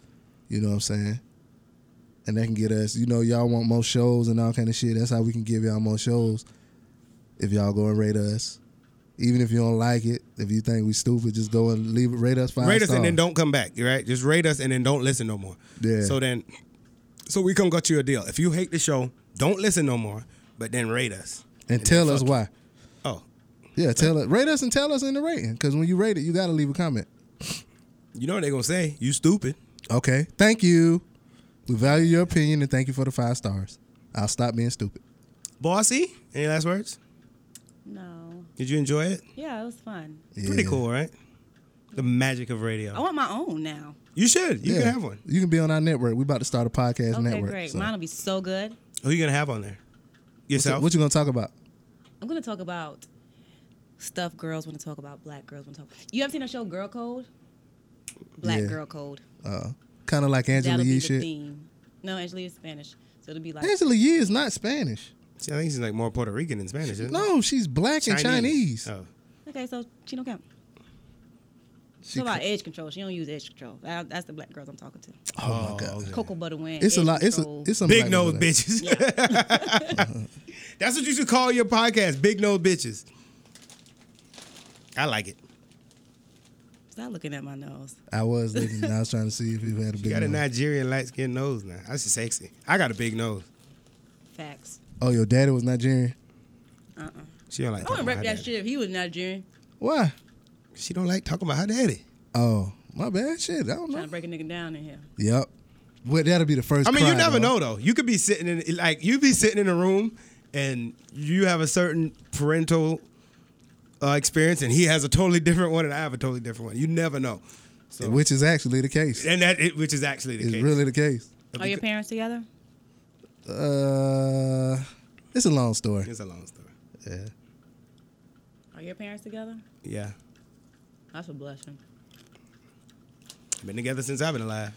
Speaker 2: You know what I'm saying? and they can get us. You know, y'all want more shows and all kind of shit. That's how we can give y'all more shows. If y'all go and rate us, even if you don't like it, if you think we stupid, just go and leave it. Rate us five.
Speaker 1: rate us and
Speaker 2: stars.
Speaker 1: then don't come back, right? Just rate us and then don't listen no more.
Speaker 2: Yeah.
Speaker 1: So then, so we come got you a deal. If you hate the show, don't listen no more, but then rate us.
Speaker 2: and tell us why.
Speaker 1: Oh,
Speaker 2: Yeah, tell us. Rate us and tell us in the rating. Because when you rate it, you got to leave a comment.
Speaker 1: you know what they gonna say? You stupid.
Speaker 2: Okay. Thank you. We value your opinion and thank you for the five stars. I'll stop being stupid.
Speaker 1: Bossy. Any last words?
Speaker 3: No.
Speaker 1: Did you enjoy it?
Speaker 3: Yeah, it was fun.
Speaker 1: Pretty
Speaker 2: Yeah.
Speaker 1: cool, right? The magic of radio.
Speaker 3: I want my own now.
Speaker 1: You should. You
Speaker 2: Yeah.
Speaker 1: can have one.
Speaker 2: You can be on our network. We about to start a podcast
Speaker 3: Okay,
Speaker 2: network.
Speaker 3: great.
Speaker 2: so-
Speaker 3: Mine will be so good.
Speaker 1: Who you gonna have on there?
Speaker 2: so
Speaker 1: Yourself.
Speaker 2: what you gonna talk about?
Speaker 3: I'm gonna talk about stuff girls want to talk about. Black girls want to talk. You ever seen a show Girl Code? Black
Speaker 2: Yeah.
Speaker 3: Girl Code.
Speaker 2: Uh, kind of like Angela
Speaker 3: That'll be
Speaker 2: Yee
Speaker 3: the
Speaker 2: shit.
Speaker 3: theme. No, Angela is Spanish, so it'll be like
Speaker 2: Angela Yee is not Spanish.
Speaker 1: See, I think she's like more Puerto Rican than Spanish. Isn't
Speaker 2: No, she's black
Speaker 1: she?
Speaker 2: and Chinese.
Speaker 1: Oh.
Speaker 3: okay, so she don't count. She
Speaker 2: She
Speaker 3: talk about edge control. She don't use edge control. That- that's the black girls I'm talking to.
Speaker 2: Oh
Speaker 1: Oh,
Speaker 2: my god,
Speaker 1: okay.
Speaker 3: Cocoa butter win.
Speaker 2: it's a
Speaker 3: edge
Speaker 2: lot. It's a
Speaker 3: control.
Speaker 2: it's some
Speaker 1: Big
Speaker 2: black
Speaker 1: nose
Speaker 2: women.
Speaker 1: bitches. That's what you should call your podcast, Big Nose Bitches. I like it.
Speaker 3: Stop looking at my nose.
Speaker 2: I was looking. I was trying to see if you had a
Speaker 1: You
Speaker 2: big.
Speaker 1: got a
Speaker 2: nose.
Speaker 1: Nigerian light skinned nose now. That's just sexy. I got a big nose.
Speaker 3: Facts.
Speaker 2: Oh, your daddy was Nigerian.
Speaker 3: Uh uh
Speaker 1: She don't like
Speaker 3: I
Speaker 1: talking about
Speaker 3: wouldn't rep
Speaker 1: her
Speaker 3: that
Speaker 1: daddy.
Speaker 3: shit if he was Nigerian.
Speaker 2: Why?
Speaker 1: She don't like talking about her daddy.
Speaker 2: Oh, my bad. Shit, I don't
Speaker 3: Trying to
Speaker 2: know.
Speaker 3: break a nigga down in here.
Speaker 2: Yep. Well, that'll be the first.
Speaker 1: I mean, you
Speaker 2: cry,
Speaker 1: never
Speaker 2: though.
Speaker 1: know though. You could be sitting in like you be sitting in a room and you have a certain parental uh, experience, and he has a totally different one, and I have a totally different one. You never know. So
Speaker 2: Which is actually the case.
Speaker 1: and that it, which is actually the
Speaker 2: It's
Speaker 1: case.
Speaker 2: really the case.
Speaker 3: Are your parents together?
Speaker 2: Uh, it's a long story.
Speaker 1: It's a long story.
Speaker 2: Yeah.
Speaker 3: Are your parents together?
Speaker 1: Yeah,
Speaker 3: That's a blessing.
Speaker 1: been together since I've been alive.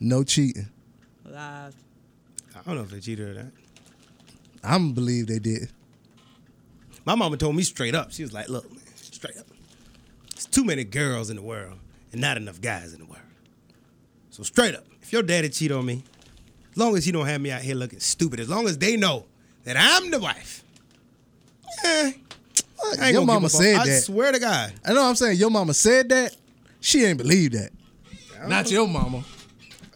Speaker 2: No cheating.
Speaker 3: Lies.
Speaker 1: I don't know if they cheated or not.
Speaker 2: I'm believe they did.
Speaker 1: My mama told me straight up. She was like, "Look, man, straight up, it's too many girls in the world and not enough guys in the world. So straight up, if your daddy cheat on me, as long as he don't have me out here looking stupid, as long as they know that I'm the wife, eh, I ain't
Speaker 2: Your
Speaker 1: gonna
Speaker 2: mama
Speaker 1: give a fuck.
Speaker 2: said
Speaker 1: I
Speaker 2: that.
Speaker 1: swear to God,
Speaker 2: I know what I'm saying your mama said that. She ain't believe that. Not your mama.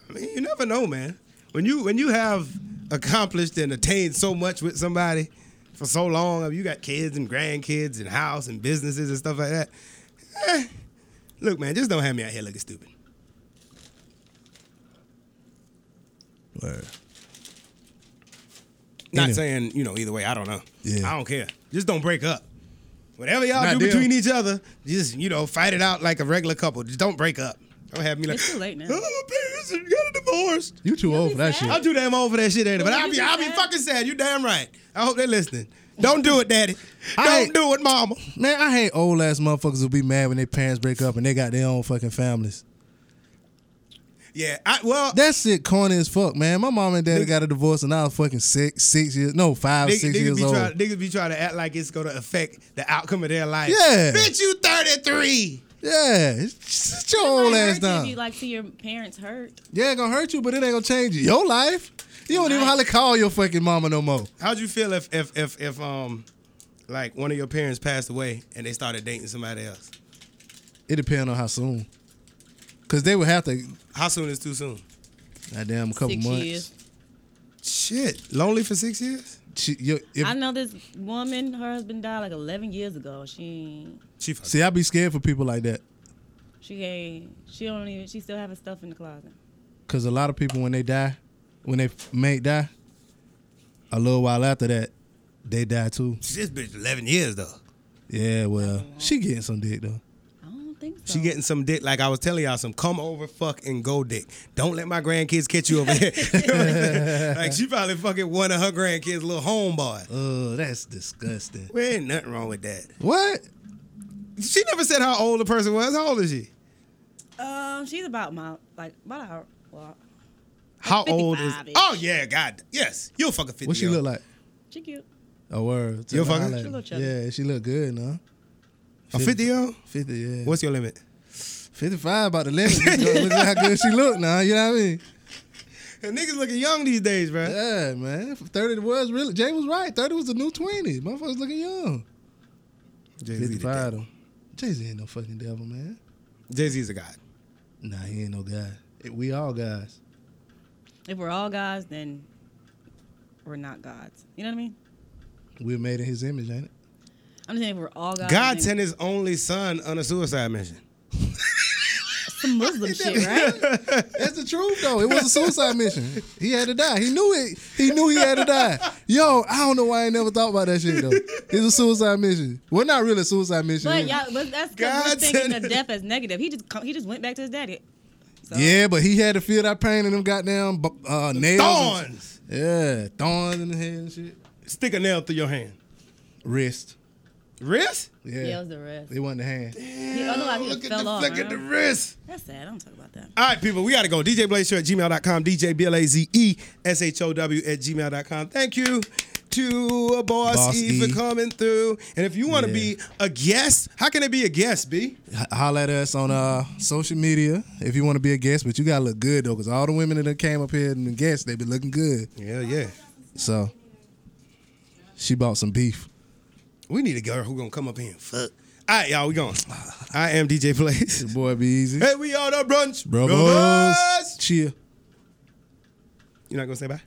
Speaker 1: I mean, you never know, man. When you when you have accomplished and attained so much with somebody for so long, I mean, you got kids and grandkids and house and businesses and stuff like that. eh, look, man, just don't have me out here looking stupid. Not
Speaker 2: Anyway.
Speaker 1: saying you know either way. I don't know.
Speaker 2: Yeah.
Speaker 1: I don't care. Just don't break up. Whatever y'all
Speaker 2: Not
Speaker 1: do
Speaker 2: them.
Speaker 1: between each other, just you know fight it out like a regular couple. Just don't break up. Don't have me like.
Speaker 3: It's too late now.
Speaker 1: Oh, please, you got a divorce.
Speaker 2: You too old for that
Speaker 3: sad.
Speaker 2: shit.
Speaker 1: I'm too damn old for that shit, Daddy. But
Speaker 3: Would
Speaker 1: I'll
Speaker 3: you
Speaker 1: be,
Speaker 3: be
Speaker 1: I'll be
Speaker 3: sad?
Speaker 1: fucking sad. You damn right. I hope they're listening. Don't do it, Daddy.
Speaker 2: I-
Speaker 1: Don't do it, Mama.
Speaker 2: Man, I hate old ass motherfuckers who be mad when their parents break up and they got their own fucking families.
Speaker 1: Yeah. I, well,
Speaker 2: That shit corny as fuck, man. My mom and daddy got a divorce and I was fucking six, six years, no, five,
Speaker 1: niggas,
Speaker 2: six
Speaker 1: niggas
Speaker 2: years
Speaker 1: be
Speaker 2: old.
Speaker 1: trying, niggas be trying to act like it's gonna affect the outcome of their life.
Speaker 2: Yeah.
Speaker 1: Bitch, you 33.
Speaker 2: yeah, sit your old
Speaker 3: Might
Speaker 2: ass
Speaker 3: hurt you
Speaker 2: down.
Speaker 3: If you like see your parents hurt,
Speaker 2: Yeah, it gonna hurt you, but it ain't gonna change you. Your life. You don't even hardly call your fucking mama no more.
Speaker 1: How'd you feel if, if, if, if, um, like one of your parents passed away and they started dating somebody else?
Speaker 2: It depends on how soon. Cause they would have to
Speaker 1: How soon is too soon?
Speaker 2: goddamn a couple
Speaker 3: six
Speaker 2: months.
Speaker 3: years.
Speaker 1: Shit. Lonely for six years?
Speaker 2: She, you, if,
Speaker 3: I know this woman. Her husband died like 11 years ago. She
Speaker 1: She fucked.
Speaker 2: see, I'd be scared for people like that.
Speaker 3: she ain't. She don't even. She still having stuff in the closet.
Speaker 2: Cause a lot of people when they die, when they mate die, a little while after that, they die too.
Speaker 1: This bitch 11 years though.
Speaker 2: Yeah, well, she getting some dick though.
Speaker 3: I don't think so.
Speaker 1: She getting some dick, like I was telling y'all, some come over, fuck, and go dick. Don't let my grandkids catch you over here. You know what I'm saying? like she probably fucking one of her grandkids' little homeboy.
Speaker 2: Oh, that's disgusting.
Speaker 1: Well, ain't nothing wrong with that.
Speaker 2: What?
Speaker 1: She never said how old the person was. How old is she?
Speaker 3: Um, she's about my like about our. Well,
Speaker 1: How old is?
Speaker 3: 55-ish.
Speaker 1: Oh yeah, God, yes, you'll fucking fifty.
Speaker 2: What she
Speaker 1: yo.
Speaker 2: look like?
Speaker 3: she cute.
Speaker 2: A word.
Speaker 1: You fucking-
Speaker 2: Holla at
Speaker 1: She
Speaker 2: me.
Speaker 3: look chubby.
Speaker 2: Yeah, she look good, no?
Speaker 1: A fifty year? old?
Speaker 2: Fifty, yeah.
Speaker 1: What's your limit?
Speaker 2: 55 about the limit. Look at how good she look now. You know what I mean?
Speaker 1: And niggas looking young these days, bro.
Speaker 2: Yeah, man. Thirty was really. Jay was right. Thirty was the new twenty. Motherfuckers looking young.
Speaker 1: Jay-Z
Speaker 2: Fifty five though. Jay Z ain't no fucking devil, man.
Speaker 1: Jay Z's a god.
Speaker 2: Nah, he ain't no guy. We all guys.
Speaker 3: If we're all gods, then we're not gods. You know what I mean?
Speaker 2: We're made in his image, ain't it?
Speaker 3: I'm just saying if we're all gods.
Speaker 1: God
Speaker 3: then
Speaker 1: sent his only son on a suicide mission.
Speaker 3: some Muslim shit, right?
Speaker 2: That's the truth though. It was a suicide mission. He had to die. He knew it. He knew he had to die. Yo, I don't know why I ain't never thought about that shit though. It's a suicide mission. Well, not really a suicide mission.
Speaker 3: But
Speaker 2: is it?
Speaker 3: y'all, but that's because we're
Speaker 1: God
Speaker 3: thinking
Speaker 1: sent
Speaker 3: of
Speaker 1: it.
Speaker 3: death as negative. He just co- he just went back to his daddy. So,
Speaker 2: Yeah, but he had to feel that pain in them goddamn bu- uh, nails. and-
Speaker 1: Thorns.
Speaker 2: Yeah, thorns in the head and shit.
Speaker 1: Stick a nail through your hand.
Speaker 2: Wrist.
Speaker 1: Wrist?
Speaker 2: Yeah.
Speaker 3: yeah, it was the rest.
Speaker 2: It wasn't the hand.
Speaker 3: He, otherwise, he
Speaker 1: Look
Speaker 3: just
Speaker 1: at
Speaker 3: fell
Speaker 1: the
Speaker 3: off.
Speaker 1: flick at the
Speaker 3: right?
Speaker 1: wrist.
Speaker 3: That's sad. I don't talk about that.
Speaker 1: All right, people, we got to go. DJBlazeShow at gmail.com. E DJBLAZESHOW at gmail.com. Thank you to Boss,
Speaker 2: Boss
Speaker 1: E,
Speaker 2: E.
Speaker 1: for coming through. And if you want to
Speaker 2: Yeah.
Speaker 1: be a guest, how can it be a guest, B?
Speaker 2: H- holler at us on uh, social media if you want to be a guest. But you gotta look good though, cause all the women that done came up here and the guests, they be looking good.
Speaker 1: Yeah, yeah.
Speaker 2: So she bought some beef.
Speaker 1: We need a girl who going to come up here and fuck. All right, y'all, we going. I am DJ Blaze.
Speaker 2: Your boy be easy.
Speaker 1: Hey, we are the brunch.
Speaker 2: Brothers,
Speaker 1: Brothers.
Speaker 2: chill.
Speaker 1: You're not going to say bye?